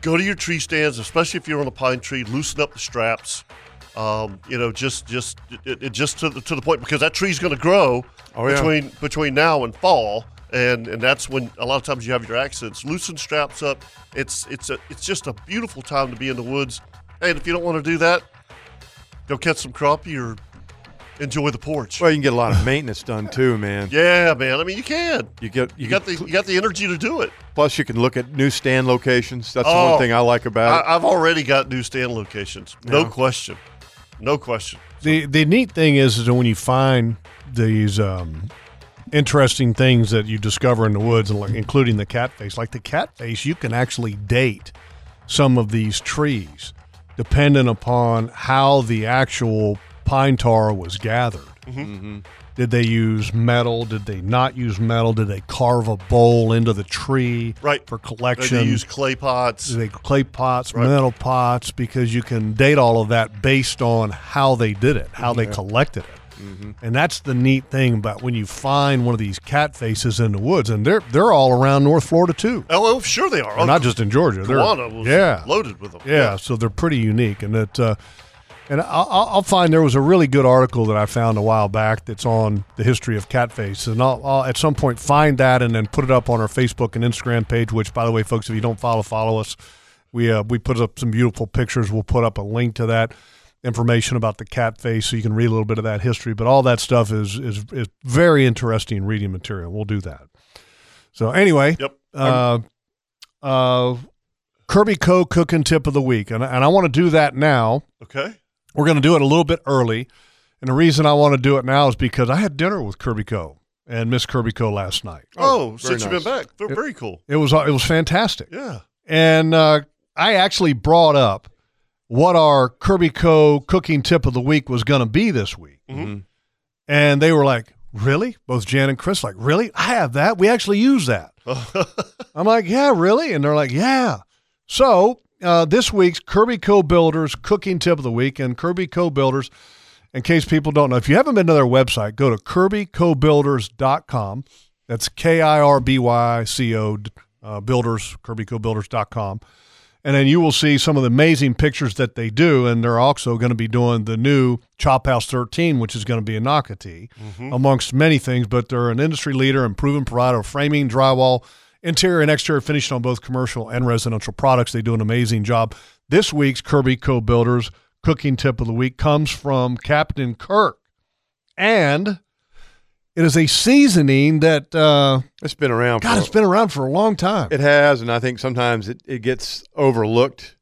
B: go to your tree stands, especially if you're on a pine tree. Loosen up the straps. Um, you know, just just it, it just to the, to the point because that tree's going to grow
E: Oh, yeah.
B: between between now and fall, and and that's when a lot of times you have your accidents. Loosen straps up. It's it's a it's just a beautiful time to be in the woods. And if you don't want to do that, go catch some crappie or enjoy the porch.
E: Well, you can get a lot of maintenance done too, man.
B: Yeah, man. I mean, you can.
E: You get you,
B: You got the you got the energy to do it.
E: plus you can look at new stand locations. That's the
B: Oh,
E: one thing I like about it.
B: I, I've already got new stand locations. No
E: Yeah.
B: question. No question.
F: The the neat thing is, is that when you find these um, interesting things that you discover in the woods, like- including the catface, like the catface, you can actually date some of these trees depending upon how the actual pine tar was gathered.
B: Mm-hmm.
F: Did they use metal? Did they not use metal? Did they carve a bowl into the tree
B: Right.
F: for
B: They
F: collection?
B: use clay pots.
F: They clay pots, metal pots, because you can date all of that based on how they did it, how they collected it.
B: Mm-hmm.
F: And that's the neat thing about when you find one of these cat faces in the woods, and they're they're all around North Florida too.
B: Oh, oh, sure they are.
F: They're not just in Georgia. They're-
B: Kiwanis was
F: yeah.
B: loaded with them.
F: Yeah, so they're pretty unique, and that. Uh, and I- I'll, I'll find there was a really good article that I found a while back that's on the history of catface, and I'll, I'll at some point find that and then put it up on our Facebook and Instagram page. Which, by the way, folks, if you don't follow, follow us. We uh, we put up some beautiful pictures. We'll put up a link to that information about the catface so you can read a little bit of that history. But all that stuff is is, is very interesting reading material. We'll do that. So anyway,
B: Yep.
F: Uh, uh, Kirby Co. cooking tip of the week, and and I want to do that now.
B: Okay.
F: We're going to do it a little bit early, and the reason I want to do it now is because I had dinner with Kirby Co. and Miss Kirby Co. last night.
B: Oh,
E: very
B: since you've been
E: nice.
B: back, they're very cool.
F: It was uh, it was fantastic,
B: Yeah.
F: and uh, I actually brought up what our Kirby Co. cooking tip of the week was going to be this week,
B: Mm-hmm.
E: Mm-hmm.
F: and they were like, "Really?" Both Jan and Chris like, "Really? I have that. We actually use that." I'm like, yeah, really? And they're like, yeah. So uh, this week's Kirby Co Builders cooking tip of the week and Kirby Co Builders. In case people don't know, if you haven't been to their website, go to kirbycobuilders.com. That's K I R B Y C O uh, builders, kirbycobuilders.com. And then you will see some of the amazing pictures that they do. And they're also going to be doing the new Chop House 13, which is going to be in Nocatee,
E: Mm-hmm.
F: amongst many things. But they're an industry leader and proven provider of framing, drywall, interior and exterior finishing on both commercial and residential products. They do an amazing job. This week's Kirby Co Builders cooking tip of the week comes from Captain Kirk. And it is a seasoning that, uh,
E: It's been around.
F: God,
E: for
F: it's been around for a long time.
E: It has, and I think sometimes it, it gets overlooked.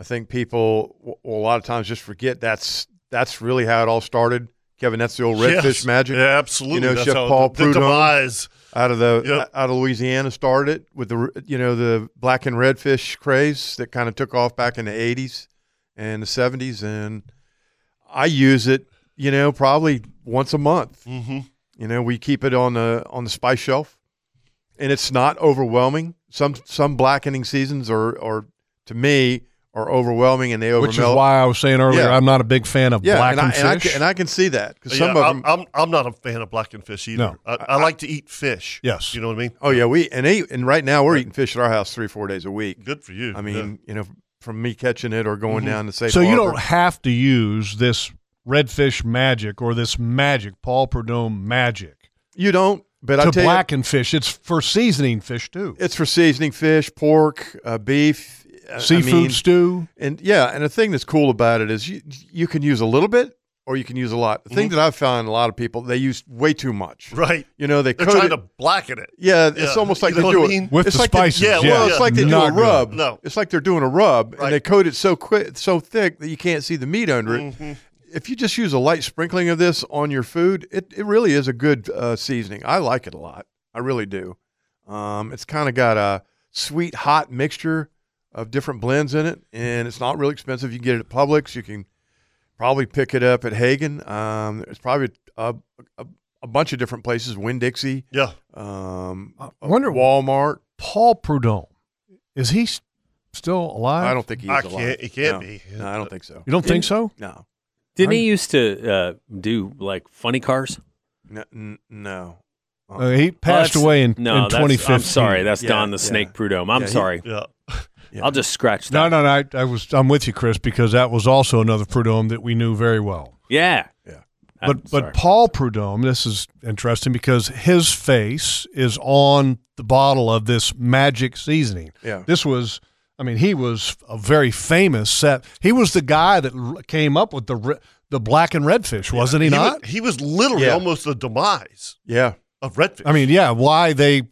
E: I think people w- will a lot of times just forget that's that's really how it all started. Kevin, that's the old redfish
B: Yes.
E: magic.
B: Yeah, absolutely.
E: You know,
B: That's
E: Chef
B: how
E: Paul
B: the, the
E: Prudhomme
B: demise.
E: out of the uh,
B: Yep.
E: out of Louisiana started it with the r- you know the black and redfish craze that kind of took off back in the 80s and the 70s, and I use it you know probably once a month.
B: Mm-hmm.
E: You know, we keep it on the on the spice shelf, and it's not overwhelming. Some some blackening seasons are are to me are overwhelming, and they overmelt.
F: Which is why I was saying earlier,
E: Yeah.
F: I'm not a big fan of
E: yeah,
F: black
E: and,
F: and
E: I, and, I
F: fish.
E: can, and I can see that because
B: yeah,
E: some of them.
B: I'm, I'm I'm not a fan of blackened fish either.
F: No.
B: I, I, like to eat fish.
F: Yes.
B: You know what I mean?
E: oh yeah, we and eat, and right now we're eating fish at our house three four days a week.
B: Good for you.
E: I mean, you know, from me catching it or going down to safe.
F: Mm-hmm. so you don't
E: harbor.
F: have to use this redfish magic or this magic, Paul Prudhomme magic,
E: you don't. But I
F: to
E: tell
F: blacken fish. It's for seasoning fish too.
E: you, it's for seasoning fish, pork, uh, beef, uh, I
F: Seafood
E: mean,
F: stew.
E: And yeah, and the thing that's cool about it is you you can use a little bit or you can use a lot. The thing that I've found a lot of people they use way too much.
B: right.
E: You know, they
B: They're
E: coat
B: trying
E: it.
B: to blacken it.
E: yeah, it's
B: Yeah,
E: almost like
B: you know
E: they do
B: what I
E: it
B: mean?
F: With
E: it's
F: the
E: like they-
F: spices,
E: yeah, well,
B: yeah.
E: it's like they do a
F: Not good.
E: rub.
B: No.
E: it's like they're doing a
B: Right.
E: rub,
B: Mm-hmm.
E: and they coat it so quick, so thick that you can't see the meat under it. If you just use a light sprinkling of this on your food, it, it really is a good uh, seasoning. I like it a lot. I really do. Um, it's kind of got a sweet hot mixture of different blends in it, and it's not really expensive. You can get it at Publix. You can probably pick it up at Hagen. Um, there's probably a, a, a bunch of different places, Winn Dixie,
B: Yeah.
E: um,
F: I wonder-
E: Walmart.
F: Paul Prudhomme, is he s- still alive?
E: I don't think he's
B: I
E: alive.
B: can't- he can't
E: No.
B: be.
E: No, I don't think so.
F: You don't think so?
E: No,
D: Didn't he used to uh, do like funny cars?
E: no, n- no.
F: Uh, he passed
D: Oh, that's-
F: away in,
D: no,
F: in
D: that's-
F: 2015.
D: I'm sorry, that's
E: Yeah,
D: Don the
E: yeah.
D: Snake Prudhomme. I'm
E: Yeah, he-
D: sorry.
B: Yeah.
D: I'll just scratch that.
F: No, no, no. I, I was. I'm with you, Chris, because that was also another Prudhomme that we knew very well.
D: Yeah. Yeah.
F: But but Paul Prudhomme, this is interesting because his face is on the bottle of this magic seasoning.
E: Yeah.
F: This was. I mean, he was a very famous set. He was the guy that r- came up with the re- the black and red fish, wasn't he,
B: He
F: not?
B: was, he was literally almost the demise
E: yeah.
B: of redfish.
F: I mean, yeah. Why they?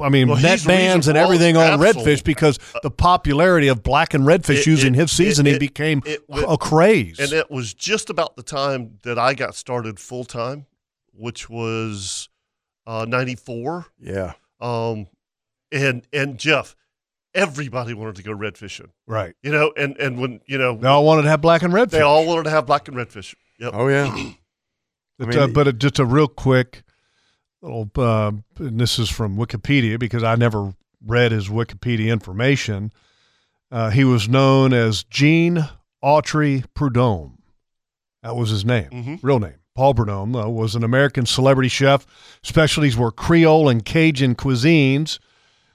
F: I mean,
B: Well, he's
F: net
B: the reason
F: bans and
B: for all
F: everything
B: the
F: on
B: capsule.
F: redfish because the popularity of black and redfish
B: It-
F: using
B: it-
F: his seasoning
B: it- it-
F: became
B: it
F: cr-
B: wa-
F: a craze.
B: And it was just about the time that I got started full time, which was uh, 94.
E: Yeah.
B: Um, and and Jeff, everybody wanted to go red fishing,
F: Right.
B: You know, and and when you know
F: They all wanted to have black and redfish.
B: they all wanted to have black and redfish. Yep.
E: Oh yeah. I
F: But,
E: mean,
F: uh, but uh, just a real quick little, uh, and this is from Wikipedia because I never read his Wikipedia information. Uh, he was known as Jean Autry Prudhomme. That was his name,
E: Mm-hmm.
F: real name. Paul Prudhomme though, was an American celebrity chef. Specialties were Creole and Cajun cuisines,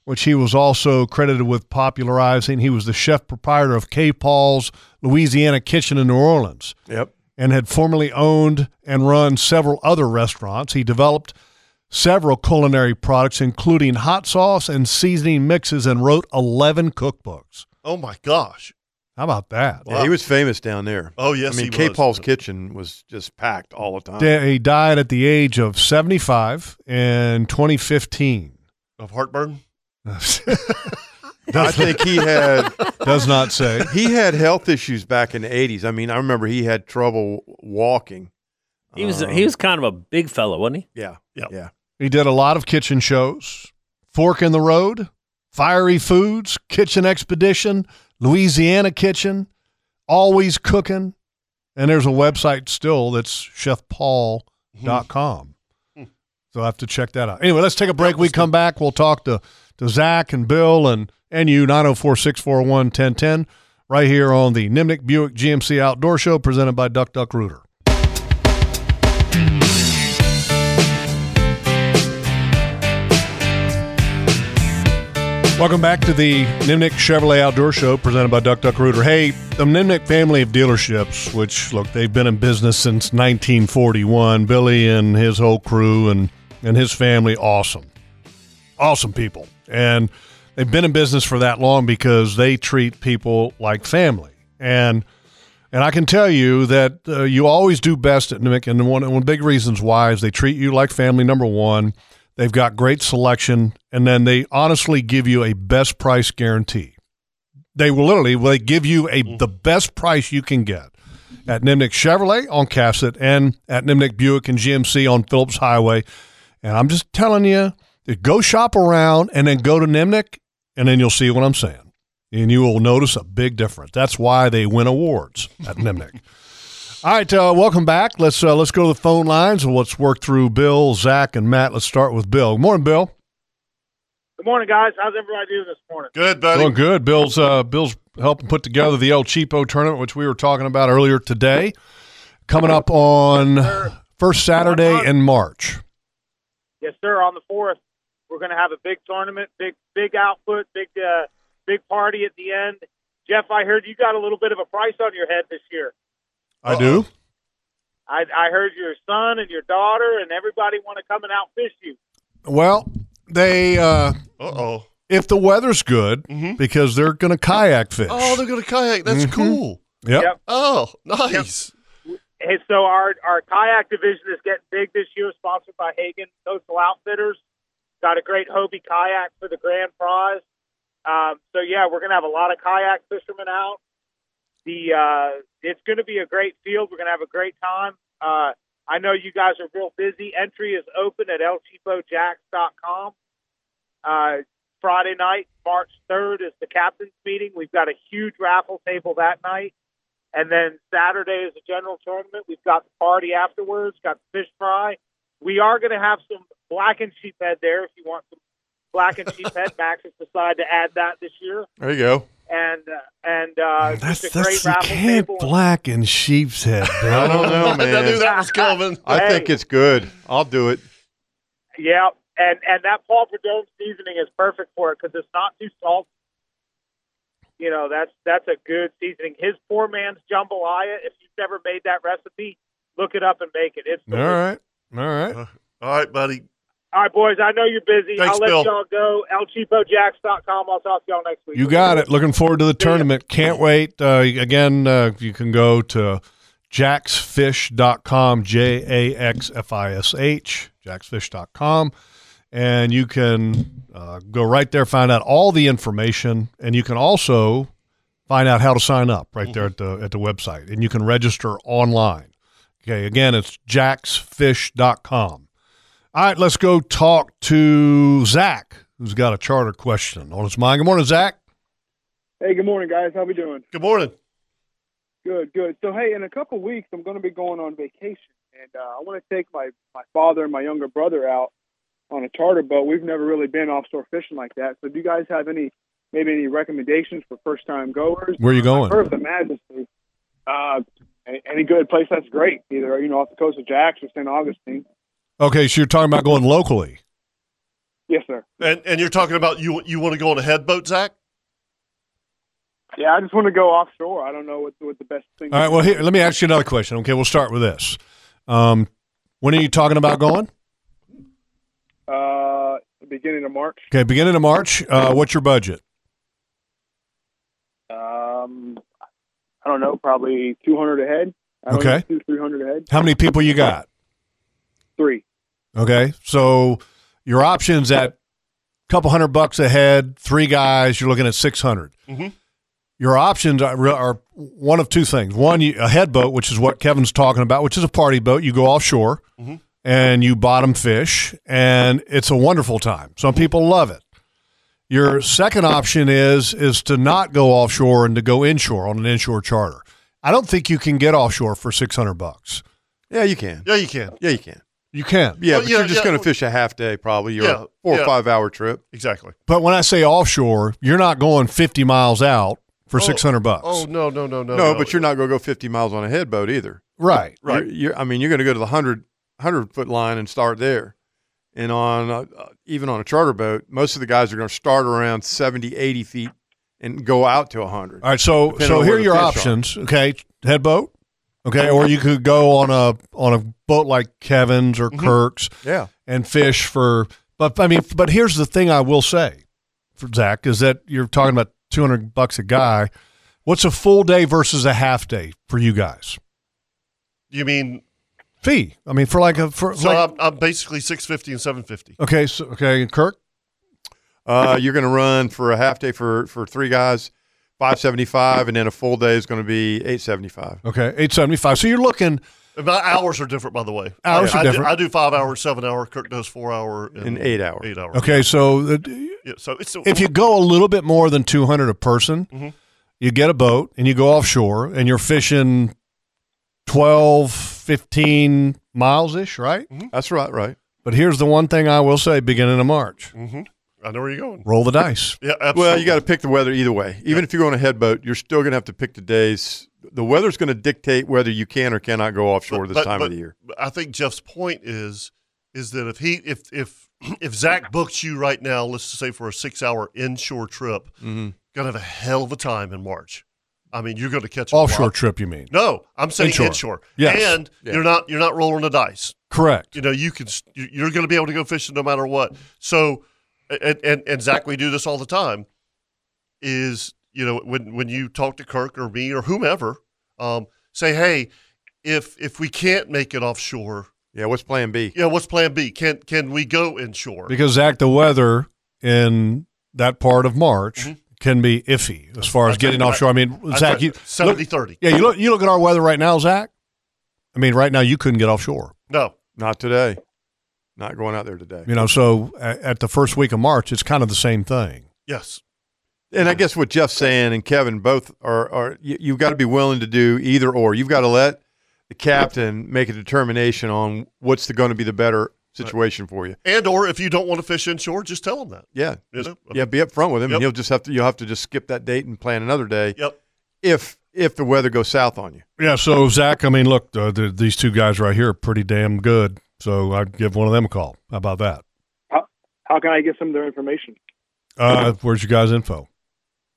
F: which he was also credited with popularizing. He was the chef proprietor of K. Paul's Louisiana Kitchen in New Orleans
E: Yep.
F: and had formerly owned and run several other restaurants. He developed several culinary products, including hot sauce and seasoning mixes, and wrote 11 cookbooks.
B: Oh my gosh.
F: How about that?
E: Yeah, he was famous down there.
B: Oh, yes,
E: I mean,
B: he
E: K.
B: was.
E: Paul's kitchen was just packed all the time.
F: Da- He died at the age of 75 in 2015.
B: Of heartburn.
E: I think he had
F: Does not say.
E: he had health issues back in the eighties. I mean, I remember he had trouble walking.
D: He was he was kind of a big fellow, wasn't he?
E: Yeah.
B: Yep.
E: Yeah.
F: He did a lot of kitchen shows Fork in the Road, Fiery Foods, Kitchen Expedition, Louisiana Kitchen, Always Cooking. And there's a website still that's chefpaul.com. So I have to check that out. Anyway, let's take a break. We come back. We'll talk to, to Zach and Bill and, and you, 904 641 1010, right here on the Nimnik Buick GMC Outdoor Show presented by Duck Duck Rooter. Welcome back to the Nimnik Chevrolet Outdoor Show presented by Duck Duck Rooter. Hey, the Nimnik family of dealerships, which look, they've been in business since 1941. Billy and his whole crew and, and his family, awesome. Awesome people. And they've been in business for that long because they treat people like family. And and I can tell you that uh, you always do best at Nimic. And one, one of the big reasons why is they treat you like family, number one. They've got great selection. And then they honestly give you a best price guarantee. They will literally they give you a the best price you can get at Nimnik Chevrolet on Cassett and at Nimnik Buick and GMC on Phillips Highway. And I'm just telling you, go shop around and then go to Nimnik, and then you'll see what I'm saying and you will notice a big difference. That's why they win awards at Nimnik. All right, uh, welcome back. Let's uh, let's go to the phone lines and let's work through Bill, Zach, and Matt. Let's start with Bill. Morning, Bill.
L: Good morning, guys. How's everybody doing this morning?
B: Good, buddy.
F: Doing good. Bill's uh, Bill's helping put together the El Cheapo tournament, which we were talking about earlier today, coming up on first Saturday in March.
L: Yes, sir. On the fourth, we're going to have a big tournament, big big output, big uh, big party at the end. Jeff, I heard you got a little bit of a price on your head this year.
F: I do.
L: I, I heard your son and your daughter and everybody want to come and outfish you.
F: Well, they uh,
B: Uh-oh.
F: if the weather's good
E: Mm-hmm.
F: because they're going to kayak fish. Mm-hmm.
B: Oh, they're gonna kayak. That's cool.
F: Yep.
B: Oh, nice.
L: And so our our kayak division is getting big this year, sponsored by Hagen Coastal Outfitters. Got a great Hobie kayak for the grand prize. Um, so yeah, we're gonna have a lot of kayak fishermen out. The uh, it's gonna be a great field. We're gonna have a great time. Uh, I know you guys are real busy. Entry is open at lchipojacks.com. Uh, Friday night, March 3rd, is the captain's meeting. We've got a huge raffle table that night. And then Saturday is the general tournament. We've got the party afterwards, got the fish fry. We are going to have some blackened sheephead there if you want some blackened sheephead. Max has decided to add that this year.
E: There you go.
L: And, uh, and, uh,
F: That's
L: just a great
F: that's you
L: raffle
F: can't
L: table.
F: black in sheep's head,
E: I
F: bro.
E: don't know, man.
B: I knew that was coming.
E: I
L: Hey.
E: think it's good. I'll do it.
L: Yeah, and and that Paul Prudhomme seasoning is perfect for it because it's not too salty. you know that's that's a good seasoning. His poor man's jambalaya. If you've never made that recipe, look it up and make it. It's
F: All right. All right.
B: Uh, all right, buddy.
L: all right, boys. I know you're busy.
F: Thanks,
L: I'll let
F: Bill.
L: y'all go. ElCheapoJacks.com. I'll talk to y'all next week.
F: You got it. Looking forward to the tournament. Can't wait. Uh, again, uh, you can go to jacksfish.com, J A X F I S H, jacksfish.com, and you can uh, go right there, find out all the information, and you can also find out how to sign up right there at the, at the website. And you can register online. Okay, again, it's jacksfish.com. All right, let's go talk to Zach, who's got a charter question on his mind. Good morning, Zach.
M: Hey, good morning, guys. How we doing?
B: Good morning.
M: Good, good. So, hey, in a couple weeks, I'm going to be going on vacation, and uh, I want to take my my father and my younger brother out on a charter boat. We've never really been offshore fishing like that. So, do you guys have any maybe any recommendations for first time goers?
F: Where you
M: I've
F: going?
M: heard of the Majesty. Uh, any, any good place that's great, either you know off the coast of Jacks or St. Augustine.
F: Okay, so you're talking about going locally.
M: Yes, sir.
B: And and you're talking about you you want to go on a head boat, Zach?
M: Yeah, I just want to go offshore. I don't know what what the best thing.
F: All right, well, here, let me ask you another question. Okay, we'll start with this. Um, when are you talking about going?
M: Uh, the beginning of March.
F: Okay, beginning of March. Uh, what's your budget?
M: Um, I don't know, probably 200 a head. I don't
F: Okay.
M: know, two, 300 a head.
F: How many people you got?
M: Three.
F: Okay, so your options at a couple hundred bucks a head, three guys, you're looking at 600.
B: Mm-hmm.
F: Your options are, are one of two things. One, you, a head boat, which is what Kevin's talking about, which is a party boat. You go offshore
B: Mhm.
F: and you bottom fish, and it's a wonderful time. Some people love it. Your second option is is to not go offshore and to go inshore on an inshore charter. I don't think you can get offshore for six hundred bucks.
E: Yeah, you can.
B: Yeah, you can.
E: Yeah, you can.
F: You can.
E: Yeah, but you're just going to fish a half day probably, or
F: Yeah,
E: a four
F: yeah.
E: or five hour trip.
B: Exactly.
F: But when I say offshore, you're not going fifty miles out for six hundred bucks.
B: Oh no no no no.
E: No, but you're not going to go 50 miles on a head boat either.
F: Right.
E: Right. You're, you're- I mean, you're going to go to the 100, 100 foot line and start there. And on uh, uh, even on a charter boat, most of the guys are going to start around 70, 80 feet and go out to 100.
F: All right, so
E: Depending
F: so
E: on
F: here
E: where
F: are
E: the
F: your
E: fish
F: options. Okay, head boat. Okay, or you could go on a on a boat like Kevin's or Kirk's.
E: Mm-hmm. Yeah.
F: and fish for. But I mean, but here's the thing I will say, for Zach, is that you're talking about 200 bucks a guy. What's a full day versus a half day for you guys?
B: You mean
F: Fee. I mean, for like a for
B: so?
F: like-
B: I'm, I'm basically six fifty and seven fifty.
F: okay, so okay, and Kirk.
E: Uh, you're going to run for a half day for, for three guys, 575, and then a full day is going to be 875.
F: Okay, 875. So you're looking
B: My hours are different, by the way.
F: Hours
B: I,
F: are
B: I do-
F: different.
B: I do five hour, seven hour. Kirk does four hour
E: And eight hour.
B: Eight hour.
F: okay, so the,
B: Yeah, so it's
F: if you go a little bit more than 200 a person,
B: Mhm.
F: you get a boat and you go offshore and you're fishing 12, 15 miles ish, right?
E: That's right, right.
F: But here's the one thing I will say beginning of March
B: Mm-hmm. I know where you're going.
F: roll the dice.
B: Yeah,
E: Well,
B: absolutely.
E: you got to pick the weather either way. Even if you go on a head boat, you're still going to have to pick the days. The weather's going to dictate whether you can or cannot go offshore this
B: But-
E: time
B: but
E: of the year.
B: I think Jeff's point is is that if he if if if Zach books you right now, let's just say for a six hour inshore trip,
E: Mm-hmm.
B: gonna have a hell of a time in March. I mean, you're gonna catch a
F: Offshore
B: lot.
F: trip, you mean?
B: No, I'm saying
F: Inshore.
B: inshore.
F: Yes.
B: and you're not you're not rolling the dice.
F: Correct.
B: You know, you can s- you- you're going to be able to go fishing no matter what. So, and and, and Zach, we do this all the time. Is you know when when you talk to Kirk or me or whomever, um, say hey, if if we can't make it offshore,
E: Yeah, what's Plan B?
B: you know what's Plan B? Can can we go inshore?
F: Because Zach, the weather in that part of March can be iffy as far as getting offshore. I mean,
B: I
F: Zach,
B: thought-
F: you
B: 70-30.
F: look- Yeah, you look. You look at our weather right now, Zach. I mean, right now you couldn't get offshore.
B: No,
E: not today. Not going out there today.
F: You know, so at, at the first week of March, it's kind of the same thing.
B: Yes.
E: And I guess what Jeff's saying and Kevin both are are you, you've got to be willing to do either or. You've got to let the captain make a determination on what's going to be the better situation for you.
B: And or if you don't want to fish inshore, just tell them that.
E: Yeah,
B: You
E: just-
B: know?
E: yeah. Be upfront with him,
B: Yep.
E: and he'll just have to you'll have to just skip that date and plan another day.
B: Yep.
E: If if the weather goes south on you.
F: Yeah. So Zach, I mean, look, uh, the, these two guys right here are pretty damn good. So I'd give one of them a call. How about that?
M: How, how can I get some of their information?
F: Uh, where's your guys' info?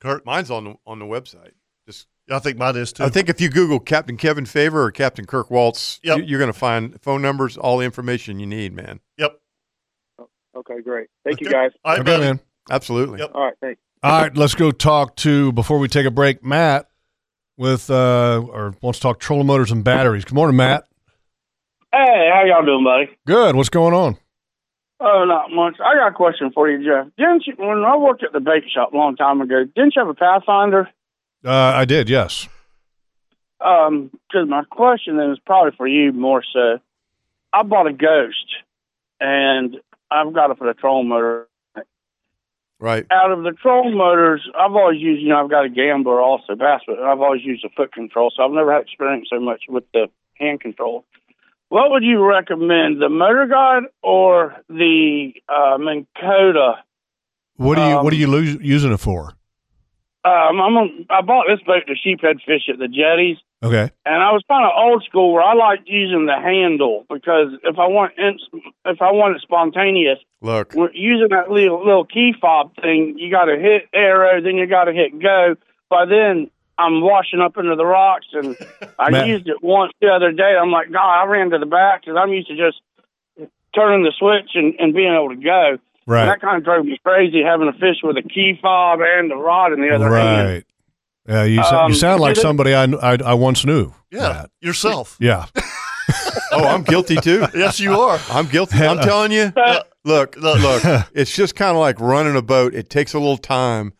B: Kurt,
E: mine's on the on the website. Just
B: I think mine is too.
E: I think if you Google Captain Kevin Favor or Captain Kirk Waltz,
B: Yep.
E: you- you're going to find phone numbers, all the information you need, man.
M: Oh, Okay, great. Thank you guys.
B: All right,
F: Okay, man.
E: Absolutely.
M: All right, thanks.
F: All right, let's go talk to before we take a break, Matt with uh or wants to talk trolling motors and batteries. Good morning, Matt.
N: Hey, how y'all doing, buddy?
F: Good. What's going on?
N: Oh, not much. I got a question for you, Jeff. Didn't you, when I worked at the bake shop a long time ago, didn't you have a Pathfinder?
F: Uh I did, yes.
N: Because Um, my question is probably for you more so. I bought a Ghost, and I've got it for the troll motor.
E: Right.
N: Out of the troll motors, I've always used, you know, I've got a Gambler also, Bass, but I've always used a foot control, so I've never had experience so much with the hand control. What would you recommend, the Motor Guide or the uh, Minn Kota?
F: What are you what are you lo- using it for?
N: Um, I'm on, I bought this boat to sheephead fish at the jetties,
F: Okay.
N: and I was kind of old school where I liked using the handle because if I want ins- if I want it spontaneous,
E: Look.
N: we're using that little little key fob thing, you got to hit arrow, then you got to hit go. By then, I'm washing up into the rocks, and I
F: Man.
N: used it once the other day. I'm like, God, I ran to the back because I'm used to just turning the switch and, and being able to go.
F: Right.
N: And that kind of drove me crazy having a fish with a key fob and the rod in the other hand.
F: Right. Yeah, you, sou-
N: Um,
F: you sound like
N: is it-
F: somebody I, kn- I I once knew.
B: Yeah, yourself.
F: Yeah.
E: Oh, I'm guilty too.
B: yes, you are.
E: I'm guilty. I'm telling you.
B: Uh,
E: Look, look, it's just kind of like running a boat. It takes a little time.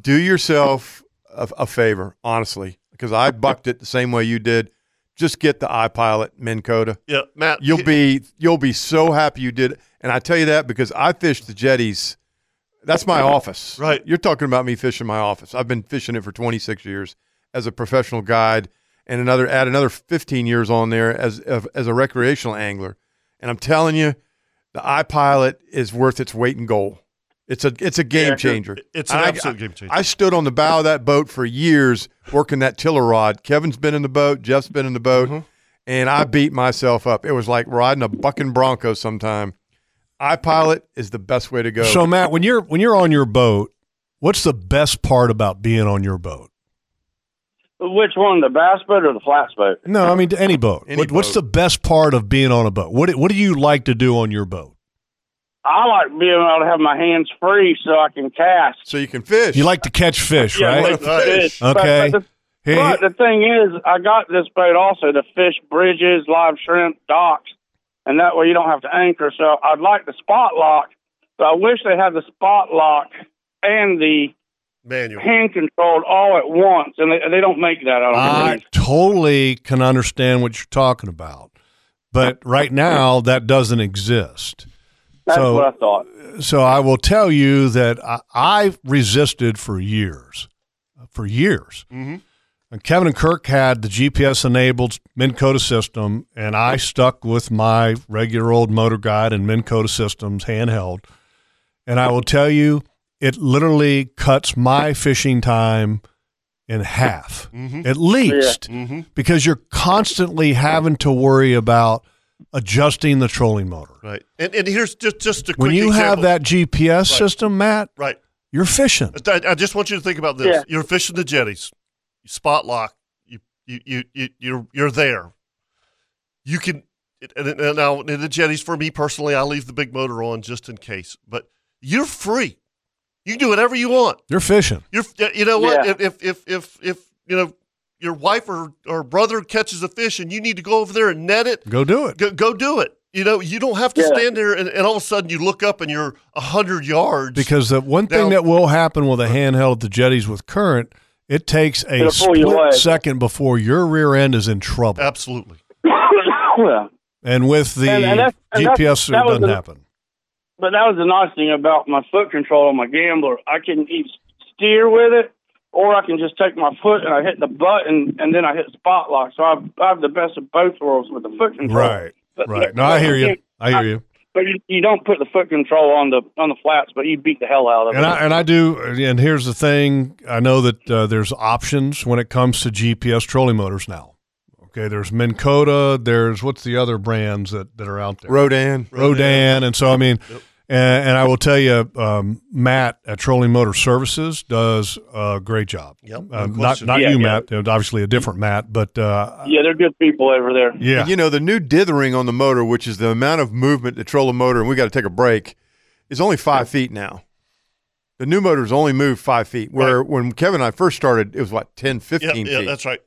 E: Do yourself a, a favor, honestly, because I bucked it the same way you did. Just get the iPilot Minn Kota.
B: Yeah, Matt.
E: You'll be you'll be so happy you did. it. And I tell you that because I fished the jetties. That's my office. Right. You're talking about me fishing my office. I've been fishing it for 26 years as a professional guide and another add another 15 years on there as of- as a recreational angler. And I'm telling you, the iPilot is worth its weight in gold. It's a it's a game
B: Yeah,
E: changer.
B: it's an
E: And I-
B: absolute game changer.
E: I stood on the bow of that boat for years working that tiller rod. Kevin's been in the boat, Jeff's been in the boat,
B: Mm-hmm.
E: and I beat myself up. It was like riding a bucking bronco sometime. iPilot is the best way to go.
F: So Matt, when you're when you're on your boat, what's the best part about being on your boat?
N: Which one, the bass boat or the flats boat?
F: No, I mean any boat.
N: Any
F: what, What's
N: boat.
F: the best part of being on a boat? What do- What do you like to do on your boat?
N: I like being able to have my hands free so I can cast.
E: So you can fish.
F: You like to catch fish,
N: Yeah, I
F: right?
N: like to fish.
F: Okay.
N: But-
F: Hey,
N: But the thing is, I got this boat also to fish bridges, live shrimp, docks, and that way you don't have to anchor. So I'd like the spot lock, but I wish they had the spot lock and the
B: manual
N: hand controlled all at once, and they, they don't make that. I don't
F: I
N: think.
F: totally can understand what you're talking about, but right now that doesn't exist.
N: That's
F: so,
N: what I thought.
F: So I will tell you that I, I resisted for years, for years.
B: Mm-hmm.
F: And Kevin and Kirk had the GPS enabled Minn Kota system, and I stuck with my regular old motor guide and Minn Kota systems handheld. And I will tell you, it literally cuts my fishing time in half, at least, because you're constantly having to worry about adjusting the trolling motor.
B: right. And and here's just just a quick
F: When you have
B: example.
F: that GPS system, Matt,
B: right.
F: you're fishing.
B: I, I just want you to think about this.
F: Yeah.
B: You're fishing the jetties. You spot lock. You you you, you you're you're there. You can and, and- and now in the jetties for me personally, I leave the big motor on just in case. But you're free. You can do whatever you want.
F: You're fishing.
B: You're you know what
F: Yeah.
B: if, if if if if you know your wife or or brother catches a fish and you need to go over there and net it.
F: Go do it.
B: Go, go do it. You know, you don't have to stand there and, and all of a sudden you look up and you're 100 yards.
F: Because the one thing
B: Now-
F: that will happen with a handheld at the jetties with current, it takes a
B: It'll pull you away.
F: split second before your rear end is in trouble.
B: Absolutely.
N: yeah.
F: And with the
N: And- and that's- and that's-
F: GPS, it
N: that was
F: doesn't
N: the-
F: happen.
N: But that was the nice thing about my foot control on my gambler. I can either steer with it, or I can just take my foot and I hit the button, and then I hit spot lock. So I, I have the best of both worlds with the foot control.
F: Right.
N: But-
F: Right. No, I hear you. I hear you.
N: But you, you don't put the foot control on the on the flats, but you beat the hell out of
F: And
N: it.
F: I and I do. And here's the thing: I know that uh, there's options when it comes to GPS trolling motors now. Okay, there's Minn Kota. There's what's the other brands that, that are out there?
E: Rodan.
F: Rodan, and so I mean, And, and I will tell you, um, Matt at Trolling Motor Services does a great job.
B: Yep.
F: Uh,
E: no
F: not
E: question.
F: not
E: Yeah,
F: you,
E: yeah.
F: Matt. uh, Obviously, a different Matt, but uh,
N: Yeah, they're good people over there.
F: Yeah.
E: And, you know, the new dithering on the motor, which is the amount of movement to troll a motor, and we got to take a break, is only five feet now. The new motors only move five feet, where when Kevin and I first started, it was what, 10, 15 feet.
B: yeah, that's right.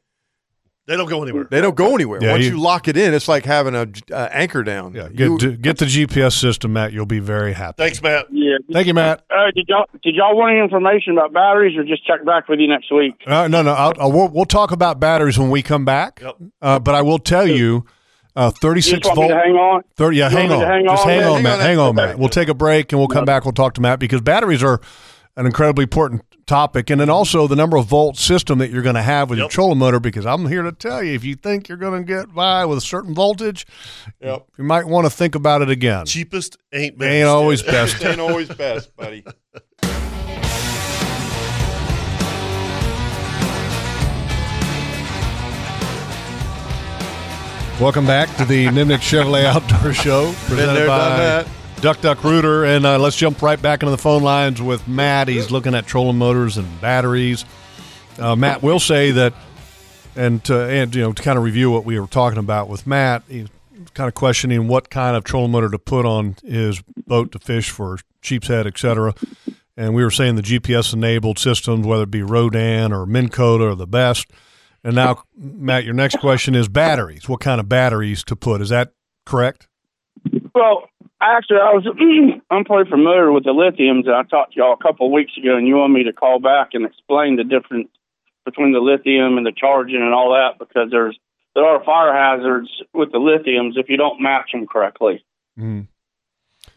B: They don't go anywhere.
E: They don't go anywhere.
F: Yeah,
E: Once
F: you-
E: you, lock it in, it's like having a uh, anchor down.
F: yeah, get,
E: You-
F: get the GPS system, Matt. You'll be very happy.
B: Thanks, Matt.
N: Yeah.
F: Thank you, Matt.
N: Uh, did y'all did y'all want any information about batteries, or just check back with you next week?
F: Uh, no, no. I'll, I'll, we'll, we'll talk about batteries when we come back. Uh, but I will tell you, uh,
N: You just
F: 36
N: want me
F: volt.
N: to hang on?
F: 30, yeah,
N: You
F: hang
N: want
F: on.
N: me to hang
F: Just
N: on?
F: hang
N: Yeah,
F: on,
N: hang
F: Matt.
N: on.
F: Hang on, Matt. We'll take a break and we'll come back. We'll talk to Matt because batteries are an incredibly important topic. And then also the number of volt system that you're going to have with your trolling motor because I'm here to tell you if you think you're going to get by with a certain voltage,
B: Yep.
F: you might want to think about it again.
B: Cheapest ain't best.
F: Ain't always best.
E: ain't always best, buddy.
F: Welcome back to the Nimnik Chevrolet Outdoor Show presented
E: there, done
F: by
E: that.
F: Duck Duck Rooter. And uh, let's jump right back into the phone lines with Matt. He's looking at trolling motors and batteries. Uh, Matt will say that, and to, and you know to kind of review what we were talking about with Matt, he's kind of questioning what kind of trolling motor to put on his boat to fish for sheep's head, etc. And we were saying the GPS enabled systems, whether it be Rodan or Minn Kota, are the best. And now, Matt, your next question is batteries. What kind of batteries to put? Is that correct?
N: Well, actually, I was I'm pretty familiar with the lithiums, and I talked to y'all a couple of weeks ago, and you want me to call back and explain the difference between the lithium and the charging and all that because there's there are fire hazards with the lithiums if you don't match them correctly.
F: Mm.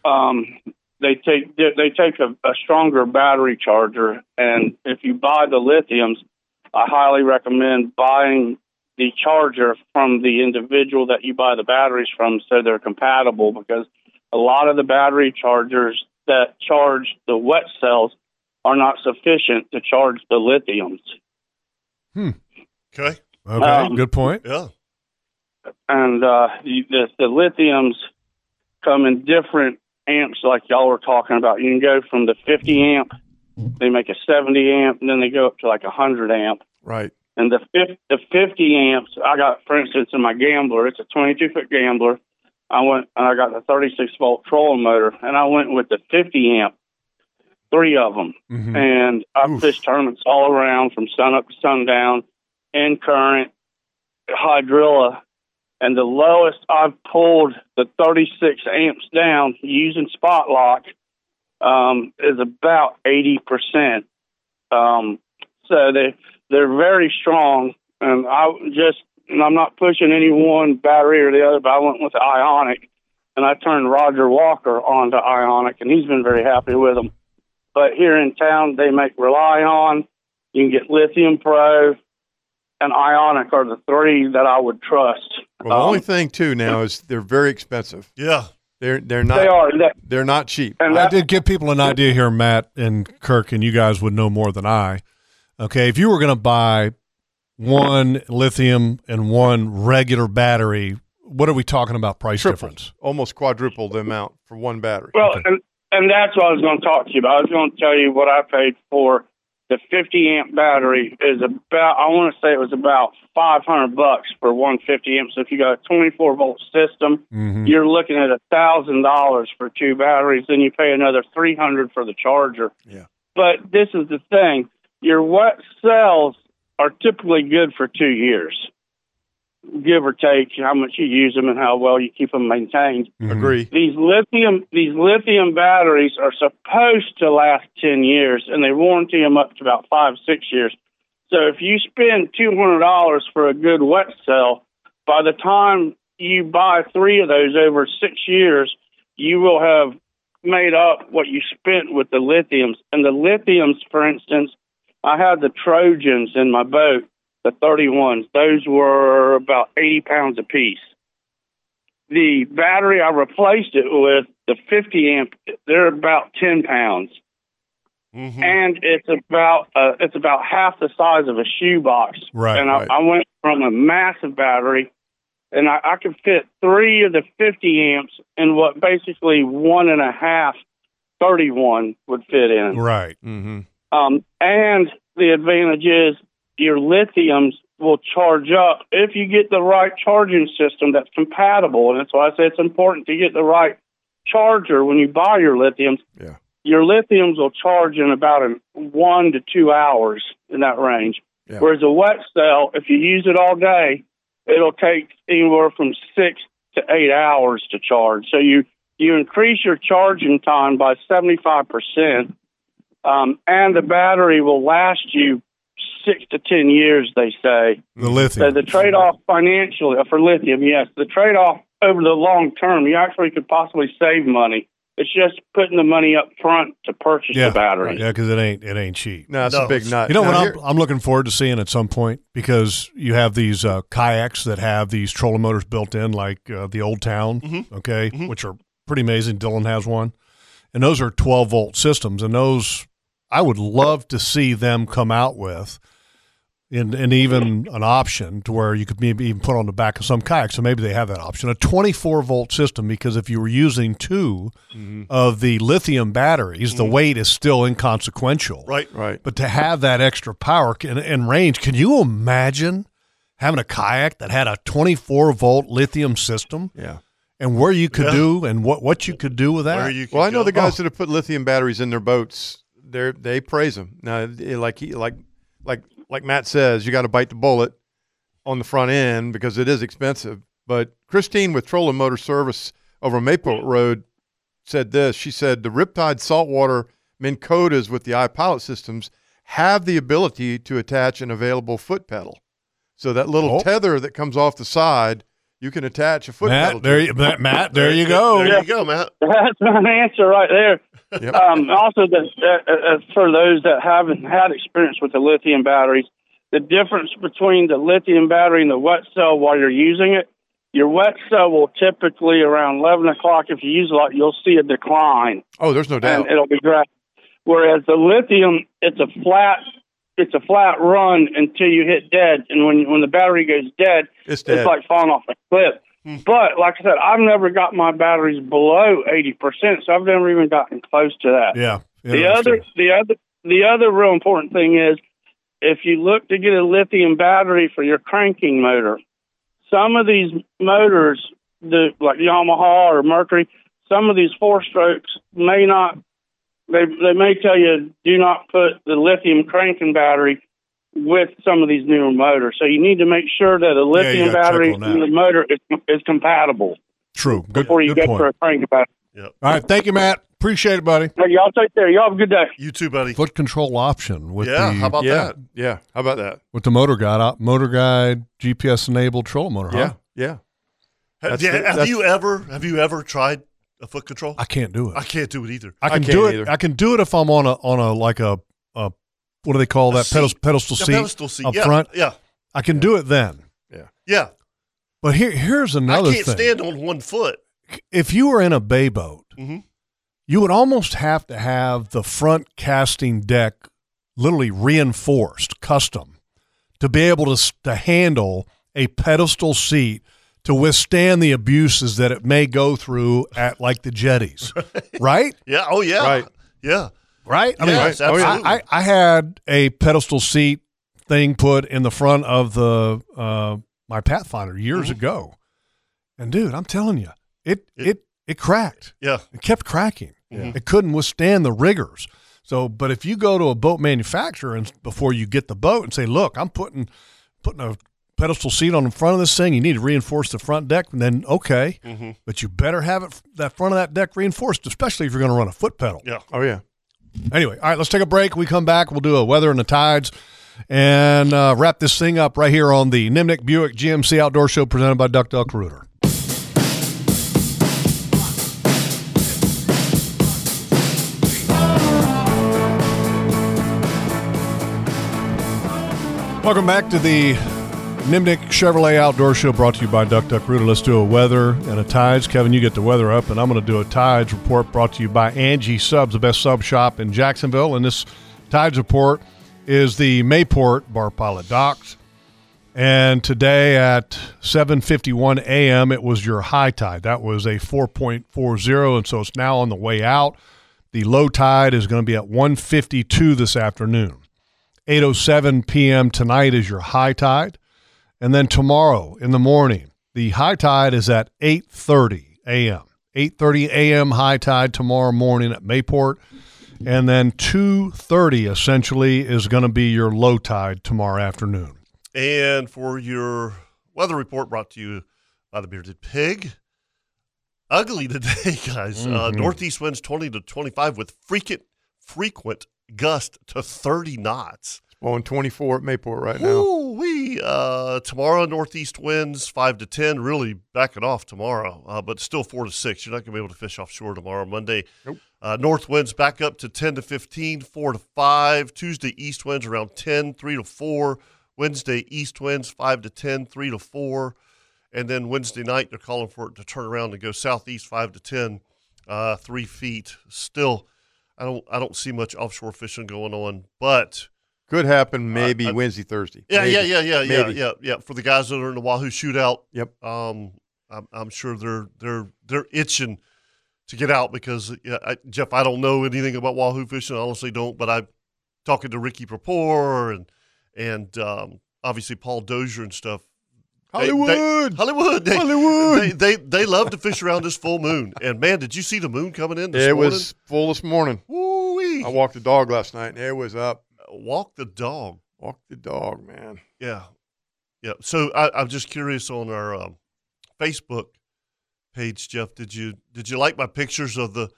N: Um, they take they they take a, a stronger battery charger, and if you buy the lithiums, I highly recommend buying the charger from the individual that you buy the batteries from so they're compatible because a lot of the battery chargers that charge the wet cells are not sufficient to charge the lithiums.
B: Okay.
F: Hmm. Okay,
N: Um,
F: good point.
B: Yeah.
N: And uh, the, the, the lithiums come in different amps, like y'all were talking about. You can go from the 50 amp, they make a 70 amp, and then they go up to like a 100 amp.
E: Right.
N: And the 50, the 50 amps, I got, for instance, in my Gambler, it's a 22 foot Gambler. I went and I got the 36 volt trolling motor, and I went with the 50 amp, three of them. And I fished tournaments all around from sun up to sundown, in current, hydrilla. And the lowest I've pulled the 36 amps down using spot lock um, is about 80%. Um, so they they're very strong, and I just and I'm not pushing any one battery or the other, but I went with the Ionic, and I turned Roger Walker onto Ionic, and he's been very happy with them. But here in town, they make Relion. You can get Lithium Pro and Ionic are the three that I would trust.
E: Well, the
N: um,
E: only thing too now is they're very expensive.
B: Yeah,
E: they're they're not
N: They are. That-
E: They're not cheap.
F: I did give people an idea here, Matt and Kirk, and you guys would know more than I. Okay, if you were going to buy one lithium and one regular battery, what are we talking about price difference?
E: almost quadruple the amount for one battery.
N: Well, and, and that's what I was going to talk to you about. I was going to tell you what I paid for the 50 amp battery is about. I want to say it was about 500 bucks for one 50 amp. So if you got a 24 volt system, you're looking at a thousand dollars for two batteries. Then you pay another 300 for the charger.
E: Yeah.
N: But this is the thing: your wet cells are typically good for two years, give or take how much you use them and how well you keep them maintained.
F: Mm-hmm.
E: Agree.
N: These lithium these lithium batteries are supposed to last ten years, and they warranty them up to about five six years. So if you spend two hundred dollars for a good wet cell, by the time you buy three of those over six years, you will have made up what you spent with the lithiums. And the lithiums, for instance, I had the Trojans in my boat, the 31s. Those were about 80 pounds apiece. The battery I replaced it with, the 50 amp, they're about 10 pounds.
F: Mm-hmm.
N: And it's about uh, it's about half the size of a shoebox.
F: Right,
N: And I,
F: right.
N: I went from a massive battery, and I, I could fit three of the 50 amps in what basically one and a half 31 would fit in.
F: Right.
E: Mm-hmm.
N: Um, and the advantage is your lithiums will charge up if you get the right charging system that's compatible. And that's why I say it's important to get the right charger when you buy your lithiums.
E: Yeah.
N: Your lithiums will charge in about an one to two hours in that range.
E: Yeah.
N: Whereas a wet cell, if you use it all day, it'll take anywhere from six to eight hours to charge. So you, you increase your charging time by 75% um, and the battery will last you six to ten years. They say
F: the
N: So
F: lithium.
N: the trade-off financially for lithium, yes, the trade-off over the long term, you actually could possibly save money. It's just putting the money up front to purchase
F: yeah,
N: the battery.
F: Yeah, because it ain't it ain't cheap.
E: No, it's a big nut.
F: You know
E: Now,
F: what I'm,
E: here-
F: I'm looking forward to seeing at some point because you have these uh, kayaks that have these trolling motors built in, like uh, the Old Town,
E: Mm-hmm.
F: okay, which are pretty amazing. Dylan has one, and those are 12 volt systems, and those I would love to see them come out with. And, and even an option to where you could maybe even put on the back of some kayak. So maybe they have that option. A 24 volt system, because if you were using 2
E: Mm-hmm.
F: of the lithium batteries, the
B: Mhm.
F: weight is still inconsequential.
B: Right.
E: Right.
F: But to have that extra power c- and, and range, can you imagine having a kayak that had a 24 volt lithium system?
E: Yeah.
F: And where you could
E: Yeah.
F: do and what, what you Oh. could do with that?
E: well, I know the guys that have put lithium batteries in their boats. They they praise them. Now, eh, like he like like like Matt says, you got to bite the bullet on the front end because it is expensive. But Christine with Troll and Motor Service over Maple Road said this. She said the Riptide saltwater Minn Kotas with the iPilot systems have the ability to attach an available foot pedal. So that
F: Oh.
E: little tether that comes off the side, you can attach a foot
F: Matt,
E: pedal. to
F: there
E: it.
F: you- Matt- Matt, there you go. There you
B: go, Matt.
N: That's an answer right there.
E: Yep.
N: Um, also, the, uh, uh, for those that haven't had experience with the lithium batteries, the difference between the lithium battery and the wet cell while you're using it, your wet cell will typically around 11 o'clock, if you use a lot, you'll see a decline.
E: Oh, there's no doubt.
N: And it'll be great. Whereas the lithium, it's a flat, it's a flat run until you hit dead, and when when the battery goes dead,
E: It's dead. Hmm.
N: like falling off a cliff. But like I said, I've never got my batteries below eighty percent, so I've never even gotten close to that.
F: Yeah.
N: The other, the other, the other real important thing is if you look to get a lithium battery for your cranking motor, some of these motors, the like Yamaha or Mercury, some of these four strokes may not. They they may tell you do not put the lithium cranking battery with some of these newer motors. So you need to make sure that the lithium
F: gotta check
N: battery
F: on
N: and
F: that.
N: the motor is, is compatible
F: True. Good,
N: before you
F: good
N: go
F: point.
N: for a cranking battery.
F: All right. Thank you, Matt. Appreciate it, buddy.
N: y'all take care. Y'all have a good day.
B: You too, buddy.
F: Foot control option with the,
E: yeah. Yeah, how about that?
F: With the motor guide, op- motor guide, GPS enabled trolling motor. huh?
E: Yeah, yeah.
B: Have,
E: Uh-huh. That's
B: yeah,
E: the-
B: have
E: that's-
B: you ever have you ever tried a foot control?
F: I can't do it.
B: I can't do it either.
F: I can do it. I can do it if I'm on a on a like a, a what do they call that pedestal
B: seat.
F: pedestal
B: A
F: seat,
B: pedestal seat,
F: up
B: yeah,
F: front?
B: yeah.
F: I can do it then.
B: yeah,
F: But here here's
B: I
F: another
B: can't
F: thing.
B: stand on one foot.
F: if you were in a bay boat,
B: Mhm.
F: you would almost have to have the front casting deck literally reinforced, custom, to be able to, s- to handle a pedestal seat to withstand the abuses that it may go through at like the jetties, right?
B: Yeah. Oh yeah.
F: Right.
B: Yeah.
F: Right. I
B: Yes,
F: mean, oh,
B: absolutely.
F: I, I, I had a pedestal seat thing put in the front of the uh, my Pathfinder years
B: Mm-hmm.
F: ago, and dude, I'm telling you, it it it, cracked.
B: Yeah, Mm-hmm.
F: it kept cracking.
B: Yeah.
F: It couldn't withstand the rigors. So, but if you go to a boat manufacturer and before you get the boat and say, "Look, I'm putting putting a pedestal seat on the front of this thing. You need to reinforce the front deck." And then okay,
B: Mhm.
F: but you better have it that front of that deck reinforced, especially if you're going to run a foot pedal.
B: Yeah.
E: Oh yeah.
F: Anyway, all right, let's take a break. We come back. We'll do a weather and the tides and uh, wrap this thing up right here on the Nimnik Buick GMC Outdoor Show presented by Duck Duck Rooter. Welcome back to the Nimnik Chevrolet Outdoor Show brought to you by Duck Duck Rooter. Let's do a weather and a tides. Kevin, you get the weather up, and I'm going to do a tides report brought to you by Angie Subs, the best sub shop in Jacksonville. And this tides report is the Mayport Bar Pilot Docks. And today at 7:51 a.m. it was your high tide. That was a 4.40 and so it's now on the way out. The low tide is going to be at 152 this afternoon. 8:07 p.m. tonight is your high tide, and then tomorrow in the morning, the high tide is at 8:30 a.m. 8:30 a.m. high tide tomorrow morning at Mayport, and then 2:30 essentially is going to be your low tide tomorrow afternoon.
B: And for your weather report brought to you by the Bearded Pig. Ugly today, guys. Uh,
F: Mhm.
E: Mm-hmm.
B: northeast winds 20 to 25 with frequent, frequent gust to 30 knots.
E: Blowing 24 at Mayport right now.
B: Ooh-wee. Uh, tomorrow, northeast winds 5 to 10, really backing off tomorrow, uh, but still 4 to 6. You're not going to be able to fish offshore tomorrow, Monday. Uh, north winds back up to 10 to 15, 4 to 5. Tuesday, east winds around 10, 3 to 4. Wednesday, east winds 5 to 10, 3 to 4. And then Wednesday night, they're calling for it to turn around and go southeast 5 to 10, uh, 3 feet. Still, I don't, I don't see much offshore fishing going on, but.
E: Could happen maybe Wednesday, Thursday.
B: Uh, Yeah, yeah,
E: Maybe.
B: yeah, yeah, yeah,
E: Maybe.
B: yeah, yeah. For the guys that are in the Wahoo shootout.
E: Yep.
B: Um, I'm, I'm sure they're they're they're itching to get out because yeah, I, Jeff, I don't know anything about Wahoo fishing. I honestly don't, but I'm talking to Ricky Propor and and um, obviously Paul Dozier and stuff. They- they-
E: Hollywood!
B: Hollywood, they,
E: Hollywood!
B: They, they they love to fish around this full moon. And man, did you see the moon coming in? This
E: It
B: morning?
E: was full this morning. I walked the dog last night and it was up.
B: Walk the dog.
E: Walk the dog, man.
B: Yeah, yeah. So I, I'm just curious on our um, Facebook page, Jeff. Did you did you like my pictures of the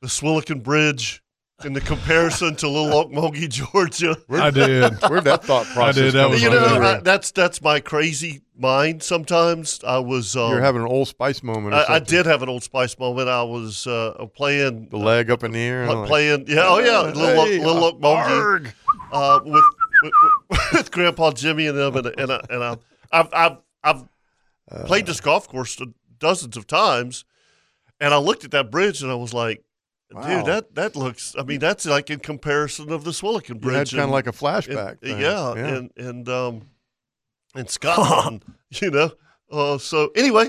B: the Swillican Bridge and the comparison to Little Okmulgee, Georgia?
F: I did.
E: Where'd that thought
F: I
E: process
F: did. That
E: come
F: was
B: you know,
F: unreal.
B: I, that's that's my crazy mind. Sometimes I was. Um,
E: You're having an Old Spice moment. Or
B: I, I
E: something.
B: did have an Old Spice moment. I was uh, playing
E: The leg up in the air. and
B: Pl-
E: I'm like,
B: playing, yeah, oh yeah, little
E: hey,
B: little Oak Monkey,
E: arg.
B: uh, with, with with Grandpa Jimmy and them, and and I, and I, I've I've I've
E: Uh.
B: played this golf course dozens of times, and I looked at that bridge and I was like,
E: Wow.
B: dude, that that looks. I mean, that's like in comparison of the Swillican
E: You
B: Bridge.
E: had kinda
B: and-
E: like a flashback
B: and-
E: thing.
B: yeah,
E: Yeah.
B: and and um, in Scotland, you know. Uh, so anyway,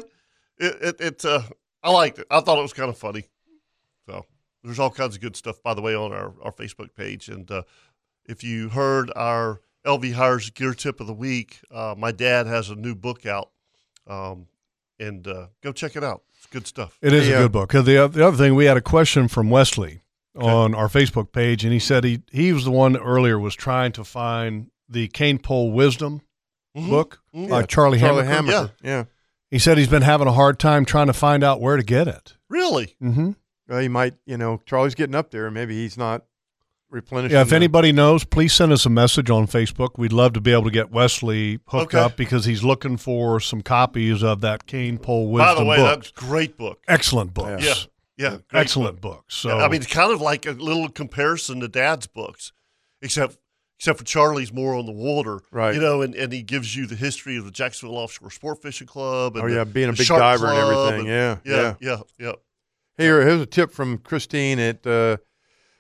B: it it, it uh, I liked it. I thought it was kind of funny. So there's all kinds of good stuff, by the way, on our, our Facebook page. And uh, if you heard our LV Hires Gear Tip of the Week, uh, my dad has a new book out. Um, and uh, go check it out. It's good stuff.
F: It is a good book. 'Cause The, oth- the other thing, we had a question from Wesley on our Facebook page, and he said he, he was the one that earlier was trying to find the Cane Pole Wisdom
B: Mm-hmm.
E: Mhm.
F: book
E: Mhm.
F: by
E: Yeah.
F: Charlie,
E: Charlie
F: Hammer.
E: Hammaker. Yeah. Yeah.
F: He said he's been having a hard time trying to find out where to get it.
B: Really?
F: Mm-hmm.
E: Well, he might, you know, Charlie's getting up there. Maybe he's not replenishing.
F: Yeah, if
E: the-
F: anybody knows, please send us a message on Facebook. We'd love to be able to get Wesley hooked
B: Okay.
F: up because he's looking for some copies of that Cane Pole Wisdom
B: By the way,
F: book.
B: that's a great book.
F: Excellent books.
B: Yeah. Yeah. great
F: Excellent
B: book.
F: books. So
B: Yeah, I mean, it's kind of like a little comparison to Dad's books, except except for Charlie's more on the water,
E: Right.
B: You know, and, and he gives you the history of the Jacksonville Offshore Sport Fishing Club. And
E: Oh,
B: the-
E: yeah, being a
B: the
E: big
B: Shark
E: diver and
B: Club
E: everything.
B: and-
E: Yeah,
B: yeah, yeah, yeah.
E: Here, here's a tip from Christine at uh,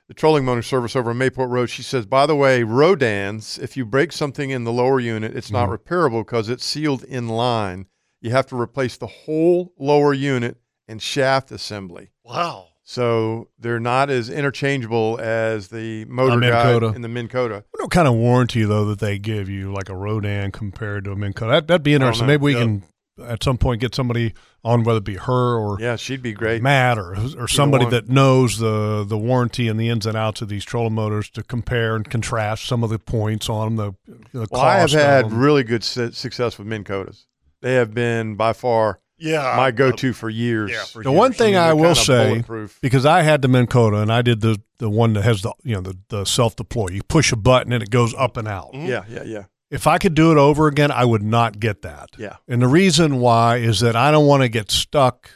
E: the trolling motor service over on Mayport Road. She says, by the way, Rodans, if you break something in the lower unit, it's not
B: Mm-hmm.
E: repairable because it's sealed in line. You have to replace the whole lower unit and shaft assembly.
B: Wow.
E: So they're not as interchangeable as the motor
F: Minn
E: guide
F: Kota.
E: and the Minn Kota.
F: what kind of warranty though that they give you, like a Rodan compared to a Minn Kota? That, that'd be
E: I don't
F: interesting.
E: know.
F: Maybe we
E: Yeah.
F: can at some point get somebody on, whether it be her or
E: yeah, she'd be great.
F: Matt or
E: Either
F: or somebody
E: one.
F: that knows the the warranty and the ins and outs of these trolling motors to compare and contrast some of the points on them. The, the
E: Well, I have
F: cost of
E: had
F: them.
E: really good su- success with Minn Kotas. They have been by far
B: Yeah, uh,
E: my go-to for years.
F: the one thing
E: mean,
F: I
E: they're
F: will
E: kinda
F: say,
E: bulletproof.
F: because I had the Minn Kota and I did the the one that has the you know the, the self deploy. You push a button and it goes up and
B: Mm-hmm.
F: out.
E: Yeah, yeah, yeah.
F: If I could do it over again, I would not get that.
E: Yeah.
F: And the reason why is that I don't want to get stuck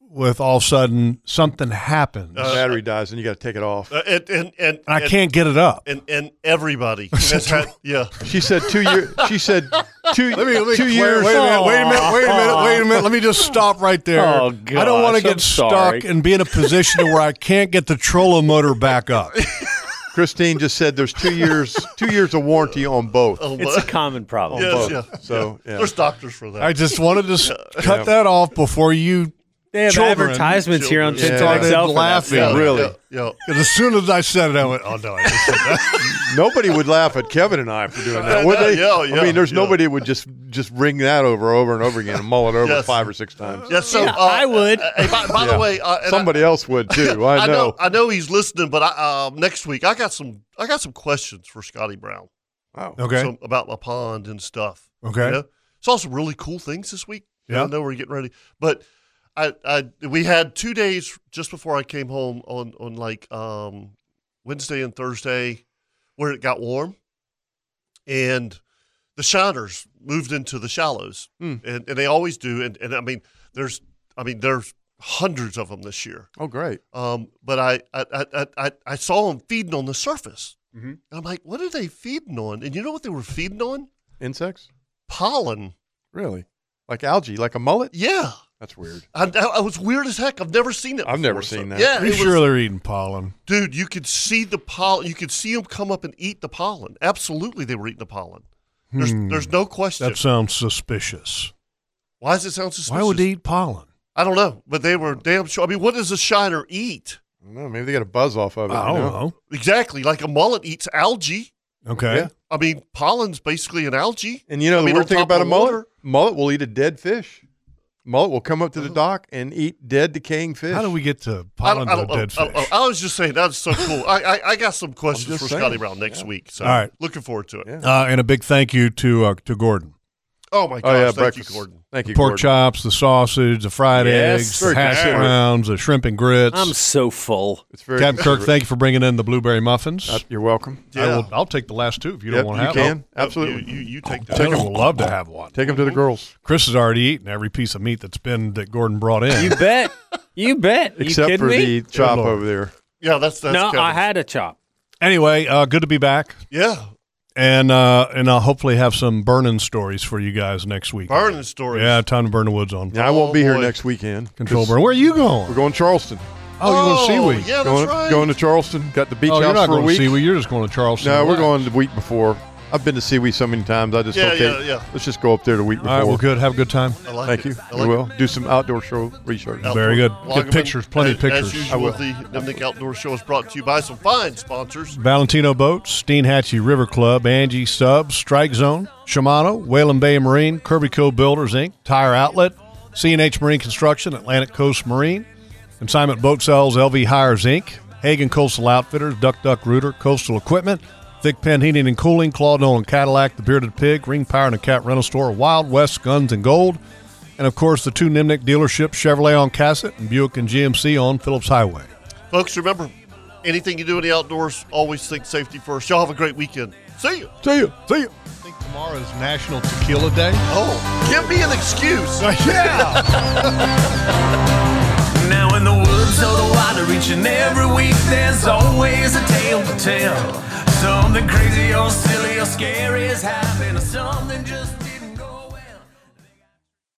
F: with all of a sudden something happens.
E: The battery dies and you got to take it off.
B: Uh, and, and, and,
F: I can't get it up.
B: And and everybody has had, yeah.
E: She said two years. She said two.
B: Let me- let me
E: two
B: clear-
E: years.
F: Wait a minute, wait a minute, wait a minute, wait a minute. Let me just stop right there.
E: Oh,
F: I don't want to
E: gosh,
F: get
E: I'm
F: stuck
E: sorry.
F: and be in a position to where I can't get the Trollo motor back up.
E: Christine just said there's two years. Two years of warranty on both.
D: It's a common problem.
E: On
B: Yes,
E: both.
B: yeah,
E: So
B: yeah.
E: yeah.
B: There's doctors for that.
F: I just wanted to s
B: Yeah.
F: cut that off before you
D: They have
F: children-
D: advertisements here on
F: children
D: TikTok
F: started
D: Self for that
F: laughing.
D: stuff. Really?
F: Yeah. 'Cause as soon as I said it, I went, "Oh no, I just said that."
E: Nobody would laugh at Kevin and I for doing
F: I
E: that, would
F: know,
E: they?
F: yeah,
E: I
F: yeah,
E: mean, there's
F: yeah.
E: nobody that would just just ring that over over and over again and mull it over
B: Yes.
E: five or six times.
B: Yeah, so uh, I would. by by
E: Yeah.
B: the way, uh, and I-
E: somebody else would too. I know.
B: I know. I know he's listening, but I, um, next week I got some. I got some questions for Scotty Brown.
E: Wow.
F: Okay.
B: Some, about my pond and stuff.
F: Okay.
B: Saw some really cool things this week.
F: Yeah.
B: I know we're getting ready, but I, I we had two days just before I came home on on like um, Wednesday and Thursday where it got warm, and the shiners moved into the shallows,
E: Hmm.
B: and, and they always do. And, and I mean, there's I mean there's hundreds of them this year.
E: Oh, great.
B: Um, but I I, I- I, I I saw them feeding on the surface.
E: Mhm.
B: And I'm like, what are they feeding on? And you know what they were feeding on?
E: Insects,
B: pollen,
E: really, like algae, like a mullet.
B: Yeah,
E: that's weird.
B: I, I, I was weird as heck. I've never seen it.
E: I've never
B: before, so-
E: seen that.
B: Yeah,
F: Be
B: it
F: sure
B: was-
F: they're eating pollen.
B: dude, you could see the pollen. You could see them come up and eat the pollen. Absolutely, they were eating the pollen. There's,
F: Hmm.
B: there's no question.
F: That sounds suspicious.
B: Why does it sound suspicious?
F: Why would they eat pollen?
B: I don't know, but they were damn sure. I mean, what does a shiner eat?
E: I don't know. Maybe they got a buzz off of it.
F: I
E: you
F: don't
E: know?
F: know.
B: Exactly, like a mullet eats algae.
F: oh, Okay.
E: Yeah.
B: I mean, pollen's basically an algae.
E: And you know
B: I
E: the
B: mean,
E: weird
B: on
E: thing
B: top
E: about a
B: of
E: mullet?
B: water.
E: Mullet will eat a dead fish. Mullet will come up to the dock and eat dead decaying fish.
F: How do we get to
B: Mm-hmm. I don't-
F: pollen to
B: I
F: a
B: don't-
F: dead
B: oh,
F: fish?
B: oh, oh, I was just saying that's so cool. I, I I got some questions
E: just
B: for
E: saying.
B: Scotty Brown next
E: Yeah.
B: week. So
F: All right.
B: looking forward to it.
F: Uh, and a big thank you to uh, to Gordon.
B: Oh my gosh,
E: Oh, yeah,
B: thank
E: breakfast.
B: you, Gordon.
E: Thank you,
F: pork
E: Gordon.
F: chops, the sausage, the fried
E: Yes,
F: eggs,
E: very
F: the hash
E: considerate.
F: browns, the shrimp and grits.
D: I'm so full.
E: It's very
F: Captain Kirk,
E: considerate.
F: thank you for bringing in the blueberry muffins.
E: Uh, You're welcome.
F: I
B: Yeah.
F: will, I'll take the last two if you
E: Yep,
F: don't want
E: you
F: to have
E: can.
F: them.
E: Absolutely.
B: You, you, you take that.
F: Taylor would love to have one.
E: Take them to the girls,
F: Chris has already eaten every piece of meat that's been that Gordon brought in.
D: You bet. You bet. You
E: except
D: kidding
E: for
D: me?
E: the chop
F: Lord.
E: over there.
B: Yeah, that's that's
D: no,
B: Kevin.
D: I had a chop.
F: anyway, uh, good to be back,
B: yeah,
F: and uh, and I'll hopefully have some burning stories for you guys next week.
B: burning stories.
F: Yeah, time to burn the woods on
E: Now, I won't
B: Oh,
E: be here
B: boy.
E: next weekend.
F: control
E: 'cause
F: burn. Where are you
E: We're
F: going?
E: going to Charleston.
F: Oh, you're
B: Oh,
F: going to Seaweed.
B: Yeah, that's
E: going,
B: right.
E: going to Charleston. Got the beach
F: oh, you're
E: house
F: not
E: for a
F: going
E: week.
F: to Seaweed. You're just going to Charleston.
E: No, we're
F: Right.
E: going the week before. I've been to Seaweed so many times. I just
B: Yeah,
E: okay.
B: yeah, yeah.
E: Let's just go up there the week before.
F: All right, well, good. Have a good time.
B: I like
E: Thank
B: it.
E: you.
B: I
E: We
B: like
E: will do some outdoor show research.
B: it.
F: Very good.
B: Outdoor-
F: Good
B: Longman,
F: pictures, plenty of
B: as-
F: pictures.
B: As
F: I
B: usual, the Nimnik Outdoor Show is brought to you by some fine sponsors.
F: Valentino Boats, Steenhatchee River Club, Angie Subs, Strike Zone, Shimano, Whalen Bay Marine, Kirby Co. Builders Inc., Tire Outlet, C&H Marine Construction, Atlantic Coast Marine, Consignment Boat Sales, LV Hires Inc., Hagen Coastal Outfitters, Duck Duck Rooter, Coastal Equipment, Thick Pen Heating and Cooling, Claude Nolan Cadillac, The Bearded Pig, Ring Power and a Cat Rental Store, Wild West Guns and Gold, and of course the two Nimnik dealerships, Chevrolet on Cassett and Buick and GMC on Phillips Highway.
B: Folks, remember, anything you do in the outdoors, always think safety first. Y'all have a great weekend. See you.
F: See you. See you. I think tomorrow is National Tequila Day.
B: Oh, give me an excuse.
F: yeah.
C: Now in the woods or the water, each and every week, there's always a tale to tell. Something crazy or silly or scary is happening, or something just.